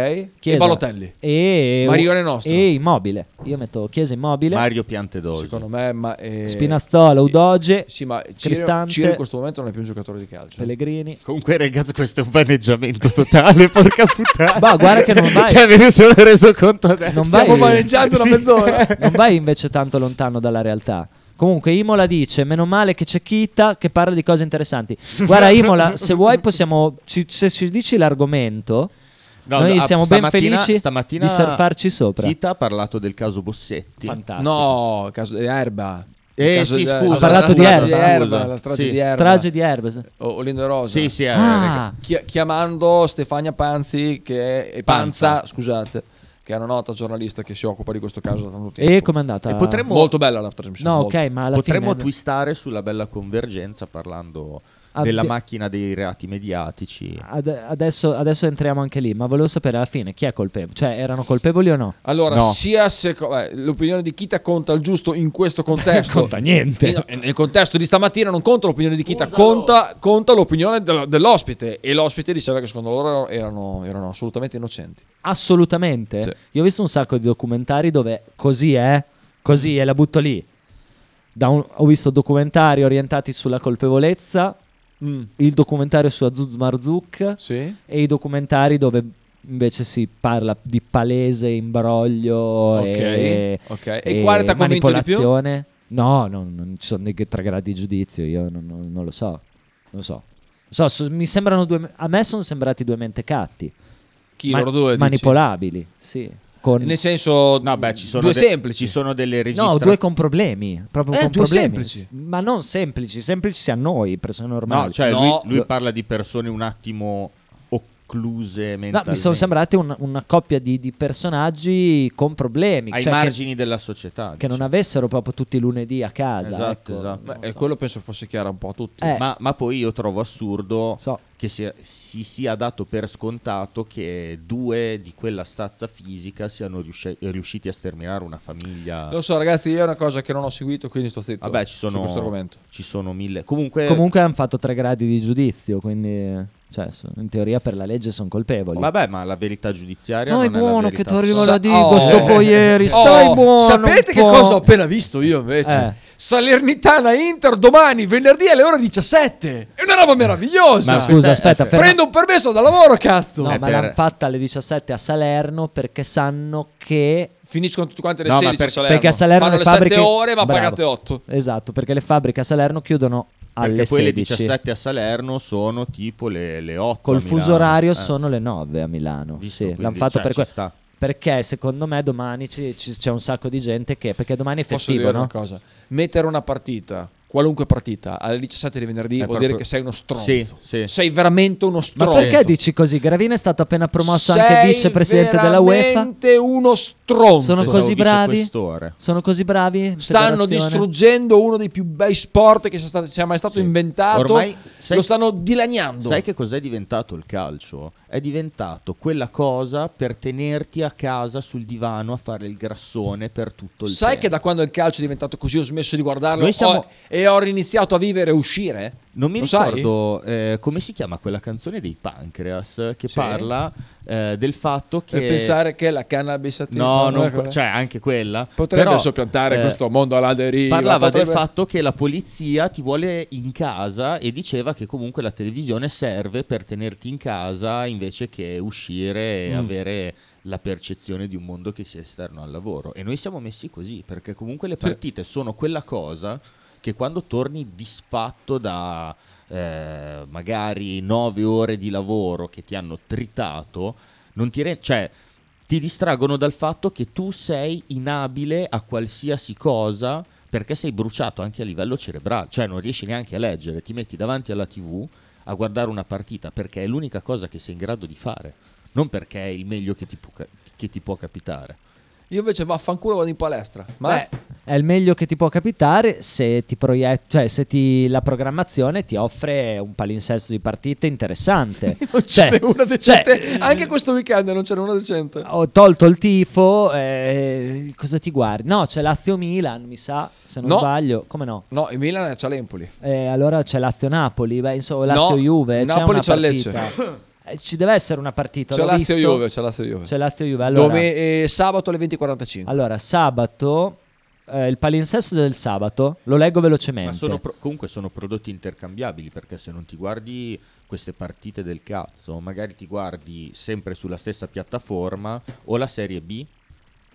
Speaker 5: Chiesa.
Speaker 3: E Balotelli.
Speaker 5: E
Speaker 3: Marione nostro.
Speaker 5: E Immobile. Io metto Chiesa Immobile.
Speaker 11: Mario Piantedosi.
Speaker 3: Secondo me, ma, eh,
Speaker 5: Spinazzola, Udoge,
Speaker 3: Sì, ma Ciro,
Speaker 5: Cristante,
Speaker 3: Ciro in questo momento non è più un giocatore di calcio.
Speaker 5: Pellegrini.
Speaker 11: Comunque, ragazzi, questo è un vaneggiamento totale. porca puttana.
Speaker 5: Bah, guarda che non vai.
Speaker 11: Cioè, me ne sono reso conto adesso.
Speaker 5: Non
Speaker 3: Stiamo
Speaker 5: vai,
Speaker 3: vaneggiando una mezz'ora.
Speaker 5: non vai invece tanto lontano dalla realtà. Comunque Imola dice, meno male che c'è Kita che parla di cose interessanti. Guarda Imola, se vuoi possiamo, ci- se ci dici l'argomento,
Speaker 11: No,
Speaker 5: noi
Speaker 11: ah,
Speaker 5: siamo ben
Speaker 11: stamattina-
Speaker 5: felici
Speaker 11: stamattina
Speaker 5: di surfarci sopra.
Speaker 11: Chita ha parlato del caso Bossetti.
Speaker 5: Fantastico.
Speaker 3: No, caso di Erba.
Speaker 11: Eh,
Speaker 3: Il caso
Speaker 11: sì,
Speaker 3: di-
Speaker 11: scusa,
Speaker 5: Ha parlato
Speaker 3: la
Speaker 5: di
Speaker 3: strage
Speaker 5: Erba.
Speaker 11: Scusa.
Speaker 3: La strage
Speaker 11: Sì.
Speaker 3: di Erba.
Speaker 5: Strage di Erbe.
Speaker 3: O- Olindo Rosa.
Speaker 11: Sì, sì, eh, raga.
Speaker 5: Ah,
Speaker 3: Chi- chiamando Stefania Panzi, che è Panza,
Speaker 11: Panza.
Speaker 3: scusate, che è una nota giornalista che si occupa di questo caso da tanto tempo.
Speaker 5: e com'è andata?
Speaker 11: E potremmo-
Speaker 3: Molto bella la trasmissione.
Speaker 5: No,
Speaker 3: molto.
Speaker 5: ok, ma alla
Speaker 11: Potremmo
Speaker 5: fine...
Speaker 11: twistare sulla bella convergenza parlando
Speaker 5: Abbi-
Speaker 11: della macchina dei reati mediatici.
Speaker 5: Ad- adesso, adesso entriamo anche lì, ma volevo sapere alla fine chi è colpevole, cioè erano colpevoli o no?
Speaker 3: Allora,
Speaker 11: No.
Speaker 3: sia seco- eh, l'opinione di Kita conta il giusto in questo contesto.
Speaker 5: Conta niente.
Speaker 3: Eh, no, eh, Nel contesto di stamattina non conta l'opinione di Kita, conta, conta l'opinione del- dell'ospite. E l'ospite diceva che secondo loro erano, erano assolutamente innocenti.
Speaker 5: Assolutamente.
Speaker 3: Sì.
Speaker 5: Io ho visto un sacco di documentari dove così è, così è, la butto lì. Da un- ho visto documentari orientati sulla colpevolezza, il documentario su Azuz Marzuk
Speaker 3: Sì?
Speaker 5: e i documentari dove invece si parla di palese imbroglio
Speaker 3: Ok,
Speaker 5: e,
Speaker 3: ok. E quale t'ha convinto di più?
Speaker 5: manipolazione. No, no, non ci sono dei tre gradi di giudizio, io non, non- non lo so. Non lo so. Non so, so- mi sembrano due a me sono sembrati due mentecatti
Speaker 3: Chi
Speaker 5: ma-
Speaker 3: loro due? dici?
Speaker 5: manipolabili, sì. Con...
Speaker 3: Nel senso,
Speaker 11: No, beh, ci sono
Speaker 3: due
Speaker 11: de-
Speaker 3: semplici.
Speaker 11: Ci sono delle
Speaker 5: No,
Speaker 11: registrazioni.
Speaker 5: due con problemi, proprio
Speaker 3: Eh,
Speaker 5: con
Speaker 3: due
Speaker 5: problemi.
Speaker 3: semplici.
Speaker 5: Ma non semplici, semplici a noi, persone normali.
Speaker 11: No, cioè
Speaker 3: No.
Speaker 11: Lui, lui parla di persone un attimo occluse
Speaker 5: No,
Speaker 11: mentalmente.
Speaker 5: mi sono sembrati un- una coppia di, di personaggi con problemi,
Speaker 11: ai
Speaker 5: cioè che-
Speaker 11: margini della società.
Speaker 5: che, non
Speaker 11: diciamo.
Speaker 5: avessero proprio tutti i lunedì a casa.
Speaker 11: Esatto,
Speaker 5: ecco.
Speaker 11: esatto.
Speaker 3: Beh,
Speaker 5: Non
Speaker 3: e
Speaker 5: so.
Speaker 3: quello penso fosse chiaro un po' a tutti.
Speaker 5: Eh,
Speaker 11: Ma, ma poi io trovo assurdo
Speaker 5: So.
Speaker 11: che sia- si sia dato per scontato che due di quella stazza fisica siano riusci- riusciti a sterminare una famiglia.
Speaker 3: Lo so, ragazzi, io è una cosa che non ho seguito, quindi sto zitto
Speaker 11: Vabbè, ci
Speaker 3: su
Speaker 11: sono,
Speaker 3: questo argomento.
Speaker 11: ci sono mille. Comunque,
Speaker 5: Comunque hanno fatto tre gradi di giudizio, quindi cioè, so- in teoria per la legge sono colpevoli.
Speaker 11: vabbè, ma la verità giudiziaria.
Speaker 5: Stai
Speaker 11: non è la
Speaker 5: buono
Speaker 11: verità
Speaker 5: che ti arriva
Speaker 11: assoluta.
Speaker 5: la
Speaker 3: Sa-
Speaker 5: digo,
Speaker 3: Oh.
Speaker 5: sto po' ieri,
Speaker 3: Oh,
Speaker 5: stai buono.
Speaker 3: Sapete che
Speaker 5: un po'.
Speaker 3: cosa ho appena visto io invece?
Speaker 5: Eh.
Speaker 3: Salernitana Inter domani, venerdì alle ore 17. È una roba meravigliosa.
Speaker 5: Ma
Speaker 11: questa
Speaker 5: scusa,
Speaker 11: è-
Speaker 5: aspetta,
Speaker 11: è-
Speaker 5: ferma-
Speaker 3: Prendo un permesso da lavoro, cazzo.
Speaker 5: No,
Speaker 11: Eh,
Speaker 5: ma
Speaker 11: per-
Speaker 5: l'hanno fatta alle 17 a Salerno perché sanno che.
Speaker 3: Finiscono tutte quante le
Speaker 11: No, ma
Speaker 3: 16 a
Speaker 11: per-
Speaker 3: Salerno.
Speaker 5: Perché a Salerno
Speaker 3: Fanno
Speaker 5: le
Speaker 3: le
Speaker 5: fabbriche.
Speaker 3: 7 ore, ma
Speaker 5: Bravo.
Speaker 3: pagate 8.
Speaker 5: Esatto, perché le fabbriche a Salerno chiudono alle
Speaker 11: Perché poi
Speaker 5: 16.
Speaker 11: le 17 a Salerno sono tipo le, le 8.
Speaker 5: Col
Speaker 11: a
Speaker 5: fuso
Speaker 11: Milano.
Speaker 5: orario
Speaker 11: Eh,
Speaker 5: sono le 9 a Milano.
Speaker 11: visto,
Speaker 5: Sì,
Speaker 11: quindi,
Speaker 5: l'hanno fatto
Speaker 11: cioè,
Speaker 5: per
Speaker 11: ci
Speaker 5: questo.
Speaker 11: sta.
Speaker 5: Perché secondo me domani ci- ci- c'è un sacco di gente che. Perché domani è
Speaker 3: Posso
Speaker 5: festivo,
Speaker 3: dire
Speaker 5: no?
Speaker 3: una cosa? Mettere una partita, qualunque partita, alle 17 di venerdì
Speaker 11: È
Speaker 3: vuol
Speaker 11: proprio-
Speaker 3: dire che sei uno stronzo.
Speaker 11: Eh, Sì, sì.
Speaker 3: Sei veramente uno
Speaker 5: Ma
Speaker 3: stronzo.
Speaker 5: perché dici così? Gravina è stato appena promosso anche
Speaker 3: Sei
Speaker 5: vicepresidente della UEFA.
Speaker 3: veramente uno stronzo.
Speaker 5: Sono
Speaker 11: Sono
Speaker 5: così bravi?
Speaker 11: vicequestore.
Speaker 5: Sono così bravi? in
Speaker 3: Stanno
Speaker 5: federazione?
Speaker 3: distruggendo uno dei più bei sport che sia, stato, sia mai stato
Speaker 11: Sì.
Speaker 3: inventato.
Speaker 11: Ormai, sai-
Speaker 3: Lo stanno dilaniando.
Speaker 11: Sai che cos'è diventato il calcio? È diventato quella cosa per tenerti a casa sul divano a fare il grassone per tutto il
Speaker 3: Sai che
Speaker 11: tempo.
Speaker 3: da quando il calcio è diventato così ho smesso di guardarlo
Speaker 11: Noi siamo-
Speaker 3: ho- e ho riniziato a vivere e uscire?
Speaker 11: Non mi
Speaker 3: Lo sai?
Speaker 11: ricordo eh, come si chiama quella canzone dei Pancreas che
Speaker 3: Sì.
Speaker 11: parla eh, del fatto che...
Speaker 3: Per pensare che la cannabis attiva-
Speaker 11: No, non-
Speaker 3: quella-
Speaker 11: cioè anche quella.
Speaker 3: potrebbe
Speaker 11: però,
Speaker 3: soppiantare
Speaker 11: eh,
Speaker 3: questo mondo alla deriva.
Speaker 11: Parlava
Speaker 3: potrebbe-
Speaker 11: del fatto che la polizia ti vuole in casa e diceva che comunque la televisione serve per tenerti in casa invece che uscire
Speaker 3: Mm.
Speaker 11: e avere la percezione di un mondo che sia esterno al lavoro. E noi siamo messi così perché comunque le partite sono quella cosa che quando torni disfatto da eh, magari nove ore di lavoro che ti hanno tritato, non ti re- cioè, ti distraggono dal fatto che tu sei inabile a qualsiasi cosa perché sei bruciato anche a livello cerebrale, cioè non riesci neanche a leggere, ti metti davanti alla TV a guardare una partita perché è l'unica cosa che sei in grado di fare, non perché è il meglio che ti può, ca- che ti può capitare.
Speaker 3: Io invece vaffanculo vado in palestra. Ma
Speaker 5: Beh, È il meglio che ti può capitare se ti proiet- cioè se ti- la programmazione ti offre un palinsesto di partite interessante.
Speaker 3: Non
Speaker 5: Cioè,
Speaker 3: c'è una decente.
Speaker 5: cioè,
Speaker 3: Anche questo weekend non c'era una decente.
Speaker 5: ho tolto il tifo, eh, cosa ti guardi? No, c'è Lazio Milan, mi sa, se non
Speaker 3: No.
Speaker 5: sbaglio. Come no?
Speaker 3: No, il Milan c'ha l'Empoli.
Speaker 5: Eh, allora c'è Lazio Napoli, beh, insomma,
Speaker 3: No,
Speaker 5: Lazio Juve, c'è
Speaker 3: Napoli
Speaker 5: una
Speaker 3: c'ha il
Speaker 5: partita. Eh, ci deve essere una partita,
Speaker 3: C'è
Speaker 5: l'ho
Speaker 3: Lazio
Speaker 5: visto.
Speaker 3: Juve, c'è Lazio Juve.
Speaker 5: C'è Lazio Juve. Allora,
Speaker 3: Dove, eh, sabato alle 20.45.
Speaker 5: allora, sabato eh, il palinsesto del sabato, lo leggo
Speaker 11: Ma
Speaker 5: velocemente.
Speaker 11: sono pro- comunque sono prodotti intercambiabili perché se non ti guardi queste partite del cazzo, magari ti guardi sempre sulla stessa piattaforma o la Serie B,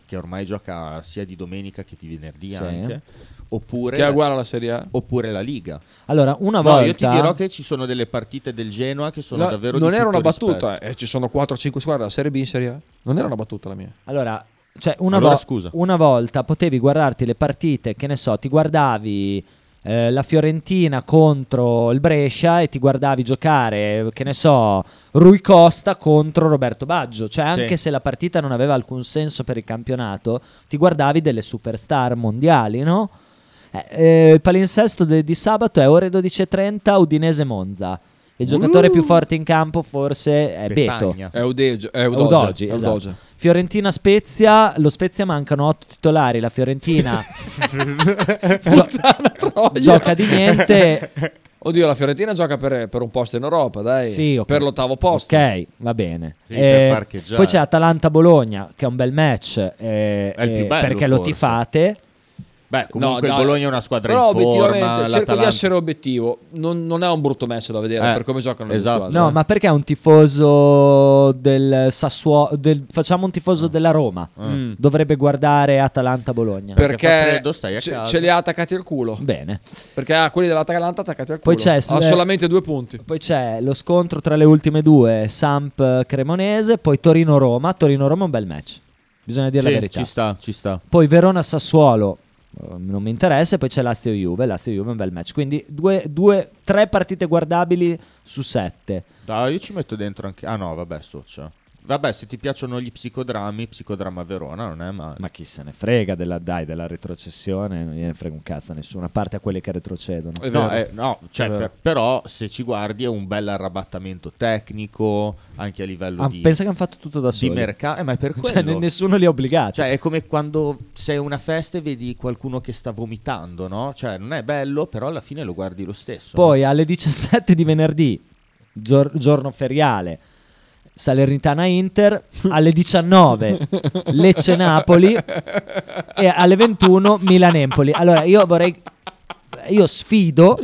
Speaker 11: che ormai gioca sia di domenica che di venerdì
Speaker 5: Sì.
Speaker 11: anche, oppure,
Speaker 3: Che è uguale alla Serie A.
Speaker 11: oppure la Liga.
Speaker 5: Allora, una
Speaker 11: No,
Speaker 5: volta
Speaker 11: io ti dirò che ci sono delle partite del Genoa che sono
Speaker 3: No,
Speaker 11: davvero...
Speaker 3: non
Speaker 11: di
Speaker 3: era
Speaker 11: tutto
Speaker 3: una
Speaker 11: rispetto.
Speaker 3: battuta, eh, ci sono 4-5 squadre, la Serie B, Serie A. Non era una battuta la mia.
Speaker 5: Allora, cioè una,
Speaker 11: Allora,
Speaker 5: vo-
Speaker 11: scusa.
Speaker 5: una volta potevi guardarti le partite, che ne so, ti guardavi eh, la Fiorentina contro il Brescia e ti guardavi giocare, che ne so, Rui Costa contro Roberto Baggio. Cioè,
Speaker 11: Sì.
Speaker 5: anche se la partita non aveva alcun senso per il campionato, ti guardavi delle superstar mondiali, no? Eh, eh, il palinsesto de- di sabato è ore 12.30 Udinese-Monza. Il giocatore più forte in campo forse è Beto.
Speaker 11: Uh. Petagna.
Speaker 3: È Udeggio, è
Speaker 5: Udoge,
Speaker 3: Udoge, è
Speaker 5: esatto.
Speaker 3: Udoge.
Speaker 5: Fiorentina Spezia, lo Spezia mancano 8 titolari, la Fiorentina
Speaker 3: Puttana troia.
Speaker 5: gioca di niente.
Speaker 3: Oddio, la Fiorentina gioca per, per un posto in Europa, dai.
Speaker 5: Sì, ok.
Speaker 3: Per l'ottavo posto.
Speaker 5: Ok, va bene. Eh,
Speaker 11: Sì, per parcheggiare.
Speaker 5: poi c'è Atalanta Bologna, che è un bel match eh,
Speaker 11: È il più
Speaker 5: eh,
Speaker 11: bello,
Speaker 5: perché lo
Speaker 11: forse.
Speaker 5: tifate.
Speaker 11: Beh, comunque
Speaker 3: No,
Speaker 11: il
Speaker 3: dai.
Speaker 11: Bologna è una squadra
Speaker 3: Però
Speaker 11: in forma,
Speaker 3: obiettivamente cerco di
Speaker 11: l'Atalanta-
Speaker 3: essere obiettivo. Non, non è un brutto match da vedere
Speaker 11: Eh,
Speaker 3: per come
Speaker 11: esatto.
Speaker 3: giocano le due squadre.
Speaker 5: No, ma perché un tifoso del Sassuolo del- facciamo un tifoso della Roma.
Speaker 11: Mm.
Speaker 5: Dovrebbe guardare Atalanta Bologna.
Speaker 11: Per-
Speaker 3: perché
Speaker 11: fa freddo, stai a
Speaker 3: ce,
Speaker 11: casa.
Speaker 3: ce li ha attaccati al culo.
Speaker 5: Bene.
Speaker 3: Perché ha quelli dell'Atalanta attaccati al
Speaker 5: Poi
Speaker 3: culo.
Speaker 5: c'è
Speaker 3: ha
Speaker 5: sulle-
Speaker 3: solamente due punti.
Speaker 5: Poi c'è lo scontro tra le ultime due, Samp Cremonese, poi Torino-Roma. Torino-Roma è un bel match, bisogna dire
Speaker 11: Sì,
Speaker 5: la verità.
Speaker 11: ci sta, ci sta.
Speaker 5: Poi Verona-Sassuolo, eh, non mi interessa, e poi c'è Lazio-Juve, Lazio-Juve è un bel match. Quindi due, due- tre partite guardabili su sette.
Speaker 11: Dai, io ci metto dentro anche. Ah, no, vabbè, Socia. Vabbè, se ti piacciono gli psicodrammi, psicodramma Verona non è male.
Speaker 5: Ma chi se ne frega della, dai, della retrocessione, non gliene frega un cazzo a nessuno, a parte a quelle che retrocedono.
Speaker 3: È
Speaker 11: No,
Speaker 3: vero.
Speaker 11: eh, no, cioè,
Speaker 3: È vero.
Speaker 11: per- però se ci guardi è un bel arrabattamento tecnico anche a livello
Speaker 5: Ah,
Speaker 11: di,
Speaker 5: pensa che hanno fatto tutto da
Speaker 11: di
Speaker 5: soli.
Speaker 11: mercato. Eh, ma è per
Speaker 5: Cioè,
Speaker 11: quello.
Speaker 5: ne- nessuno li ha obbligati.
Speaker 11: Cioè, è come quando sei a una festa e vedi qualcuno che sta vomitando, no? Cioè, non è bello, però alla fine lo guardi lo stesso.
Speaker 3: Certo.
Speaker 5: Poi alle 17 di venerdì, gior- giorno feriale, Salernitana Inter, alle 19 Lecce Napoli e alle 21 Milan Empoli. Allora io vorrei, io sfido.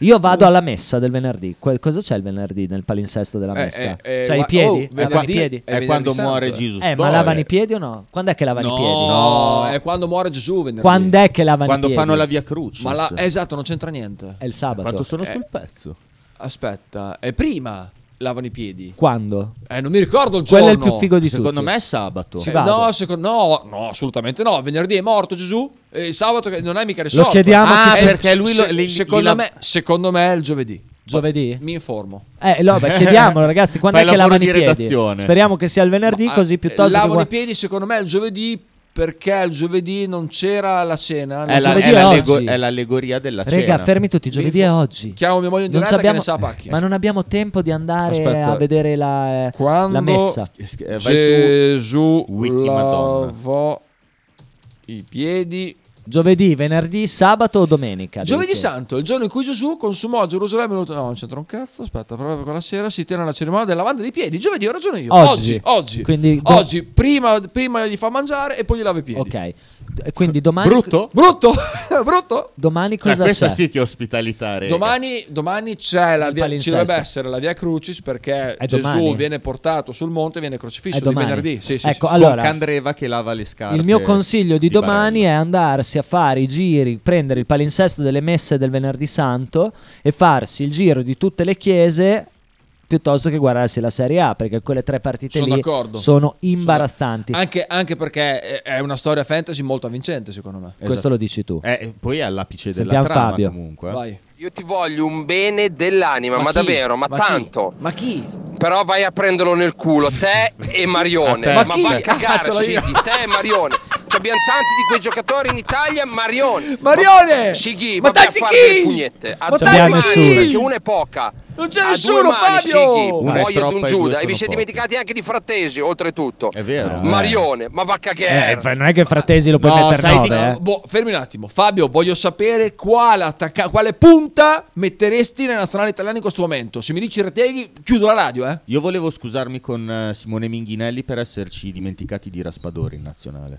Speaker 5: Io vado alla messa del venerdì. Que- cosa c'è il venerdì nel palinsesto della
Speaker 3: Eh,
Speaker 5: messa?
Speaker 3: eh, eh,
Speaker 5: c'è
Speaker 3: gua-
Speaker 5: i piedi?
Speaker 3: oh,
Speaker 5: Lavano i
Speaker 3: venerdì-
Speaker 5: piedi?
Speaker 11: è,
Speaker 3: è
Speaker 11: quando
Speaker 3: venerdì
Speaker 11: muore
Speaker 3: santo, eh.
Speaker 11: Gesù.
Speaker 5: Eh, ma lavano i piedi o no? Quando è che lavano
Speaker 3: no,
Speaker 5: i piedi?
Speaker 3: è quando muore Gesù venerdì.
Speaker 5: Quando è che lavano
Speaker 11: Quando
Speaker 5: i piedi?
Speaker 11: fanno la via Crucis.
Speaker 3: Ma la- eh, esatto, non c'entra niente.
Speaker 5: È il sabato.
Speaker 11: Quanto sono
Speaker 3: Eh.
Speaker 11: sul pezzo?
Speaker 3: Aspetta, è prima lavano i piedi.
Speaker 5: Quando?
Speaker 3: Eh, non mi ricordo il giorno.
Speaker 5: Quello è il più figo di
Speaker 11: Secondo
Speaker 5: tutti.
Speaker 11: me è sabato.
Speaker 5: Ci
Speaker 3: Eh,
Speaker 5: vado.
Speaker 3: no, secondo, no, no, assolutamente no. Venerdì è morto Gesù. E il sabato che non è mica risolto.
Speaker 5: chiediamo a
Speaker 11: Ah,
Speaker 5: chi-
Speaker 11: perché lui lo-
Speaker 3: Se-
Speaker 11: li-
Speaker 3: secondo,
Speaker 11: li-
Speaker 3: me, secondo me è il giovedì.
Speaker 5: Giovedì?
Speaker 3: Mi informo.
Speaker 5: Eh, no, beh, chiediamolo ragazzi, quando
Speaker 11: Fai
Speaker 5: è che
Speaker 11: lavoro
Speaker 5: lavano i
Speaker 11: di
Speaker 5: piedi?
Speaker 11: redazione.
Speaker 5: Speriamo che sia il venerdì
Speaker 3: Ma,
Speaker 5: così
Speaker 3: eh,
Speaker 5: piuttosto che
Speaker 3: Lavano
Speaker 5: gua-
Speaker 3: i piedi, secondo me, il giovedì perché il giovedì non c'era la cena. non
Speaker 11: È, la-
Speaker 3: c'era-
Speaker 11: è
Speaker 5: giovedì è
Speaker 11: l'allego-
Speaker 5: oggi.
Speaker 11: è l'allegoria della
Speaker 5: Rega,
Speaker 11: cena.
Speaker 5: fermi tutti, giovedì è
Speaker 3: Info-
Speaker 5: oggi.
Speaker 3: Chiamo mia moglie in
Speaker 5: Non
Speaker 3: diretta che
Speaker 5: abbiamo-
Speaker 3: ne sa pacchi.
Speaker 5: Ma non abbiamo tempo di andare
Speaker 3: Aspetta.
Speaker 5: a vedere la, eh,
Speaker 3: Quando
Speaker 5: la messa.
Speaker 11: Eh, vai su-
Speaker 3: Gesù
Speaker 11: Wiki Madonna.
Speaker 3: lavò i piedi.
Speaker 5: Giovedì, venerdì, sabato o domenica?
Speaker 3: Giovedì
Speaker 5: dite?
Speaker 3: Santo, il giorno in cui Gesù consumò a Gerusalemme l'ult- No, non c'entra un cazzo. Aspetta, proprio quella sera si tiene la cerimonia della lavanda dei piedi. Giovedì ho ragione io.
Speaker 5: Oggi.
Speaker 3: Oggi, oggi.
Speaker 5: Quindi do-
Speaker 3: Oggi, prima, prima gli fa mangiare e poi gli lava i piedi.
Speaker 5: Ok, D- quindi domani,
Speaker 11: Brutto?
Speaker 3: Brutto, brutto.
Speaker 5: domani
Speaker 11: Eh,
Speaker 5: cosa
Speaker 11: questa
Speaker 5: c'è?
Speaker 11: sì che è ospitalità. Rega.
Speaker 3: Domani, domani c'è la
Speaker 5: Il
Speaker 3: via, ci
Speaker 5: palinsesto.
Speaker 3: dovrebbe essere la via Crucis perché
Speaker 5: È
Speaker 3: Gesù
Speaker 5: domani?
Speaker 3: viene portato sul monte e viene crocifisso
Speaker 5: È Eh,
Speaker 3: di
Speaker 5: domani.
Speaker 3: venerdì. Sì, sì,
Speaker 5: Ecco,
Speaker 3: sì.
Speaker 5: allora-
Speaker 11: con Candreva che lava le scarpe.
Speaker 5: Il mio consiglio di, domani
Speaker 11: Barella.
Speaker 5: è andarsi a fare i giri, prendere il palinsesto delle messe del venerdì santo e farsi il giro di tutte le chiese piuttosto che guardarsi la Serie A, perché quelle tre partite
Speaker 3: Sono
Speaker 5: lì
Speaker 3: d'accordo.
Speaker 5: sono imbarazzanti.
Speaker 3: Anche, anche perché è- è una storia fantasy molto avvincente, secondo me. Esatto.
Speaker 5: Questo lo eh. dici tu.
Speaker 11: Eh, poi è all'apice
Speaker 5: Sentiamo
Speaker 11: della trama
Speaker 5: Fabio.
Speaker 11: comunque.
Speaker 3: Vai.
Speaker 6: Io ti voglio un bene dell'anima, ma,
Speaker 3: chi?
Speaker 6: davvero, ma,
Speaker 3: chi?
Speaker 6: tanto.
Speaker 3: Ma chi?
Speaker 6: Però vai a prenderlo nel culo, te e
Speaker 11: A te.
Speaker 6: Marione.
Speaker 11: Ma
Speaker 6: ma
Speaker 11: chi?
Speaker 6: vai a
Speaker 3: Ah, ce l'ho
Speaker 6: cagarci
Speaker 3: io.
Speaker 6: di te e Marione. che abbiamo tanti di quei giocatori in Italia, Marione.
Speaker 3: Marione!
Speaker 6: Sighi,
Speaker 3: Ma
Speaker 6: vabbè, a
Speaker 3: tanti
Speaker 6: fare
Speaker 3: chi?
Speaker 6: delle pugnette. A
Speaker 3: Ma
Speaker 6: due
Speaker 12: tanti
Speaker 6: mani,
Speaker 12: chi?
Speaker 6: Perché una è poca.
Speaker 3: Non c'è
Speaker 6: A due
Speaker 3: nessuno,
Speaker 6: mani,
Speaker 3: Fabio!
Speaker 6: Sighi,
Speaker 11: Una è
Speaker 6: Poi ed
Speaker 11: troppa
Speaker 6: un
Speaker 11: e
Speaker 6: Giuda.
Speaker 11: due
Speaker 6: E vi
Speaker 11: sono
Speaker 6: siete
Speaker 11: pochi.
Speaker 6: dimenticati anche di Frattesi, oltretutto.
Speaker 11: È vero. Eh,
Speaker 6: Marione, ma va a cagare.
Speaker 5: Eh, fa- non è che Frattesi lo puoi
Speaker 11: No,
Speaker 5: mettere
Speaker 11: sai di-
Speaker 5: 9, eh.
Speaker 3: Boh, fermi un attimo. Fabio, voglio sapere quale, attacca- quale punta metteresti nella nazionale italiana in questo momento. Se mi dici Reteghi, chiudo la radio, eh.
Speaker 11: Io volevo scusarmi con eh, Simone Minghinelli per esserci dimenticati di Raspadori in nazionale.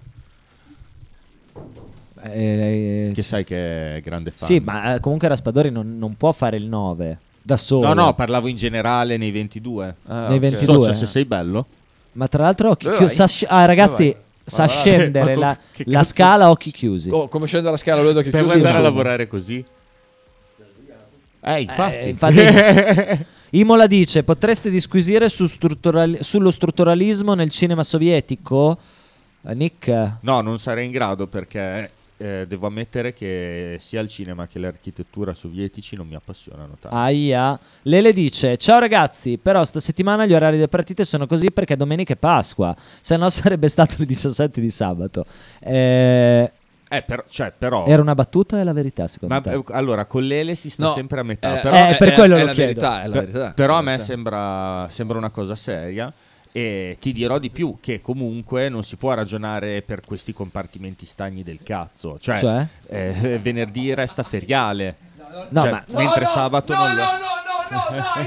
Speaker 5: Eh, eh,
Speaker 11: Che sai che è grande fan.
Speaker 5: Sì, ma eh, comunque Raspadori non, non può fare il 9 da solo. eh.
Speaker 11: No, no, parlavo in generale nei 22.
Speaker 3: Ah,
Speaker 5: Nei
Speaker 3: ok.
Speaker 5: 22.
Speaker 11: Socia, se sei bello.
Speaker 5: Ma tra l'altro, occhi
Speaker 3: Dove
Speaker 5: chiusi.
Speaker 3: vai?
Speaker 5: sa sci- ah, ragazzi, sa
Speaker 3: Ma va-
Speaker 5: scendere
Speaker 11: ma
Speaker 5: la,
Speaker 11: co- che
Speaker 5: la
Speaker 11: cazzo-
Speaker 5: scala occhi chiusi.
Speaker 3: Oh, come scende la scala, vedo che
Speaker 11: Per
Speaker 3: chiuso.
Speaker 11: andare a
Speaker 5: insomma.
Speaker 11: lavorare così? Eh, infatti.
Speaker 5: Eh, infatti- Imola dice: Potreste disquisire su struttural- sullo strutturalismo nel cinema sovietico? Eh, Nick,
Speaker 11: No, non sarei in grado perché eh, devo ammettere che sia il cinema che l'architettura sovietici non mi appassionano tanto.
Speaker 5: aia. Lele dice: Ciao ragazzi, però sta settimana gli orari delle partite sono così perché domenica è Pasqua. Se no sarebbe stato il 17 di sabato. Eh,
Speaker 11: Eh, però, cioè, però...
Speaker 5: Era una battuta e la verità, secondo
Speaker 11: Ma
Speaker 5: te?
Speaker 11: eh, allora, con l'ele si sta
Speaker 3: No,
Speaker 11: sempre a metà.
Speaker 3: eh,
Speaker 11: però
Speaker 5: eh,
Speaker 3: è-
Speaker 5: per
Speaker 3: è-
Speaker 5: quello
Speaker 3: è
Speaker 5: lo
Speaker 3: la
Speaker 5: chiedo.
Speaker 3: verità, è la
Speaker 11: Per-
Speaker 3: verità.
Speaker 11: però a
Speaker 3: è la
Speaker 11: me
Speaker 3: verità.
Speaker 11: sembra, sembra una cosa seria e ti dirò di più che comunque non si può ragionare per questi compartimenti stagni del cazzo. Cioè,
Speaker 5: Cioè?
Speaker 11: eh, venerdì resta feriale.
Speaker 5: No,
Speaker 11: Cioè,
Speaker 5: ma-
Speaker 11: mentre sabato non lo-
Speaker 3: no, no, dai!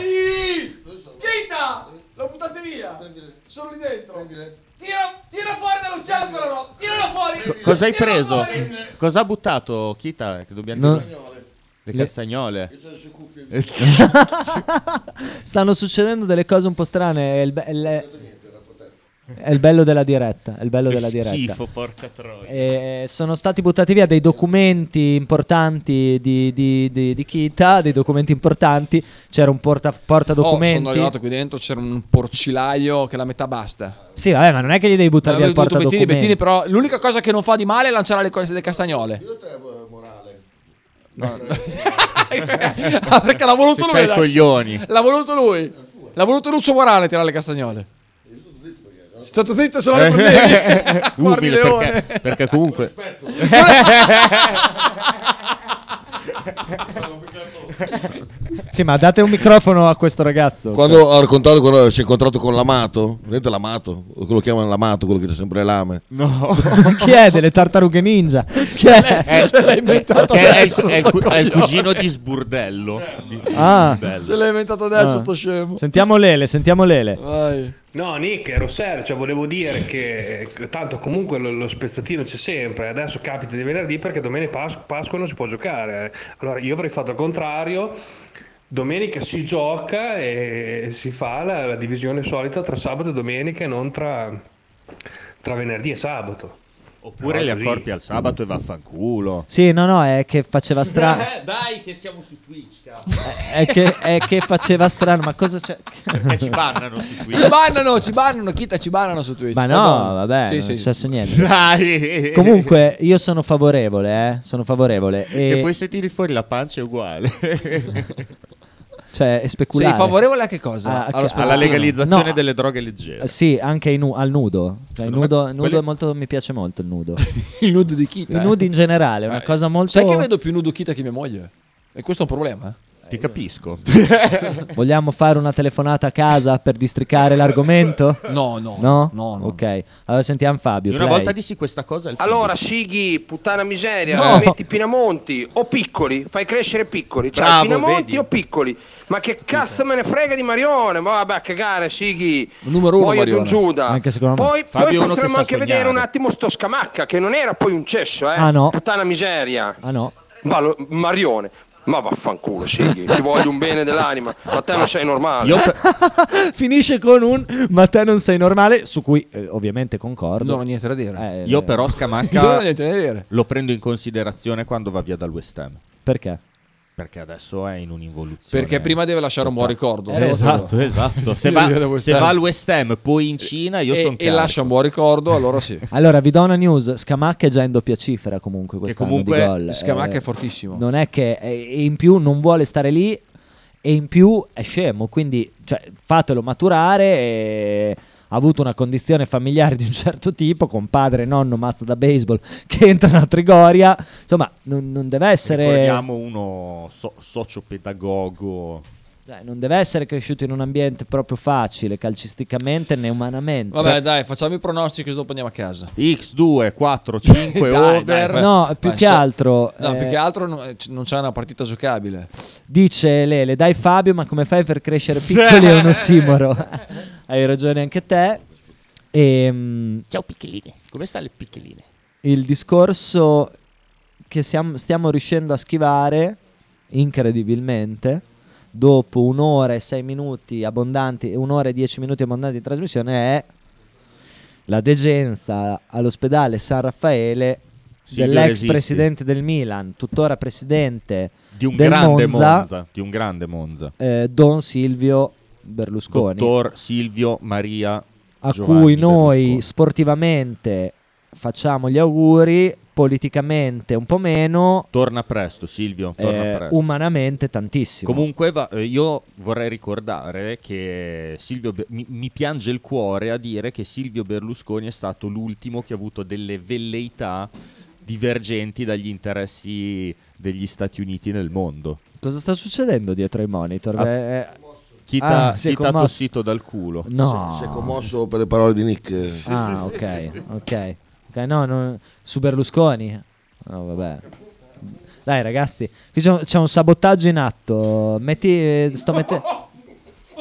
Speaker 3: Chita! L'ho buttate via! Sono lì dentro! Tira, tira fuori dall'uccello però no! Tirala fuori!
Speaker 11: Cosa hai preso? Cosa ha buttato Kita? Che dobbiamo
Speaker 5: No.
Speaker 11: dire? Le castagnole.
Speaker 5: Stanno succedendo delle cose un po' strane. È il, be- il- è il bello della diretta. È il bello della
Speaker 11: Che
Speaker 5: diretta.
Speaker 11: schifo, porca troia.
Speaker 5: Eh, sono stati buttati via dei documenti importanti di, di, di- di Kita, dei documenti importanti. C'era un porta,
Speaker 3: Oh,
Speaker 5: portadocumenti.
Speaker 3: sono arrivato qui dentro, c'era un porcilaio che la metà basta.
Speaker 5: Sì, vabbè, ma non è che gli devi buttare via
Speaker 3: Eh, Avevo
Speaker 5: il
Speaker 3: dovuto Bettini,
Speaker 5: portadocumenti.
Speaker 3: Bettini, però l'unica cosa che non fa di male è lanciare le cose delle castagnole. eh, ah, perché l'ha voluto
Speaker 11: Se
Speaker 3: lui.
Speaker 11: c'hai i
Speaker 3: adesso.
Speaker 11: coglioni.
Speaker 3: L'ha voluto lui. L'ha voluto Lucio Morale tirare le castagnole. Stato eh. zitto, se no le prendevi. Guardi
Speaker 11: Umile
Speaker 3: Leone.
Speaker 11: perché, perché comunque
Speaker 5: Sì, ma date un microfono a questo ragazzo.
Speaker 9: Quando ha raccontato quando si è incontrato con l'amato, vedete l'amato, quello che chiamano l'amato, quello che c'è sempre le lame.
Speaker 5: Ma Chi è delle tartarughe ninja? Chi è?
Speaker 3: Se l'ha inventato
Speaker 11: che Eh, è, il-
Speaker 3: adesso.
Speaker 11: è il
Speaker 3: sto
Speaker 11: cu- è il
Speaker 3: coglione.
Speaker 11: cugino di Sburdello. Di-
Speaker 5: Ah.
Speaker 11: Sburdello.
Speaker 3: Se l'ha inventato adesso,
Speaker 5: Ah.
Speaker 3: sto scemo.
Speaker 5: Sentiamo Lele, sentiamo Lele.
Speaker 3: Vai.
Speaker 4: No, Nick, ero serio, cioè volevo dire che eh, tanto comunque lo, lo spezzatino c'è sempre, adesso capita di venerdì perché domenica Pas- Pasqua non si può giocare. Allora io avrei fatto il contrario, domenica si gioca e si fa la, la divisione solita tra sabato e domenica e non tra, tra venerdì e sabato.
Speaker 11: Oppure
Speaker 4: No,
Speaker 11: li
Speaker 4: così.
Speaker 11: accorpi al sabato e vaffanculo.
Speaker 5: Sì, no, no, è che faceva strano.
Speaker 11: Eh, dai, che siamo su Twitch.
Speaker 5: È che, è che faceva strano, ma cosa c'è?
Speaker 11: Perché ci bannano su
Speaker 3: Ci
Speaker 11: Twitch.
Speaker 3: bannano, ci bannano, Kita ci bannano su Twitch.
Speaker 5: Ma no,
Speaker 3: Madonna.
Speaker 5: vabbè,
Speaker 3: Sì,
Speaker 5: non
Speaker 3: sì,
Speaker 5: è
Speaker 3: sì.
Speaker 5: successo niente.
Speaker 11: Dai.
Speaker 5: Comunque, io sono favorevole, eh, sono favorevole. E,
Speaker 11: Che poi se tiri fuori la pancia è uguale.
Speaker 5: Cioè, è speculare.
Speaker 3: Sei favorevole a che cosa?
Speaker 5: Ah,
Speaker 3: Allo
Speaker 5: che-
Speaker 11: Alla
Speaker 3: spezzatino.
Speaker 11: legalizzazione
Speaker 5: No.
Speaker 11: delle droghe leggere.
Speaker 5: Eh, Sì, anche ai nu- al nudo. Cioè, il
Speaker 11: Secondo me
Speaker 5: nudo, il nudo
Speaker 11: quelli-
Speaker 5: è molto, mi piace molto il nudo.
Speaker 3: Il nudo di Kita. eh.
Speaker 5: I nudi in generale, è una cosa molto...
Speaker 3: Sai che vedo più nudo Kita che mia moglie? E questo è un problema, eh?
Speaker 11: Ti capisco.
Speaker 5: Vogliamo fare una telefonata a casa per districare l'argomento?
Speaker 3: No, no.
Speaker 5: No?
Speaker 3: No, no.
Speaker 5: Ok, allora sentiamo Fabio.
Speaker 11: Di una
Speaker 5: play.
Speaker 11: volta dissi questa cosa al
Speaker 6: Allora,
Speaker 11: figlio.
Speaker 6: Sighi, puttana miseria,
Speaker 5: No.
Speaker 6: metti Pinamonti o piccoli, fai crescere piccoli. Cioè,
Speaker 11: Bravo,
Speaker 6: Pinamonti
Speaker 11: vedi?
Speaker 6: o piccoli. Ma che cazzo me ne frega di Marione? Ma vabbè, a cagare, Sighi.
Speaker 3: Numero uno,
Speaker 6: Poi è Don
Speaker 3: Marione.
Speaker 6: Giuda.
Speaker 5: Anche secondo me.
Speaker 6: Poi,
Speaker 11: Fabio è
Speaker 6: poi
Speaker 11: uno che
Speaker 6: potremmo
Speaker 11: sa
Speaker 6: anche
Speaker 11: sognare.
Speaker 6: vedere un attimo sto Scamacca, che non era poi un cesso, eh.
Speaker 5: Ah, no.
Speaker 6: Puttana miseria.
Speaker 5: Ah no,
Speaker 6: Ma lo- Marione. Ma vaffanculo, Sighi. Ti voglio un bene dell'anima. Ma te non sei normale.
Speaker 11: Io pe-
Speaker 5: Eh. finisce con un ma te non sei normale, su cui eh, ovviamente concordo.
Speaker 3: Non ho niente da dire.
Speaker 5: Eh,
Speaker 11: Io però
Speaker 3: Io non ho
Speaker 11: Scamacca
Speaker 3: niente da dire.
Speaker 11: lo prendo in considerazione quando va via dal West Ham.
Speaker 5: Perché?
Speaker 11: Perché adesso è in un'involuzione.
Speaker 3: Perché prima deve lasciare un buon ricordo.
Speaker 5: Eh,
Speaker 11: Esatto, esatto. Se
Speaker 3: Io via da
Speaker 11: va,
Speaker 3: West
Speaker 11: se
Speaker 3: Ham.
Speaker 11: va al West Ham, poi in Cina, io sono
Speaker 3: E, e lascia un buon ricordo, allora sì.
Speaker 5: Allora, vi do una news. Scamacca è già in doppia cifra comunque quest'anno
Speaker 11: comunque
Speaker 5: di gol.
Speaker 3: Scamacca
Speaker 5: Eh,
Speaker 3: è fortissimo.
Speaker 5: Non è che... E in più non vuole stare lì e in più è scemo. Quindi cioè, fatelo maturare e... ha avuto una condizione familiare di un certo tipo, con padre e nonno mazza da baseball che entrano a Trigoria, insomma non, non deve essere...
Speaker 11: Ricordiamo uno so- sociopedagogo.
Speaker 5: Cioè, non deve essere cresciuto in un ambiente proprio facile, calcisticamente né umanamente.
Speaker 3: Vabbè, dai, facciamo i pronostici così dopo andiamo a casa.
Speaker 11: X2, 4, 5
Speaker 3: Dai,
Speaker 11: over.
Speaker 3: dai,
Speaker 5: No,
Speaker 3: vai,
Speaker 5: più
Speaker 3: vai,
Speaker 5: che
Speaker 3: so-
Speaker 5: altro,
Speaker 3: No,
Speaker 5: eh,
Speaker 3: più che altro non c- non c'è una partita giocabile.
Speaker 5: Dice Lele, dai Fabio, ma come fai per crescere piccoli è un ossimoro. Hai ragione anche te. Ehm,
Speaker 4: Ciao piccheline, come sta le piccheline?
Speaker 5: il discorso che siamo- stiamo riuscendo a schivare, incredibilmente, dopo un'ora e sei minuti abbondanti, un'ora e dieci minuti abbondanti di trasmissione, è la degenza all'ospedale San Raffaele
Speaker 11: Silvio
Speaker 5: dell'ex
Speaker 11: Resisti.
Speaker 5: presidente del Milan, tuttora presidente
Speaker 11: Di un
Speaker 5: del
Speaker 11: grande
Speaker 5: Monza,
Speaker 11: Monza. Di un grande Monza.
Speaker 5: eh, Don Silvio Berlusconi,
Speaker 11: Dottor Silvio Maria.
Speaker 5: a
Speaker 11: Giovanni
Speaker 5: cui noi
Speaker 11: Berlusconi.
Speaker 5: sportivamente facciamo gli auguri, politicamente un po' meno,
Speaker 11: Torna presto, Silvio. Torna
Speaker 5: eh,
Speaker 11: presto.
Speaker 5: umanamente tantissimo.
Speaker 11: Comunque, va- eh, io vorrei ricordare che Silvio Be- mi, mi piange il cuore a dire che Silvio Berlusconi è stato l'ultimo che ha avuto delle velleità divergenti dagli interessi degli Stati Uniti nel mondo.
Speaker 5: Cosa sta succedendo dietro ai monitor?
Speaker 11: Ah,
Speaker 5: Beh, eh,
Speaker 11: Chi t'ha
Speaker 5: ah, si è
Speaker 11: chi t'ha
Speaker 5: commosso.
Speaker 11: tossito dal culo?
Speaker 5: No.
Speaker 9: Si è commosso per le parole di Nick.
Speaker 5: Ah, ok, ok. Ok, no, no, su Berlusconi. No, vabbè. Dai ragazzi, qui c'è, un- c'è un sabotaggio in atto. Metti, eh, sto mettendo...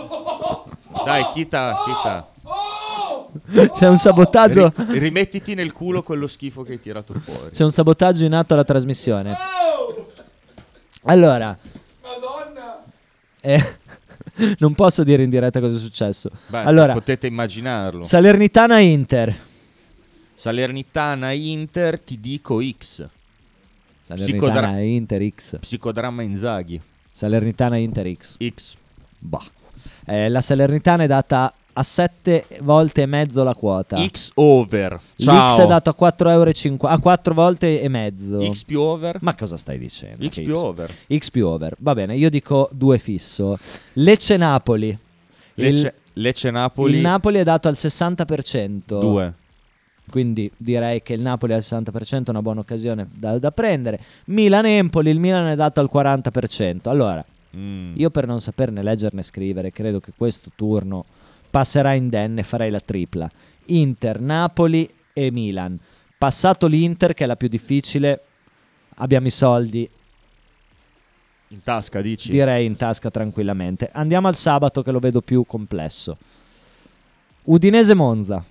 Speaker 11: Dai, chi t'ha- chi t'ha?
Speaker 5: c'è un sabotaggio...
Speaker 11: Ri- rimettiti nel culo quello schifo che hai tirato fuori.
Speaker 5: C'è un sabotaggio in atto alla trasmissione. Allora. Eh, non posso dire in diretta cosa è successo.
Speaker 11: Beh,
Speaker 5: allora,
Speaker 11: potete immaginarlo.
Speaker 5: Salernitana Inter.
Speaker 11: Salernitana Inter, ti dico X.
Speaker 5: Salernitana
Speaker 11: Psicodra-
Speaker 5: Inter X.
Speaker 11: Psicodramma Inzaghi.
Speaker 5: Salernitana Inter X.
Speaker 11: X.
Speaker 5: Bah. Eh, la Salernitana è data a 7 volte e mezzo la quota.
Speaker 11: X over. Ciao.
Speaker 5: L'X è dato a 4,50 a 4 volte e mezzo.
Speaker 11: X più over.
Speaker 5: Ma cosa stai dicendo?
Speaker 11: X
Speaker 5: Che
Speaker 11: più
Speaker 5: Y?
Speaker 11: over.
Speaker 5: X più over. Va bene, io dico 2 fisso. Lecce Napoli.
Speaker 11: Lecce, Lecce Napoli.
Speaker 5: il Napoli è dato al 60%.
Speaker 11: 2.
Speaker 5: Quindi direi che il Napoli al 60% è una buona occasione da, da prendere. Milan-Empoli, il Milan è dato al 40%. Allora,
Speaker 11: Mm,
Speaker 5: io per non saperne leggerne né scrivere, credo che questo turno passerà indenne, farei la tripla. Inter, Napoli e Milan. Passato l'Inter, che è la più difficile, abbiamo i soldi,
Speaker 11: In tasca dici.
Speaker 5: direi in tasca tranquillamente. Andiamo al sabato che lo vedo più complesso. Udinese Monza.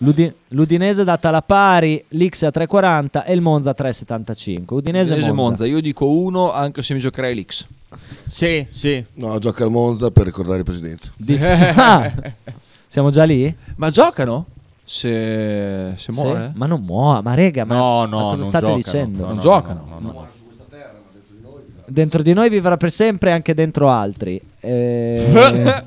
Speaker 5: L'Udi- L'Udinese è data la pari, l'X è a 3,40 e il Monza a 3,75. Udinese,
Speaker 3: Udinese
Speaker 5: Monza.
Speaker 3: Monza, io dico uno anche se mi giocherei l'X.
Speaker 11: Sì, sì.
Speaker 9: No, gioca al Monza per ricordare il presidente.
Speaker 5: Di- Ah! siamo già lì?
Speaker 3: Ma giocano? Se, se muore?
Speaker 5: Sì? Ma non muova, ma rega, ma,
Speaker 11: No,
Speaker 5: ma
Speaker 11: no,
Speaker 5: cosa
Speaker 11: non
Speaker 5: state
Speaker 11: giocano.
Speaker 5: dicendo?
Speaker 11: No,
Speaker 3: Non
Speaker 11: no,
Speaker 3: giocano.
Speaker 11: no, no, no.
Speaker 5: Dentro di noi vivrà per sempre e anche dentro altri. Eh,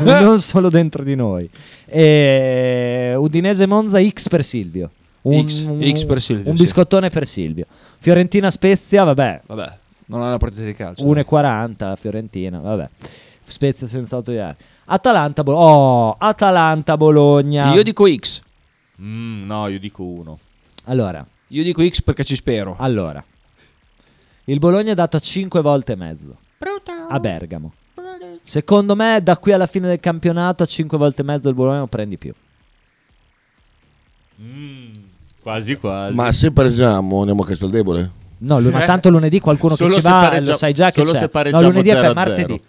Speaker 5: non solo dentro di noi. Eh, Udinese Monza X per Silvio.
Speaker 3: X, X per Silvio,
Speaker 5: Un
Speaker 3: sì.
Speaker 5: biscottone per Silvio. Fiorentina Spezia, vabbè.
Speaker 3: Vabbè, non è una partita di calcio.
Speaker 5: 1,40 Fiorentina, vabbè. Spezia senza autoiar. Atalanta Bologna. Oh, Atalanta Bologna.
Speaker 3: Io dico X.
Speaker 11: Mm, no, io dico 1.
Speaker 5: allora,
Speaker 3: Io dico X perché ci spero.
Speaker 5: allora. Il Bologna è dato a 5 volte e mezzo a Bergamo. Secondo me, da qui alla fine del campionato, a 5 volte e mezzo il Bologna non prendi più.
Speaker 11: Quasi quasi.
Speaker 9: Ma se pareggiamo andiamo a Castaldebole?
Speaker 5: No, lu- ma tanto lunedì qualcuno che
Speaker 11: Eh. Solo
Speaker 5: ci
Speaker 11: se
Speaker 5: va
Speaker 11: pareggia-
Speaker 5: lo sai già che
Speaker 11: solo
Speaker 5: c'è.
Speaker 11: se
Speaker 5: no,
Speaker 11: pareggiamo
Speaker 5: lunedì è per
Speaker 11: 0-0.
Speaker 5: martedì.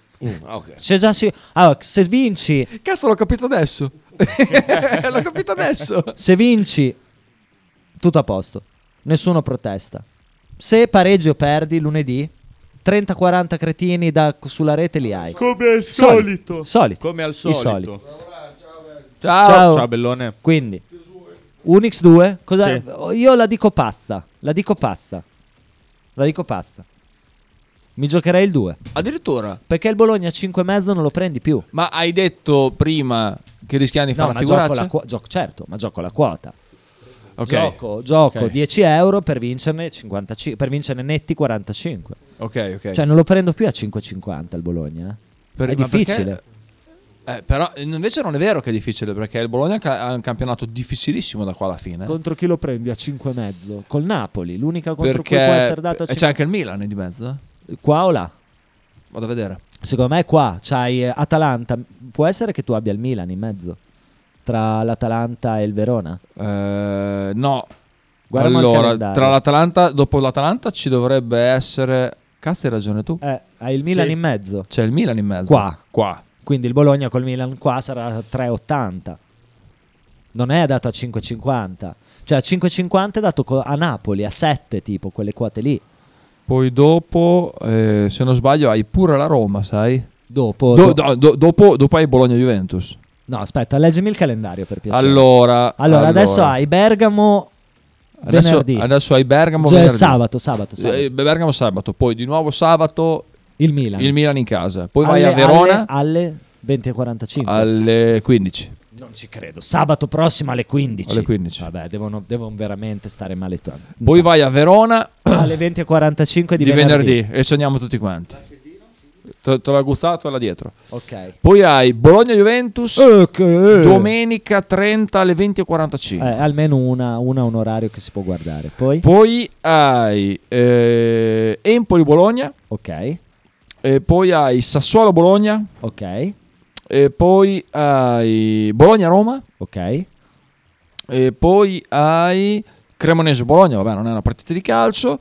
Speaker 9: ok.
Speaker 5: C'è già si- allora, se vinci,
Speaker 3: Mm, Cazzo, l'ho capito adesso. l'ho capito adesso.
Speaker 5: se vinci, tutto a posto. Nessuno protesta. Se pareggi o perdi lunedì, 30-40 cretini da- sulla rete li hai.
Speaker 11: Come al solito.
Speaker 5: Solito. Solito.
Speaker 11: Come al
Speaker 5: I
Speaker 11: solito.
Speaker 5: soliti.
Speaker 3: Ciao.
Speaker 5: Ciao.
Speaker 11: Ciao bellone.
Speaker 5: Quindi, Unix 2, cosa-
Speaker 11: Sì.
Speaker 5: oh, io la dico pazza. La dico pazza. La dico pazza. Mi giocherei il 2.
Speaker 3: Addirittura.
Speaker 5: Perché il Bologna a 5,5 non lo prendi più.
Speaker 3: Ma hai detto prima che rischiamo di
Speaker 5: No,
Speaker 3: fare
Speaker 5: ma
Speaker 3: una
Speaker 5: gioco
Speaker 3: figuraccia?
Speaker 5: la quo- gioco- certo, ma gioco la quota.
Speaker 3: ok.
Speaker 5: Gioco, gioco
Speaker 3: Ok.
Speaker 5: 10 euro per vincerne, 55 per vincerne netti Cioè, 45.
Speaker 3: Ok, ok.
Speaker 5: Cioè non lo prendo più a 5,50 il Bologna. eh.
Speaker 3: Per-
Speaker 5: È
Speaker 3: ma
Speaker 5: difficile.
Speaker 3: perché- Eh, però invece non è vero che è difficile perché il Bologna ca- ha un campionato difficilissimo da qua alla fine.
Speaker 5: Eh. Contro chi lo prendi a 5 e mezzo? Col Napoli, l'unica contro
Speaker 3: perché cioè
Speaker 5: cui può essere dato a
Speaker 3: e
Speaker 5: 5
Speaker 3: c'è anche il Milan di mezzo. eh?
Speaker 5: Qua o là?
Speaker 3: Vado a vedere.
Speaker 5: Secondo me qua c'hai eh, Atalanta. Può essere che tu abbia il Milan in mezzo tra l'Atalanta e il Verona?
Speaker 3: Eh, no.
Speaker 5: Guardiamo il
Speaker 3: allora,
Speaker 5: calendario.
Speaker 3: tra l'Atalanta, dopo l'Atalanta ci dovrebbe essere. Cazzo, hai ragione tu.
Speaker 5: Eh, hai il Milan
Speaker 3: Sì.
Speaker 5: in mezzo.
Speaker 3: C'è il Milan in mezzo.
Speaker 5: Qua.
Speaker 3: Qua.
Speaker 5: Quindi il Bologna col Milan qua sarà 3,80. Non è dato a 5,50. Cioè a 5,50 è dato co- a Napoli, a 7 tipo, quelle quote lì.
Speaker 3: Poi dopo, eh, se non sbaglio, hai pure la Roma, sai?
Speaker 5: Dopo,
Speaker 3: Do-
Speaker 5: dopo-
Speaker 3: do- do- dopo, dopo hai Bologna-Juventus.
Speaker 5: No, aspetta, leggimi il calendario per piacere. Allora,
Speaker 3: Allora, allora.
Speaker 5: adesso hai Bergamo
Speaker 3: Adesso-
Speaker 5: venerdì.
Speaker 3: adesso hai Bergamo
Speaker 5: Cioè,
Speaker 3: venerdì.
Speaker 5: sabato, sabato, sabato.
Speaker 3: Eh, Bergamo sabato, poi di nuovo sabato
Speaker 5: il Milan.
Speaker 3: il Milan in casa, poi vai
Speaker 5: Alle-
Speaker 3: a Verona
Speaker 5: alle, alle 20 e 45.
Speaker 3: alle 15.
Speaker 5: Non ci credo. Sabato prossimo alle 15.
Speaker 3: Alle 15.
Speaker 5: Vabbè, devono, devono veramente stare male tu.
Speaker 3: Poi vai a Verona
Speaker 5: alle 20 e 45 di,
Speaker 3: di venerdì, e ci andiamo tutti quanti. Te, te l'ho gustato là dietro.
Speaker 5: Ok.
Speaker 3: Poi hai Bologna-Juventus
Speaker 5: Eh. che-
Speaker 3: domenica 30 alle 20.45.
Speaker 5: Eh, almeno una, una un orario che si può guardare. Poi,
Speaker 3: Poi hai eh, Empoli-Bologna.
Speaker 5: ok,
Speaker 3: E poi hai Sassuolo-Bologna.
Speaker 5: ok,
Speaker 3: E poi hai Bologna-Roma.
Speaker 5: ok.
Speaker 3: E poi hai Cremonese-Bologna. Vabbè, non è una partita di calcio.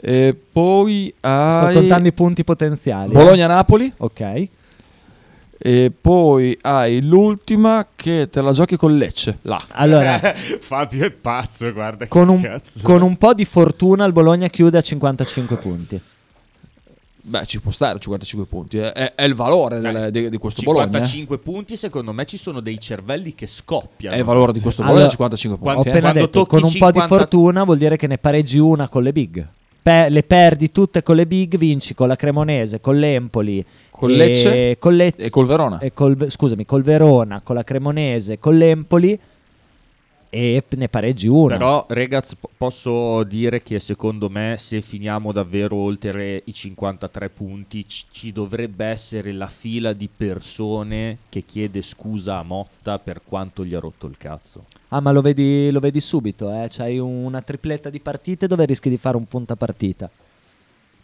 Speaker 3: E poi hai
Speaker 5: Sto contando i punti potenziali. eh.
Speaker 3: Bologna-Napoli.
Speaker 5: Ok.
Speaker 3: E poi hai l'ultima che te la giochi con Lecce. Là.
Speaker 5: Allora,
Speaker 3: Eh,
Speaker 11: Fabio è pazzo, guarda che
Speaker 5: con un,
Speaker 11: cazzo.
Speaker 5: con un po' di fortuna il Bologna chiude a 55 punti.
Speaker 3: Beh, ci può stare 55 punti. eh. È, è il valore del- di, di questo Bologna. eh.
Speaker 4: 55 punti, secondo me ci sono dei cervelli che scoppiano.
Speaker 3: È il valore di questo Bologna
Speaker 5: Allora,
Speaker 3: 55
Speaker 5: Ho
Speaker 3: punti. eh.
Speaker 5: appena detto,
Speaker 4: tocchi
Speaker 5: con un po' di
Speaker 4: 50
Speaker 5: fortuna vuol dire che ne pareggi una con le big. Pe- le perdi tutte con le big, vinci con la Cremonese, con l'Empoli,
Speaker 3: Con
Speaker 5: e-
Speaker 3: Lecce
Speaker 5: con Lecce-
Speaker 3: e col Verona.
Speaker 5: e col- scusami, col Verona, con la Cremonese, con l'Empoli e p- ne pareggi una.
Speaker 4: Però, ragazzi, po- posso dire che secondo me, se finiamo davvero oltre i 53 punti, ci, ci dovrebbe essere la fila di persone che chiede scusa a Motta per quanto gli ha rotto il cazzo.
Speaker 5: Ah, ma lo vedi, lo vedi subito, eh? C'hai una tripletta di partite dove rischi di fare un punto a partita.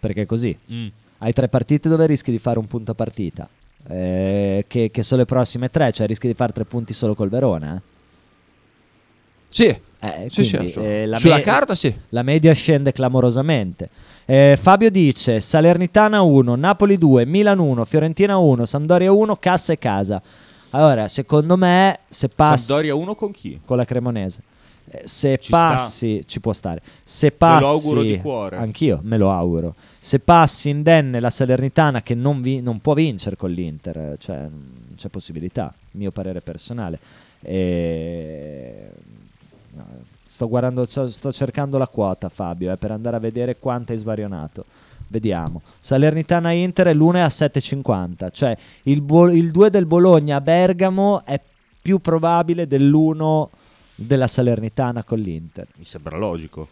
Speaker 5: Perché è così.
Speaker 4: Mm.
Speaker 5: Hai tre partite dove rischi di fare un punto a partita. Eh, che, che sono le prossime tre, cioè rischi di fare tre punti solo col Verona. eh.
Speaker 3: Sì.
Speaker 5: Eh,
Speaker 3: Sì,
Speaker 5: quindi,
Speaker 3: sì, su-
Speaker 5: eh, la
Speaker 3: sulla
Speaker 5: me-
Speaker 3: carta sì.
Speaker 5: La media scende clamorosamente. Eh, Fabio dice: Salernitana 1, Napoli 2, Milan 1, Fiorentina 1, Sampdoria 1, Cassa e Casa. Allora, secondo me, se passi
Speaker 4: Sampdoria 1 con chi?
Speaker 5: con la Cremonese. Eh, Se
Speaker 4: Ci
Speaker 5: passi, ci può stare. Se
Speaker 4: lo
Speaker 5: passi,
Speaker 4: auguro di cuore.
Speaker 5: Anch'io me lo auguro. Se passi indenne la Salernitana, che non, vi- non può vincere con l'Inter, eh, cioè non c'è possibilità. Mio parere personale. E- no, Sto, guardando, sto sto cercando la quota, Fabio, eh, per andare a vedere quanto hai svarionato. Vediamo. Salernitana Inter è l'una è a 7,50. Cioè il, 2 del Bologna a Bergamo è più probabile dell'1 della Salernitana con l'Inter.
Speaker 4: Mi sembra logico.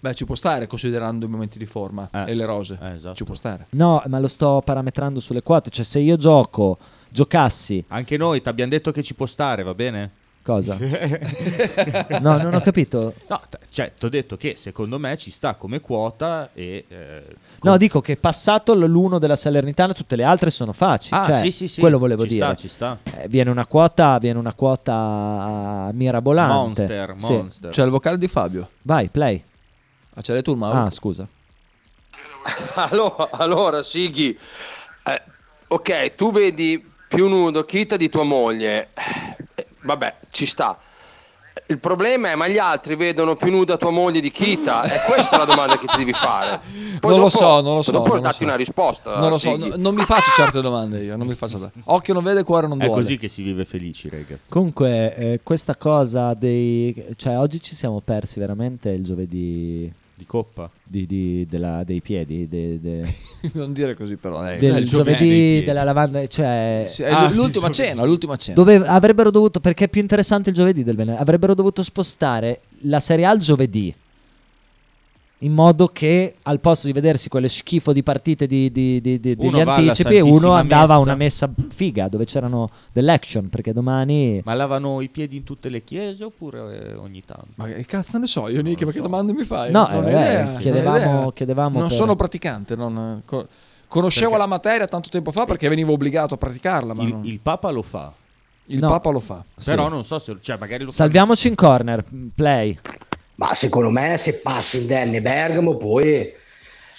Speaker 3: Beh, ci può stare considerando i momenti di forma e le rose. Ci può stare.
Speaker 5: No, ma lo sto parametrando sulle quote. Cioè se io gioco, giocassi...
Speaker 4: Anche noi ti abbiamo detto che ci può stare, va bene?
Speaker 5: Cosa? No, non ho capito.
Speaker 4: No, t- cioè, ti ho detto che secondo me ci sta come quota e... eh,
Speaker 5: No, dico che passato l'1 della Salernitana tutte le altre sono facili.
Speaker 4: Ah,
Speaker 5: Cioè,
Speaker 4: sì, sì, sì.
Speaker 5: Quello volevo
Speaker 4: Ci
Speaker 5: dire.
Speaker 4: sta, ci sta.
Speaker 5: Eh, viene una quota, viene una quota mirabolante.
Speaker 4: Monster,
Speaker 5: Sì.
Speaker 4: monster.
Speaker 3: C'è il vocale di Fabio.
Speaker 5: Vai, play.
Speaker 3: Ah, ce l'hai tu il
Speaker 4: Oh.
Speaker 3: Mauro?
Speaker 5: Ah, scusa.
Speaker 7: Allora, allora Sighi, eh, ok, tu vedi più nudo Kita di tua moglie, Eh, vabbè, ci sta. Il problema è, ma gli altri vedono più nuda tua moglie di Kita? È questa la domanda che ti devi fare.
Speaker 3: Ah. non lo so, non lo so.
Speaker 7: Dopo
Speaker 3: non lo
Speaker 7: datti
Speaker 3: so.
Speaker 7: una risposta.
Speaker 3: Non lo so,
Speaker 7: Sighi.
Speaker 3: no- non mi faccio certe domande io. Non mi faccio Occhio non vede, cuore non
Speaker 4: È
Speaker 3: duole.
Speaker 4: così che si vive felici, ragazzi.
Speaker 5: Comunque, eh, questa cosa dei. cioè, oggi ci siamo persi veramente il giovedì.
Speaker 4: Di coppa.
Speaker 5: di- di- della- dei piedi. de- de-
Speaker 4: Eh,
Speaker 3: non dire così, però. eh.
Speaker 5: del
Speaker 3: Eh, il
Speaker 5: giovedì della lavanda. Cioè.
Speaker 4: eh.
Speaker 3: Sì, è
Speaker 5: Ah,
Speaker 3: l- l'ultima cena, l'ultima cena.
Speaker 5: dove avrebbero dovuto. Perché è più interessante il giovedì del venerdì. Avrebbero dovuto spostare la Serie A al giovedì. in modo che al posto di vedersi quelle schifo di partite di- di- di- di-
Speaker 4: Uno
Speaker 5: degli
Speaker 4: va alla
Speaker 5: anticipi,
Speaker 4: Santissima
Speaker 5: uno andava a
Speaker 4: Messa.
Speaker 5: una messa figa dove c'erano dell'action, perché domani...
Speaker 4: Ma lavano i piedi in tutte le chiese oppure eh, ogni tanto?
Speaker 3: Ma che cazzo ne so io, Nick? Ma che domande mi fai?
Speaker 5: No,
Speaker 3: non ho
Speaker 5: eh,
Speaker 3: idea, non ho
Speaker 5: chiedevamo-
Speaker 3: idea.
Speaker 5: chiedevamo
Speaker 3: non
Speaker 5: per-
Speaker 3: sono praticante, non- co- conoscevo
Speaker 4: Perché-
Speaker 3: la materia tanto tempo fa perché venivo obbligato a praticarla, ma
Speaker 4: Il,
Speaker 3: non-
Speaker 4: il Papa lo fa.
Speaker 3: il
Speaker 5: no.
Speaker 3: Papa lo fa.
Speaker 4: Però non so se... Cioè, magari lo fa...
Speaker 5: Salviamoci in corner, mm, play.
Speaker 2: Ma secondo me se passa indenne Bergamo, poi,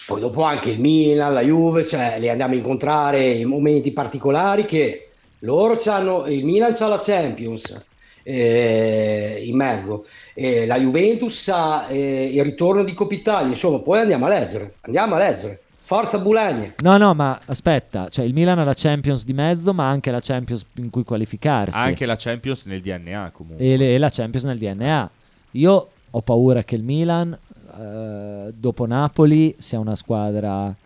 Speaker 2: poi dopo anche il Milan, la Juve, cioè, li andiamo a incontrare in momenti particolari che loro hanno, il Milan ha la Champions eh, in mezzo, eh, la Juventus ha eh, il ritorno di Coppa Italia, insomma, poi andiamo a leggere, andiamo a leggere. Forza Bulagna.
Speaker 5: No, no, ma aspetta, cioè il Milan ha la Champions di mezzo, ma anche la Champions in cui qualificarsi.
Speaker 4: Anche la Champions nel DNA comunque.
Speaker 5: e, le- e la Champions nel DNA. Io ho paura che il Milan, eh, dopo Napoli, sia una squadra un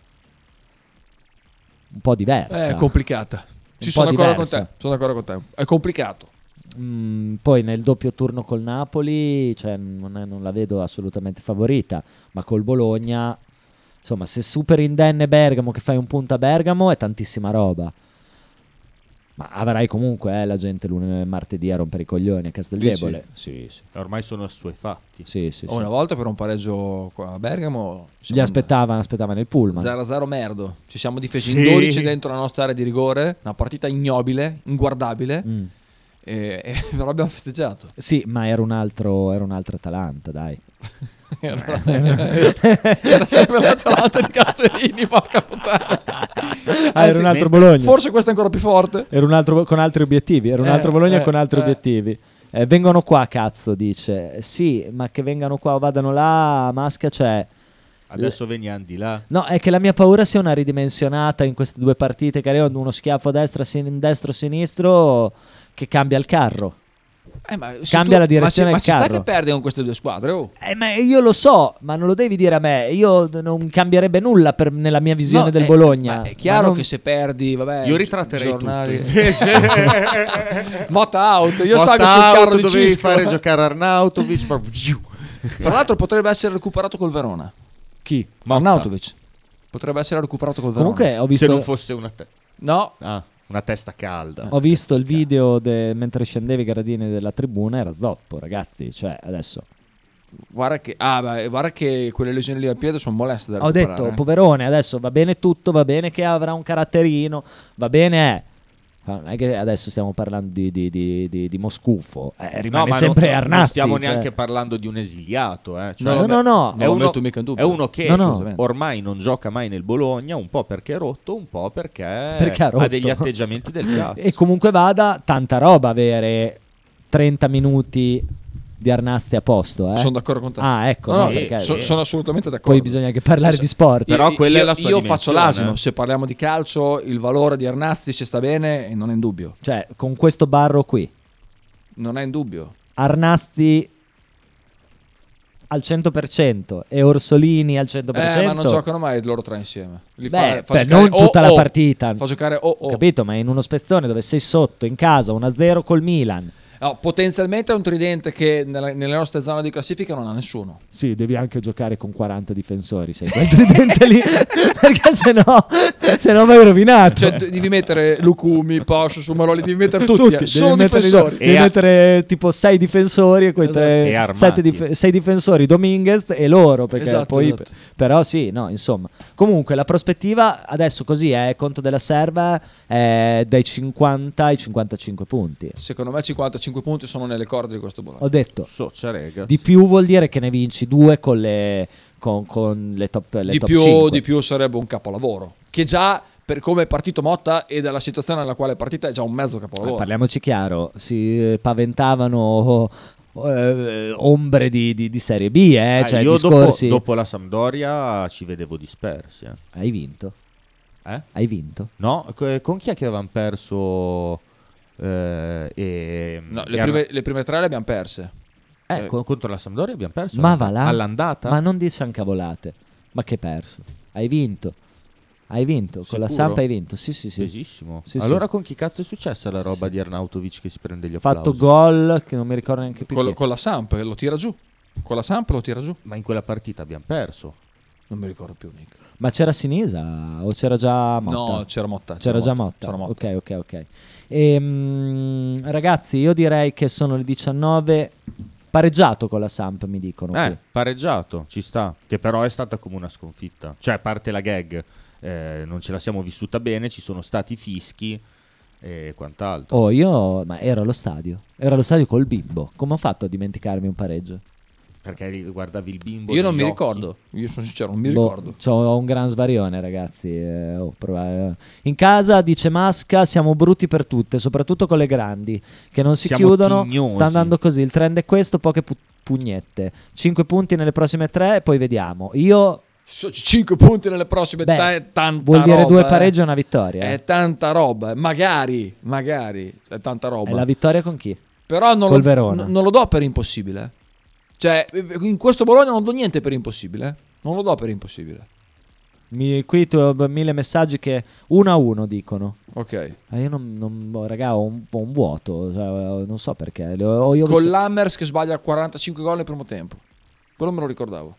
Speaker 5: po' diversa.
Speaker 3: È complicata. Ci
Speaker 5: Eh, Un
Speaker 3: sono
Speaker 5: po'
Speaker 3: d'accordo con
Speaker 5: diversa.
Speaker 3: te. Sono d'accordo con te. È complicato.
Speaker 5: Mm, poi nel doppio turno col Napoli, cioè, non, è- non la vedo assolutamente favorita, ma col Bologna, insomma, se superi indenne Bergamo, che fai un punto a Bergamo, è tantissima roba. Ma avrai comunque eh, la gente lunedì e martedì a rompere i coglioni a Casteldebole. Sì, sì.
Speaker 4: Ormai sono assuefatti.
Speaker 5: Sì, sì,
Speaker 3: Oh,
Speaker 5: sì.
Speaker 3: Una volta per un pareggio qua a Bergamo
Speaker 5: Gli aspettavano, aspettavano il pullman.
Speaker 3: 0-0 merdo. Ci siamo difesi
Speaker 5: Sì.
Speaker 3: in 12 dentro la nostra area di rigore. Una partita ignobile, inguardabile.
Speaker 5: Mm.
Speaker 3: E, e però abbiamo festeggiato.
Speaker 5: Sì, ma era un altro, era un altro Atalanta, dai. Eh.
Speaker 3: Era, era sempre l'Atalanta di Gasperini, eh, porca puttana.
Speaker 5: Ah, era
Speaker 3: Anzi,
Speaker 5: un altro Bologna.
Speaker 3: Forse questo è ancora più forte.
Speaker 5: Era un altro con altri obiettivi. Era un
Speaker 3: Eh,
Speaker 5: altro Bologna
Speaker 3: eh,
Speaker 5: con altri
Speaker 3: eh.
Speaker 5: obiettivi. Eh, vengono qua, cazzo, dice. Sì, ma che vengano qua o vadano là, Masca, cioè...
Speaker 4: Adesso veniamo di là.
Speaker 5: No, è che la mia paura sia una ridimensionata in queste due partite che arrivano uno schiaffo a destra, sin- destro-sinistro che cambia il carro.
Speaker 3: Eh, ma se
Speaker 5: Cambia la direzione
Speaker 3: Ma
Speaker 5: del
Speaker 3: ci, ma ci
Speaker 5: carro.
Speaker 3: sta che perdi con queste due squadre? oh.
Speaker 5: Eh, ma io lo so, ma non lo devi dire a me. Io non cambierebbe nulla per- nella mia visione
Speaker 3: No,
Speaker 5: del
Speaker 3: eh,
Speaker 5: Bologna.
Speaker 3: ma È chiaro
Speaker 5: Ma non-
Speaker 3: che se perdi, vabbè.
Speaker 4: Io ritratterei
Speaker 3: giornali.
Speaker 4: tutto, invece.
Speaker 3: Mot out, io
Speaker 4: Mot
Speaker 3: salgo
Speaker 4: out,
Speaker 3: sul carro di
Speaker 4: dovevi
Speaker 3: Cisco.
Speaker 4: fare giocare Arnautovic. ma-
Speaker 3: Fra l'altro potrebbe essere recuperato col Verona.
Speaker 5: Chi?
Speaker 3: Ma Arnautovic. Potrebbe essere recuperato col Verona.
Speaker 5: Comunque ho visto...
Speaker 4: Se non fosse una, te-
Speaker 3: No,
Speaker 4: ah, una testa calda.
Speaker 5: Ho visto il video de- mentre scendevi i gradini della tribuna, era zoppo, ragazzi. Cioè, adesso
Speaker 3: guarda che, ah, beh, guarda che quelle lesioni lì al piede sono moleste da
Speaker 5: ho
Speaker 3: recuperare. eh.
Speaker 5: detto, poverone, adesso va bene tutto, va bene che avrà un caratterino, va bene. eh. Ma Non è che adesso stiamo parlando di, di, di, di- di Moscufo, eh, rimane
Speaker 4: ma
Speaker 5: sempre
Speaker 4: non,
Speaker 5: Arnazzi.
Speaker 4: Non stiamo
Speaker 5: cioè.
Speaker 4: neanche parlando di un esiliato. eh, cioè-
Speaker 5: No, no, no, no.
Speaker 3: Non
Speaker 4: È
Speaker 3: lo
Speaker 4: uno,
Speaker 3: metto mica in dubbio.
Speaker 4: è uno che
Speaker 5: No, no.
Speaker 4: assolutamente. ormai non gioca mai nel Bologna, un po' perché è rotto, un po' perché,
Speaker 5: Perché ha rotto.
Speaker 4: degli atteggiamenti del cazzo.
Speaker 3: eh.
Speaker 5: E comunque vada, tanta roba avere 30 minuti di Arnazzi a posto. Eh?
Speaker 3: Sono d'accordo con te.
Speaker 5: Ah, ecco,
Speaker 3: No,
Speaker 5: no,
Speaker 3: no,
Speaker 5: perché-
Speaker 3: so- sono assolutamente d'accordo.
Speaker 5: Poi bisogna anche parlare
Speaker 3: Adesso-
Speaker 5: di sport.
Speaker 4: Però quella è la sua
Speaker 3: Io faccio
Speaker 4: dimensione,
Speaker 3: l'asino.
Speaker 4: eh.
Speaker 3: Se parliamo di calcio, il valore di Arnazzi, se sta bene, non è in dubbio.
Speaker 5: Cioè, con questo barro qui,
Speaker 3: Non è in dubbio.
Speaker 5: Arnazzi al 100% e Orsolini al 100%.
Speaker 3: Eh, ma non giocano mai loro tre insieme. Li
Speaker 5: Beh,
Speaker 3: fa- fa
Speaker 5: beh,
Speaker 3: giocare
Speaker 5: non
Speaker 3: o-
Speaker 5: tutta la
Speaker 3: o.
Speaker 5: partita.
Speaker 3: Fa giocare o- o.
Speaker 5: Capito? Ma in uno spezzone dove sei sotto in casa 1-0 col Milan.
Speaker 3: No, potenzialmente è un tridente che nella- nelle nostre zone di classifica non ha nessuno.
Speaker 5: Sì, devi anche giocare con 40 difensori. Sei quel tridente lì. perché se no, se no vai rovinato.
Speaker 3: Cioè, d- devi mettere Lucumi, Posh, Sumaroli, devi mettere tutti, eh, solo
Speaker 5: devi mettere,
Speaker 3: difensori.
Speaker 5: devi mettere tipo 6 difensori e quei
Speaker 4: E
Speaker 5: tre,
Speaker 4: armati.
Speaker 5: 7 difensori Dominguez e loro perché
Speaker 3: Esatto,
Speaker 5: poi
Speaker 3: esatto.
Speaker 5: però sì no insomma comunque la prospettiva adesso così è conto della serva è dai 50 ai 55 punti
Speaker 3: Secondo me 55 punti sono nelle corde di questo Bologna.
Speaker 5: ho detto
Speaker 4: Soccia, rega.
Speaker 5: di più vuol dire che ne vinci due con le, con, con le top, le
Speaker 3: Di
Speaker 5: top
Speaker 3: più,
Speaker 5: 5.
Speaker 3: di più sarebbe un capolavoro. Che già per come è partito Motta e dalla situazione nella quale è partita è già un mezzo
Speaker 5: Ma
Speaker 3: capolavoro.
Speaker 5: parliamoci chiaro, si eh, paventavano eh, ombre di, di- di Serie B, eh,
Speaker 4: Ah,
Speaker 5: cioè
Speaker 4: io dopo-
Speaker 5: discorsi...
Speaker 4: dopo, la Sampdoria ci vedevo dispersi. eh.
Speaker 5: Hai vinto,
Speaker 4: Eh?
Speaker 5: hai vinto.
Speaker 4: No, co- eh, con chi è che avevamo perso? eh, e,
Speaker 3: No, le,
Speaker 4: era-
Speaker 3: prime, le prime tre le abbiamo perse.
Speaker 4: eh, co- contro la Sampdoria abbiamo perso.
Speaker 5: Ma va là.
Speaker 4: All'andata.
Speaker 5: Ma non diciamo cavolate. Ma che hai perso? Hai vinto. Hai vinto. Con la
Speaker 4: Sicuro?
Speaker 5: Sampa hai vinto. Sì, sì, sì.
Speaker 4: Pesissimo.
Speaker 5: Sì, sì.
Speaker 4: allora con chi cazzo è successa la roba di Arnautovic che si prende gli
Speaker 5: Fatto
Speaker 4: applausi?
Speaker 5: gol che non mi ricordo neanche più.
Speaker 3: Col-
Speaker 5: chi.
Speaker 3: con la Samp lo tira giù. Con la Samp lo tira giù.
Speaker 4: Ma in quella partita abbiamo perso.
Speaker 3: Non mi ricordo più, Nick.
Speaker 5: Ma c'era Sinisa o c'era già Motta?
Speaker 3: No, c'era Motta,
Speaker 5: C'era,
Speaker 3: c'era
Speaker 5: già
Speaker 3: Motta,
Speaker 5: Motta.
Speaker 3: c'era Motta.
Speaker 5: Ok, ok, ok. Ehm, ragazzi, io direi che sono le 19. Pareggiato con la Samp, mi dicono.
Speaker 4: Eh,
Speaker 5: qui.
Speaker 4: pareggiato, ci sta. Che però è stata come una sconfitta. Cioè, a parte la gag, eh, non ce la siamo vissuta bene, ci sono stati fischi e quant'altro.
Speaker 5: Oh, io ma ero allo stadio. Ero allo stadio col bimbo. Come ho fatto a dimenticarmi un pareggio?
Speaker 4: Perché ri- guardavi il bimbo.
Speaker 3: Io non mi
Speaker 4: negli occhi.
Speaker 3: ricordo. Io sono sincero, non mi
Speaker 5: Boh,
Speaker 3: ricordo.
Speaker 5: c'ho- ho un gran svarione, ragazzi. eh, oh, prova- eh. In casa dice Masca: siamo brutti per tutte, soprattutto con le grandi che non si
Speaker 4: Siamo
Speaker 5: chiudono.
Speaker 4: tignosi.
Speaker 5: Sta andando così. Il trend è questo: poche pu- pugnette. 5 punti nelle prossime tre, e poi vediamo. Io
Speaker 3: 5 punti nelle prossime
Speaker 5: Beh,
Speaker 3: ta- è tanta
Speaker 5: vuol dire
Speaker 3: roba,
Speaker 5: due
Speaker 3: eh.
Speaker 5: pareggi e una vittoria, eh.
Speaker 3: È tanta roba, eh. magari, magari, è tanta roba.
Speaker 5: è la vittoria con chi?
Speaker 3: Però non
Speaker 5: Col
Speaker 3: lo,
Speaker 5: Verona.
Speaker 3: n- non lo do per impossibile. eh. Cioè, in questo Bologna non do niente per impossibile. eh. Non lo do per impossibile.
Speaker 5: Mi- qui tu, mille messaggi che uno a uno dicono.
Speaker 3: Ok.
Speaker 5: Ma io non, non- boh, raga, ho un, ho un vuoto, cioè, non so perché. Ho- ho- io ho
Speaker 3: Con
Speaker 5: visto-
Speaker 3: l'Hammers che sbaglia 45 gol nel primo tempo. Quello me lo ricordavo.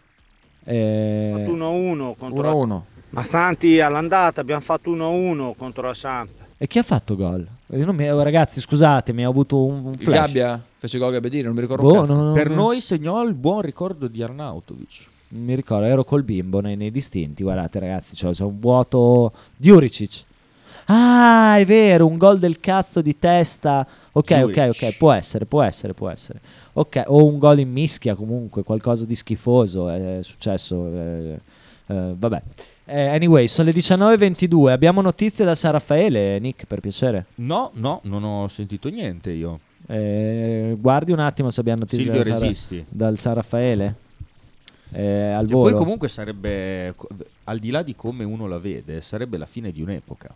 Speaker 5: eh,
Speaker 13: 1-1 contro la-
Speaker 3: 1-1.
Speaker 13: Ma Santi all'andata abbiamo fatto 1-1 contro la Samp.
Speaker 5: E chi ha fatto gol? Io non mi- oh, ragazzi, scusatemi, ho avuto un, un
Speaker 3: Il
Speaker 5: flash.
Speaker 3: Gabbia fece gol Gabbedini, non mi ricordo
Speaker 5: Boh,
Speaker 3: un cazzo.
Speaker 5: no, no,
Speaker 4: Per
Speaker 5: no.
Speaker 4: noi segnò il buon ricordo di Arnautovic.
Speaker 5: Non Mi ricordo, ero col bimbo nei, nei distinti. Guardate, ragazzi, cioè, c'è un vuoto. Diuricic. Ah, è vero, un gol del cazzo di testa. Ok, ok,
Speaker 4: Diuric.
Speaker 5: ok, può essere, può essere, può essere. Ok, o un gol in mischia comunque, qualcosa di schifoso è successo. eh, eh, vabbè. Eh, anyway, sono le 19.22. Abbiamo notizie da San Raffaele, Nick, per piacere.
Speaker 4: No, no, non ho sentito niente io.
Speaker 5: Eh, guardi un attimo se abbiamo notizie
Speaker 4: Silvio
Speaker 5: dal San-
Speaker 4: resisti.
Speaker 5: dal San Raffaele. Eh, al
Speaker 4: E
Speaker 5: volo.
Speaker 4: poi comunque sarebbe, co- al di là di come uno la vede, sarebbe la fine di un'epoca.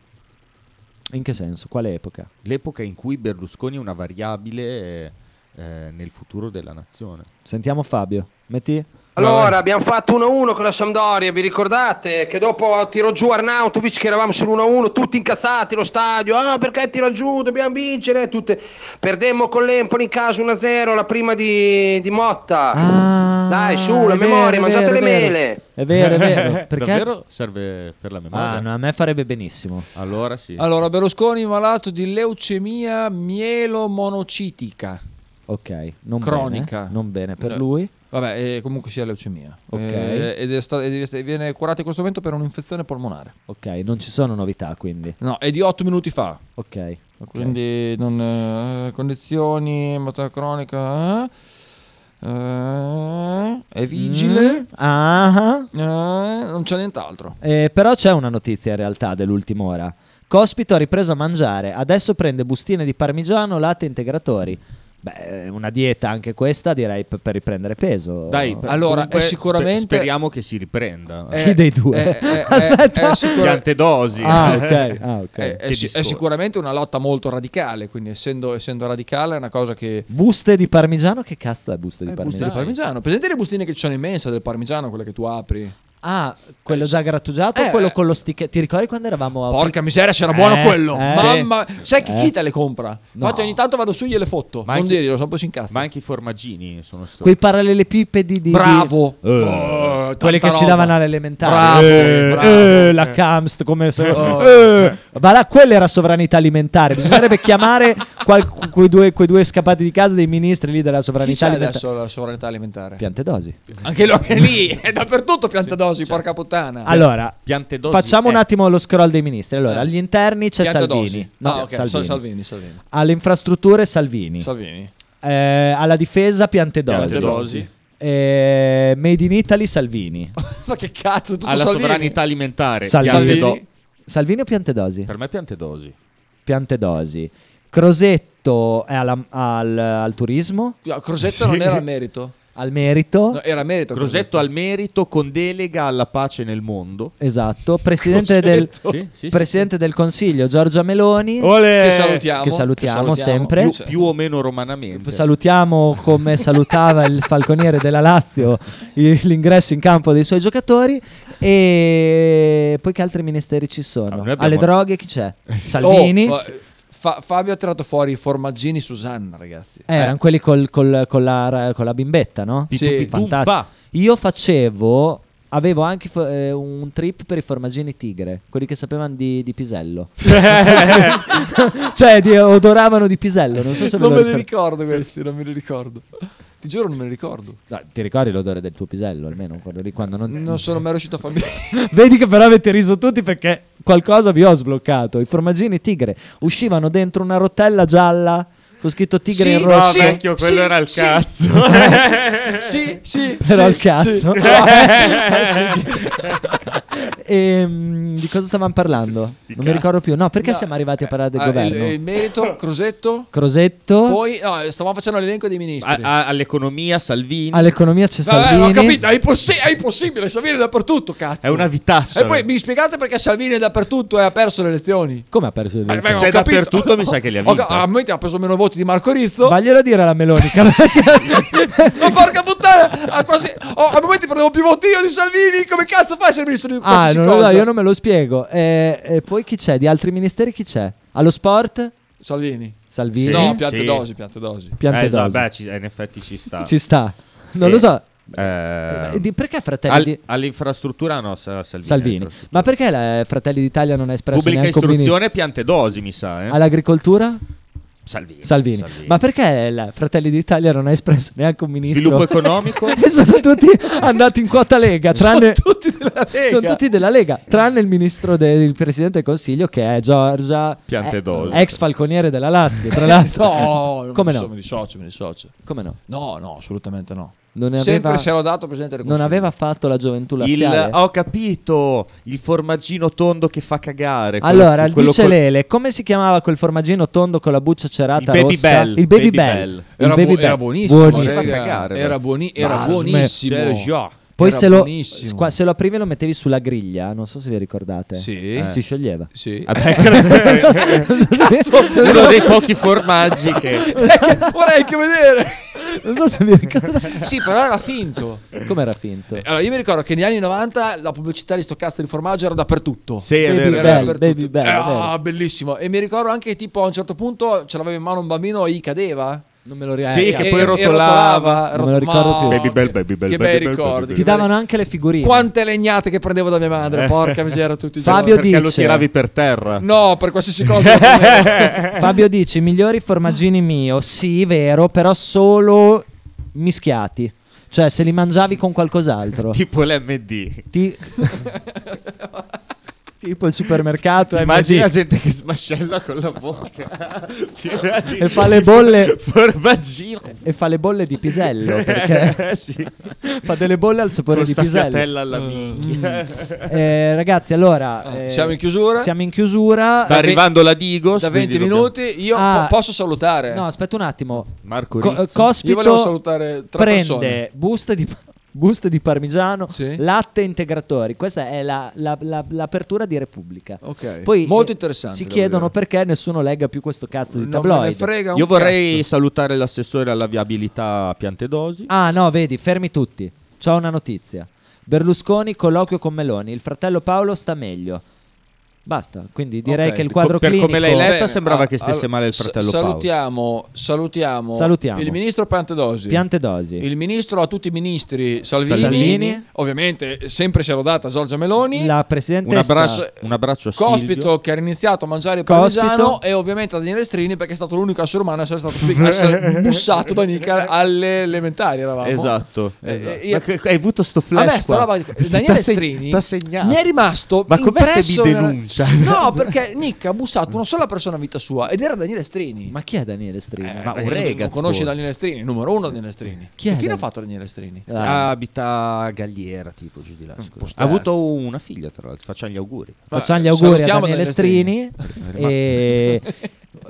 Speaker 5: In che senso? Quale epoca?
Speaker 4: L'epoca in cui Berlusconi è una variabile eh, nel futuro della nazione.
Speaker 5: Sentiamo Fabio. Metti.
Speaker 7: Allora, abbiamo fatto 1-1 con la Sampdoria, vi ricordate? Che dopo tirò giù Arnautovic che eravamo sull'1-1, tutti incazzati lo stadio, ah perché tira giù, dobbiamo vincere, tutte... Perdemmo con l'Empoli in casa 1-0, la prima di, di Motta. Ah. Dai, su, la
Speaker 5: Ah, è
Speaker 7: memoria,
Speaker 5: vero,
Speaker 7: mangiate
Speaker 5: è
Speaker 7: le
Speaker 5: vero, è
Speaker 7: mele.
Speaker 5: vero. È vero, è vero. Perché?
Speaker 4: Davvero serve per la memoria?
Speaker 5: Ah, no, a me farebbe benissimo.
Speaker 4: Allora sì.
Speaker 3: Allora, Berlusconi malato di leucemia mielomonocitica.
Speaker 5: Ok, non
Speaker 3: cronica.
Speaker 5: bene, non bene per
Speaker 3: No.
Speaker 5: lui.
Speaker 3: Vabbè, eh, comunque sia leucemia.
Speaker 5: Ok.
Speaker 3: Eh, ed è sta- ed è- viene curato in questo momento per un'infezione polmonare.
Speaker 5: Ok, non ci sono novità quindi.
Speaker 3: No, è di 8 minuti fa.
Speaker 5: Ok, ok.
Speaker 3: Quindi non, eh, condizioni, malattia cronica. eh. Eh, è vigile.
Speaker 5: Mm, ah.
Speaker 3: Eh, non c'è nient'altro.
Speaker 5: Eh, però c'è una notizia in realtà dell'ultima ora. Cospito ha ripreso a mangiare, adesso prende bustine di parmigiano, latte e integratori. Beh, una dieta anche questa direi per, per riprendere peso.
Speaker 4: Dai, per-
Speaker 3: allora,
Speaker 4: comunque
Speaker 3: è sicuramente-
Speaker 4: spe- speriamo che si riprenda.
Speaker 5: Chi dei due? Aspetta.
Speaker 4: Gli antedosi.
Speaker 5: Ah, ok. ah, ok.
Speaker 3: È, è
Speaker 4: Che
Speaker 3: si- è
Speaker 4: discorso.
Speaker 3: sicuramente una lotta molto radicale. Quindi, essendo, essendo radicale, è una cosa che.
Speaker 5: Buste di parmigiano? Che cazzo è buste di
Speaker 3: Eh, Buste
Speaker 5: parmigiano?
Speaker 3: di parmigiano. Presente le bustine che ci sono in mensa del parmigiano, quelle che tu apri.
Speaker 5: Ah, quello già grattugiato o
Speaker 3: Eh,
Speaker 5: quello
Speaker 3: eh.
Speaker 5: con lo stick? Ti ricordi quando eravamo a
Speaker 3: Porca miseria, c'era buono
Speaker 5: Eh,
Speaker 3: quello.
Speaker 5: eh.
Speaker 3: Mamma, sai che
Speaker 5: Eh.
Speaker 3: chi te le compra?
Speaker 5: No.
Speaker 3: Infatti, ogni tanto vado su e gliele fotto.
Speaker 4: Ma
Speaker 3: non
Speaker 4: anche-
Speaker 3: dirglielo, sono un po' si incazza.
Speaker 4: Ma anche i formaggini sono stronzi.
Speaker 5: Quei parallelepipedi di...
Speaker 3: Bravo,
Speaker 5: di- quelli Eh. che ci davano all'elementare.
Speaker 3: Bravo,
Speaker 5: Eh,
Speaker 3: bravo.
Speaker 5: eh, la Camst, come se...
Speaker 3: Oh.
Speaker 5: Eh. Ma là, quella era sovranità alimentare. Bisognerebbe chiamare qual- quei, due, quei due scappati di casa dei ministri lì della
Speaker 3: Chi
Speaker 5: sovranità
Speaker 3: c'è
Speaker 5: alimentare.
Speaker 3: adesso la sovranità alimentare?
Speaker 5: Piantedosi.
Speaker 3: Anche lo- è lì, è dappertutto piantadosi, porca puttana.
Speaker 5: cioè. Allora,
Speaker 4: Piantedosi
Speaker 5: facciamo
Speaker 3: Eh.
Speaker 5: un
Speaker 4: è-
Speaker 5: attimo lo scroll dei ministri. Allora, agli interni c'è
Speaker 3: Piantedosi.
Speaker 5: Salvini.
Speaker 3: No,
Speaker 5: No,
Speaker 3: Ah, ok, so- Salvini. Salvini, Salvini.
Speaker 5: Alle infrastrutture Salvini. Eh, alla difesa Piantedosi.
Speaker 4: Piantedosi.
Speaker 5: Eh, Made in Italy Salvini.
Speaker 3: Ma che cazzo, tutto
Speaker 4: Alla
Speaker 3: Salvini.
Speaker 4: sovranità alimentare.
Speaker 5: Salvini.
Speaker 4: Piantedo-
Speaker 5: Salvini o Piantedosi?
Speaker 4: Per me piantedosi.
Speaker 5: Piantedosi. Crosetto è alla- al, al turismo,
Speaker 3: Crosetto non era a merito?
Speaker 5: al merito.
Speaker 4: eh.
Speaker 3: No, era a merito.
Speaker 4: Crosetto al merito con delega alla pace nel mondo.
Speaker 5: Esatto, presidente, del,
Speaker 4: Crosetto. Sì, sì, sì,
Speaker 5: presidente del consiglio Giorgia Meloni.
Speaker 4: Ole!
Speaker 3: Che salutiamo.
Speaker 5: Eh,
Speaker 3: Oh,
Speaker 5: Che salutiamo sempre.
Speaker 4: Più, più o meno romanamente.
Speaker 5: Salutiamo come salutava il falconiere della Lazio i- l'ingresso in campo dei suoi giocatori. E poi che altri ministeri ci sono?
Speaker 4: noi abbiamo-
Speaker 5: Alle droghe chi c'è? Salvini. Eh,
Speaker 3: Oh, ma- Fa- Fabio ha tirato fuori i formaggini Susanna, ragazzi.
Speaker 5: Eh, erano quelli col- col- con, la, con la bimbetta, no?
Speaker 3: Sì. Pitu, pitu,
Speaker 5: fantastico.
Speaker 3: pa.
Speaker 5: Io facevo. Avevo anche fo- eh, un trip per i formaggini tigre, quelli che sapevano di, di pisello. cioè, di- odoravano di pisello, non so se ve lo
Speaker 3: non me li
Speaker 5: ricordo.
Speaker 3: ricordo questi, non me li ricordo. Ti giuro, non me li ricordo.
Speaker 5: No, ti ricordi l'odore del tuo pisello, almeno quello lì quando non...
Speaker 3: Non sono mai riuscito a farmi.
Speaker 5: Vedi che però avete riso tutti perché qualcosa vi ho sbloccato. I formaggini tigre uscivano dentro una rotella gialla con scritto tigre in rosso.
Speaker 11: No, vecchio, quello era il cazzo.
Speaker 3: sì, sì.
Speaker 5: Però
Speaker 3: sì,
Speaker 5: il cazzo.
Speaker 3: sì.
Speaker 5: Ehm, di cosa stavamo parlando? non mi
Speaker 3: cazzo.
Speaker 5: ricordo più. No, perché
Speaker 3: No,
Speaker 5: siamo arrivati a parlare del
Speaker 3: Ah, il,
Speaker 5: governo?
Speaker 3: il merito, Crosetto.
Speaker 5: Crosetto.
Speaker 3: Poi, no, stavamo facendo l'elenco dei ministri.
Speaker 4: A- a- all'economia, Salvini.
Speaker 5: All'economia c'è
Speaker 3: Vabbè,
Speaker 5: Ah, Salvini.
Speaker 3: eh, ho capito, è, impossi- è impossibile, Salvini è dappertutto, cazzo.
Speaker 4: È una vitaccia.
Speaker 3: E poi mi spiegate perché Salvini è dappertutto e ha perso le elezioni?
Speaker 5: Come ha perso il
Speaker 3: Eh, beh, ho
Speaker 4: Se è
Speaker 3: capito.
Speaker 4: dappertutto, mi sa che li ha
Speaker 3: Ho ca-
Speaker 4: vinti.
Speaker 3: A me ti ha preso meno voti di Marco Rizzo.
Speaker 5: Vaglielo dire alla Melonica.
Speaker 3: Ma porca puttana, a, quasi, oh, a momenti prendevo più voti io di Salvini. Come cazzo fai a essere ministro di
Speaker 5: ah,
Speaker 3: qualsiasi
Speaker 5: non lo
Speaker 3: cosa?
Speaker 5: so, io non me lo spiego. E, e poi chi c'è? Di altri ministeri chi c'è? Allo sport?
Speaker 3: Salvini.
Speaker 5: Salvini.
Speaker 3: No, piante dosi, piante dosi.
Speaker 5: Piante
Speaker 4: Eh, esatto,
Speaker 5: dosi.
Speaker 4: beh, ci- in effetti ci sta.
Speaker 5: Ci sta. Non lo so.
Speaker 4: Eh,
Speaker 5: Eh, di- perché Fratelli di-
Speaker 4: All'infrastruttura no, sa- Salvini. ecco.
Speaker 5: Salvini. Ma perché la- Fratelli d'Italia non ha espresso
Speaker 4: Pubblica
Speaker 5: neanche un
Speaker 4: istruzione,
Speaker 5: ministro?
Speaker 4: piante dosi, mi sa. eh.
Speaker 5: All'agricoltura?
Speaker 4: Salvini.
Speaker 5: Salvini.
Speaker 4: Salvini.
Speaker 5: Ma perché la Fratelli d'Italia non ha espresso neanche un ministro?
Speaker 4: Sviluppo economico?
Speaker 5: e sono tutti andati in quota Lega, tranne
Speaker 3: Sono tutti della Lega.
Speaker 5: sono tutti della Lega, tranne il ministro del il presidente del Consiglio che è Giorgia
Speaker 4: Piantedosi.
Speaker 5: eh, ex falconiere della Lazio, tra l'altro.
Speaker 3: No,
Speaker 5: come
Speaker 3: mi so-
Speaker 5: no?
Speaker 3: mi dissocio, mi dissocio.
Speaker 5: Come no?
Speaker 3: No, no, assolutamente no.
Speaker 5: Non ne
Speaker 3: Sempre
Speaker 5: aveva-
Speaker 3: si era dato presidente del
Speaker 5: Non
Speaker 3: Consiglio.
Speaker 5: aveva fatto la gioventù
Speaker 4: Il,
Speaker 5: laziale.
Speaker 4: ho capito, il formaggino tondo che fa cagare. quello-
Speaker 5: Allora,
Speaker 4: quello
Speaker 5: dice
Speaker 4: col-
Speaker 5: Lele, come si chiamava quel formaggino tondo con la buccia cerata
Speaker 4: Il Baby
Speaker 5: rossa?
Speaker 4: Bell,
Speaker 5: Il Baby,
Speaker 4: Baby
Speaker 5: Bell.
Speaker 4: Bell.
Speaker 5: Il
Speaker 3: Era, bu-
Speaker 5: Baby
Speaker 3: era
Speaker 5: Bell.
Speaker 3: buonissimo,
Speaker 5: Buonissimo.
Speaker 3: raga.
Speaker 4: Fa cagare,
Speaker 3: era,
Speaker 4: ragazzi.
Speaker 3: buoni- era
Speaker 5: Basme.
Speaker 3: buonissimo.
Speaker 4: Del Gio.
Speaker 5: Poi
Speaker 3: Era
Speaker 5: se lo,
Speaker 3: buonissimo.
Speaker 5: qua- se lo aprivi lo mettevi sulla griglia, non so se vi ricordate. Eh,
Speaker 3: Sì.
Speaker 5: Si scioglieva.
Speaker 3: Sì. Eh,
Speaker 4: Eh, Uno dei pochi formaggi che...
Speaker 3: Vorrei che vedere.
Speaker 5: Non so se vi ricordate.
Speaker 3: Sì, però era finto.
Speaker 5: Com'era finto?
Speaker 3: Eh,
Speaker 4: Eh,
Speaker 3: Allora, io mi ricordo che negli anni 90 la pubblicità di sto cazzo di formaggio era dappertutto.
Speaker 4: Sì, è
Speaker 5: Baby
Speaker 4: vero, è
Speaker 5: Bell,
Speaker 4: vero.
Speaker 5: Baby Bell, è vero.
Speaker 3: Ah, bellissimo. E mi ricordo anche che tipo a un certo punto ce l'aveva in mano un bambino e gli cadeva.
Speaker 5: Non me lo eh, ricordo.
Speaker 4: Sì,
Speaker 3: E-
Speaker 4: che
Speaker 3: e-
Speaker 4: poi
Speaker 3: e
Speaker 4: rotolava.
Speaker 5: Non me lo
Speaker 3: rotolava.
Speaker 5: ricordo
Speaker 3: Ma-
Speaker 5: più.
Speaker 11: Baby Bell, Baby Bell,
Speaker 3: Che
Speaker 11: Baby
Speaker 3: bei
Speaker 11: Bell,
Speaker 3: ricordi.
Speaker 11: Baby
Speaker 5: Ti
Speaker 3: che
Speaker 11: Bell.
Speaker 5: davano anche le figurine.
Speaker 3: Quante legnate che prendevo da mia madre, porca miseria, tutti i
Speaker 5: Fabio
Speaker 3: giorni.
Speaker 5: Di-
Speaker 4: Eh. Perché lo
Speaker 5: dice-
Speaker 4: tiravi per terra.
Speaker 3: No, per qualsiasi cosa. Vabbè,
Speaker 5: Eh. Fabio dice: "I migliori formaggini mio. Sì, vero, però solo mischiati. Cioè, se li mangiavi con qualcos'altro.
Speaker 4: Tipo l'MD.
Speaker 5: Ti- tipo il supermercato. eh, MD.
Speaker 4: Immagina gente che smascella con la bocca. Tirati-
Speaker 5: E fa le bolle-
Speaker 4: Formaggino.
Speaker 5: E fa le bolle di pisello. Perché
Speaker 4: Eh, sì.
Speaker 5: fa delle bolle al sapore
Speaker 4: Con
Speaker 5: di Mm.
Speaker 4: staccatella
Speaker 5: pisello.
Speaker 4: alla minchia.
Speaker 5: Eh, ragazzi, allora. eh,
Speaker 3: Ah, siamo in chiusura.
Speaker 5: Siamo in chiusura.
Speaker 4: Sta arrivando la Digos.
Speaker 3: da 20
Speaker 4: quindi dobbiamo-
Speaker 3: minuti io
Speaker 5: Ah.
Speaker 3: po- posso salutare.
Speaker 5: No, aspetta un attimo.
Speaker 4: Marco
Speaker 5: Co- eh,
Speaker 4: Rizzi.
Speaker 5: Cospito
Speaker 3: Io volevo salutare tre
Speaker 5: prende
Speaker 3: persone.
Speaker 5: buste di, buste di parmigiano,
Speaker 3: Sì.
Speaker 5: latte e integratori. Questa è la- la- la- l'apertura di Repubblica.
Speaker 3: Ok.
Speaker 5: Poi,
Speaker 3: Molto
Speaker 5: eh,
Speaker 3: interessante,
Speaker 5: Si
Speaker 3: devo
Speaker 5: chiedono
Speaker 3: dire.
Speaker 5: perché nessuno legga più questo cazzo di
Speaker 3: Non me ne
Speaker 5: tabloid.
Speaker 3: frega un
Speaker 4: Io vorrei
Speaker 3: cazzo.
Speaker 4: salutare l'assessore alla viabilità a Piantedosi.
Speaker 5: Ah, no, vedi, fermi tutti. C'ho una notizia. Berlusconi, colloquio con Meloni. Il fratello Paolo sta meglio. Basta, quindi direi
Speaker 3: Ok.
Speaker 5: che il quadro
Speaker 4: Co- per
Speaker 5: clinico
Speaker 4: come l'hai letto,
Speaker 3: Bene,
Speaker 4: sembrava
Speaker 3: ah,
Speaker 4: che stesse
Speaker 3: allora,
Speaker 4: male il
Speaker 3: sa-
Speaker 4: fratello Paolo.
Speaker 3: salutiamo, salutiamo,
Speaker 5: Salutiamo.
Speaker 3: il ministro Piantedosi.
Speaker 5: piante dosi.
Speaker 3: il ministro a tutti i ministri Salvini,
Speaker 5: Salvini.
Speaker 3: ovviamente sempre si è rodata Giorgia Meloni.
Speaker 5: La presidente
Speaker 4: Un abbraccio, un abbraccio a
Speaker 3: Cospito
Speaker 4: Silvio.
Speaker 3: che ha iniziato a mangiare il
Speaker 5: Cospito.
Speaker 3: parmigiano e ovviamente a Daniele Strini perché è stato l'unico essere umano a essere stato spi- a essere bussato da Nica alle elementari eravamo.
Speaker 4: Esatto.
Speaker 3: Eh,
Speaker 4: esatto.
Speaker 3: eh, io-
Speaker 4: Ma che- hai avuto sto
Speaker 3: A
Speaker 4: flash
Speaker 3: me sta
Speaker 4: qua?
Speaker 3: roba-
Speaker 4: Ti
Speaker 3: Daniele
Speaker 4: t'ha seg-
Speaker 3: Strini
Speaker 4: t'ha segnato.
Speaker 3: mi è rimasto
Speaker 4: Ma com'è se
Speaker 3: impresso
Speaker 4: mi
Speaker 3: nella-
Speaker 4: denuncia?
Speaker 3: No, perché Nick ha bussato una sola persona a vita sua ed era Daniele Strini.
Speaker 5: Ma chi è Daniele Strini?
Speaker 3: Eh,
Speaker 4: ma un
Speaker 3: perché non-
Speaker 4: regaz,
Speaker 3: non conosci
Speaker 4: poi.
Speaker 3: Daniele Strini, numero uno Daniele Strini.
Speaker 5: Chi è
Speaker 3: che fine
Speaker 5: Dan-
Speaker 3: ha fatto Daniele Strini?
Speaker 4: Ah.
Speaker 5: Dai.
Speaker 11: ah,
Speaker 4: Abita a Galliera, tipo giù di là. scusa.
Speaker 3: posto
Speaker 4: Ha avuto una figlia, tra l'altro. Facciamo gli auguri.
Speaker 5: Facciamo gli
Speaker 3: Eh,
Speaker 5: auguri a
Speaker 3: salutiamo
Speaker 5: Daniele,
Speaker 3: Daniele
Speaker 5: Strini. e...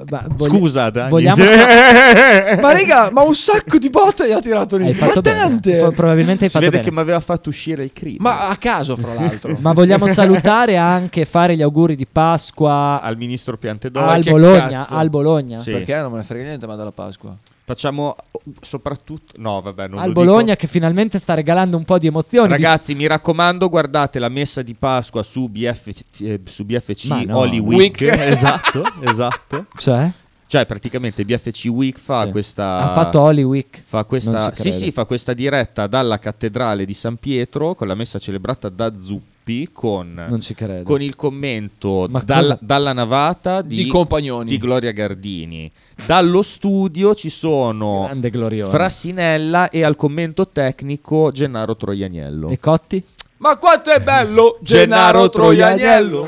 Speaker 5: Ma voglio-
Speaker 4: Scusa, Dani.
Speaker 5: Vogliamo
Speaker 3: ma raga, ma un sacco di botte gli ha tirato lì.
Speaker 5: Hai fatto
Speaker 3: ma
Speaker 5: bene.
Speaker 3: tante.
Speaker 5: Fo- Probabilmente hai
Speaker 4: Si
Speaker 5: fatto
Speaker 4: vede
Speaker 5: bene.
Speaker 4: che mi aveva fatto uscire il crimine.
Speaker 3: Ma a caso, fra l'altro.
Speaker 5: Ma vogliamo salutare anche fare gli auguri di Pasqua
Speaker 4: Al ministro Piantedosi.
Speaker 5: al
Speaker 3: che
Speaker 5: Bologna,
Speaker 3: cazzo.
Speaker 5: al Bologna.
Speaker 4: Sì.
Speaker 3: Perché non me ne frega niente, ma dalla Pasqua.
Speaker 11: Facciamo soprattutto... No, vabbè, non
Speaker 5: Al
Speaker 11: lo dico.
Speaker 5: Bologna che finalmente sta regalando un po' di emozioni.
Speaker 11: Ragazzi, mi raccomando, guardate la messa di Pasqua su, BF, eh, su BFC
Speaker 5: Ma no.
Speaker 11: Holy Week.
Speaker 5: Week.
Speaker 11: esatto, esatto.
Speaker 5: Vis- Cioè?
Speaker 11: Cioè, praticamente BFC Week fa
Speaker 5: Sì.
Speaker 11: questa.
Speaker 5: Ha fatto Holy Week.
Speaker 11: Fa
Speaker 5: Non ci
Speaker 11: questa, sì,
Speaker 5: credo.
Speaker 11: sì, fa questa diretta dalla cattedrale di San Pietro con la messa celebrata da Zuppi con,
Speaker 5: Non ci credo.
Speaker 11: con il commento
Speaker 5: Ma
Speaker 11: dal-
Speaker 5: cosa-
Speaker 11: dalla navata di,
Speaker 3: Di Compagnoni.
Speaker 11: di Gloria Gardini. Dallo studio ci sono
Speaker 5: Grande glorione.
Speaker 11: Frassinella e al commento tecnico Gennaro Troianiello.
Speaker 5: E Cotti?
Speaker 3: Ma quanto è bello Gennaro Troianiello.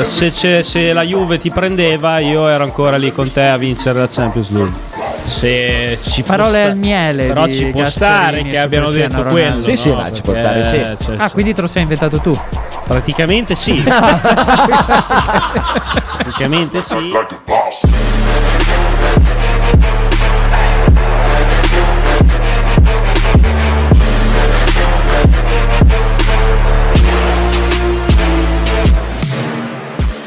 Speaker 4: Eh, se, c'è- se la Juve ti prendeva, io ero ancora lì con te a vincere la Champions League. Se ci può
Speaker 1: Parole
Speaker 4: sta-
Speaker 1: al miele.
Speaker 4: però
Speaker 1: di
Speaker 4: ci può
Speaker 1: Gasperini
Speaker 4: stare che
Speaker 1: su
Speaker 4: abbiano
Speaker 1: Cristiano
Speaker 4: detto
Speaker 1: Ronaldo.
Speaker 4: quello.
Speaker 1: Sì, sì,
Speaker 4: no?
Speaker 1: ma ci può stare,
Speaker 4: Perché,
Speaker 1: sì.
Speaker 4: eh, cioè,
Speaker 1: ah, quindi te lo sei inventato tu.
Speaker 4: Praticamente sì. Praticamente sì.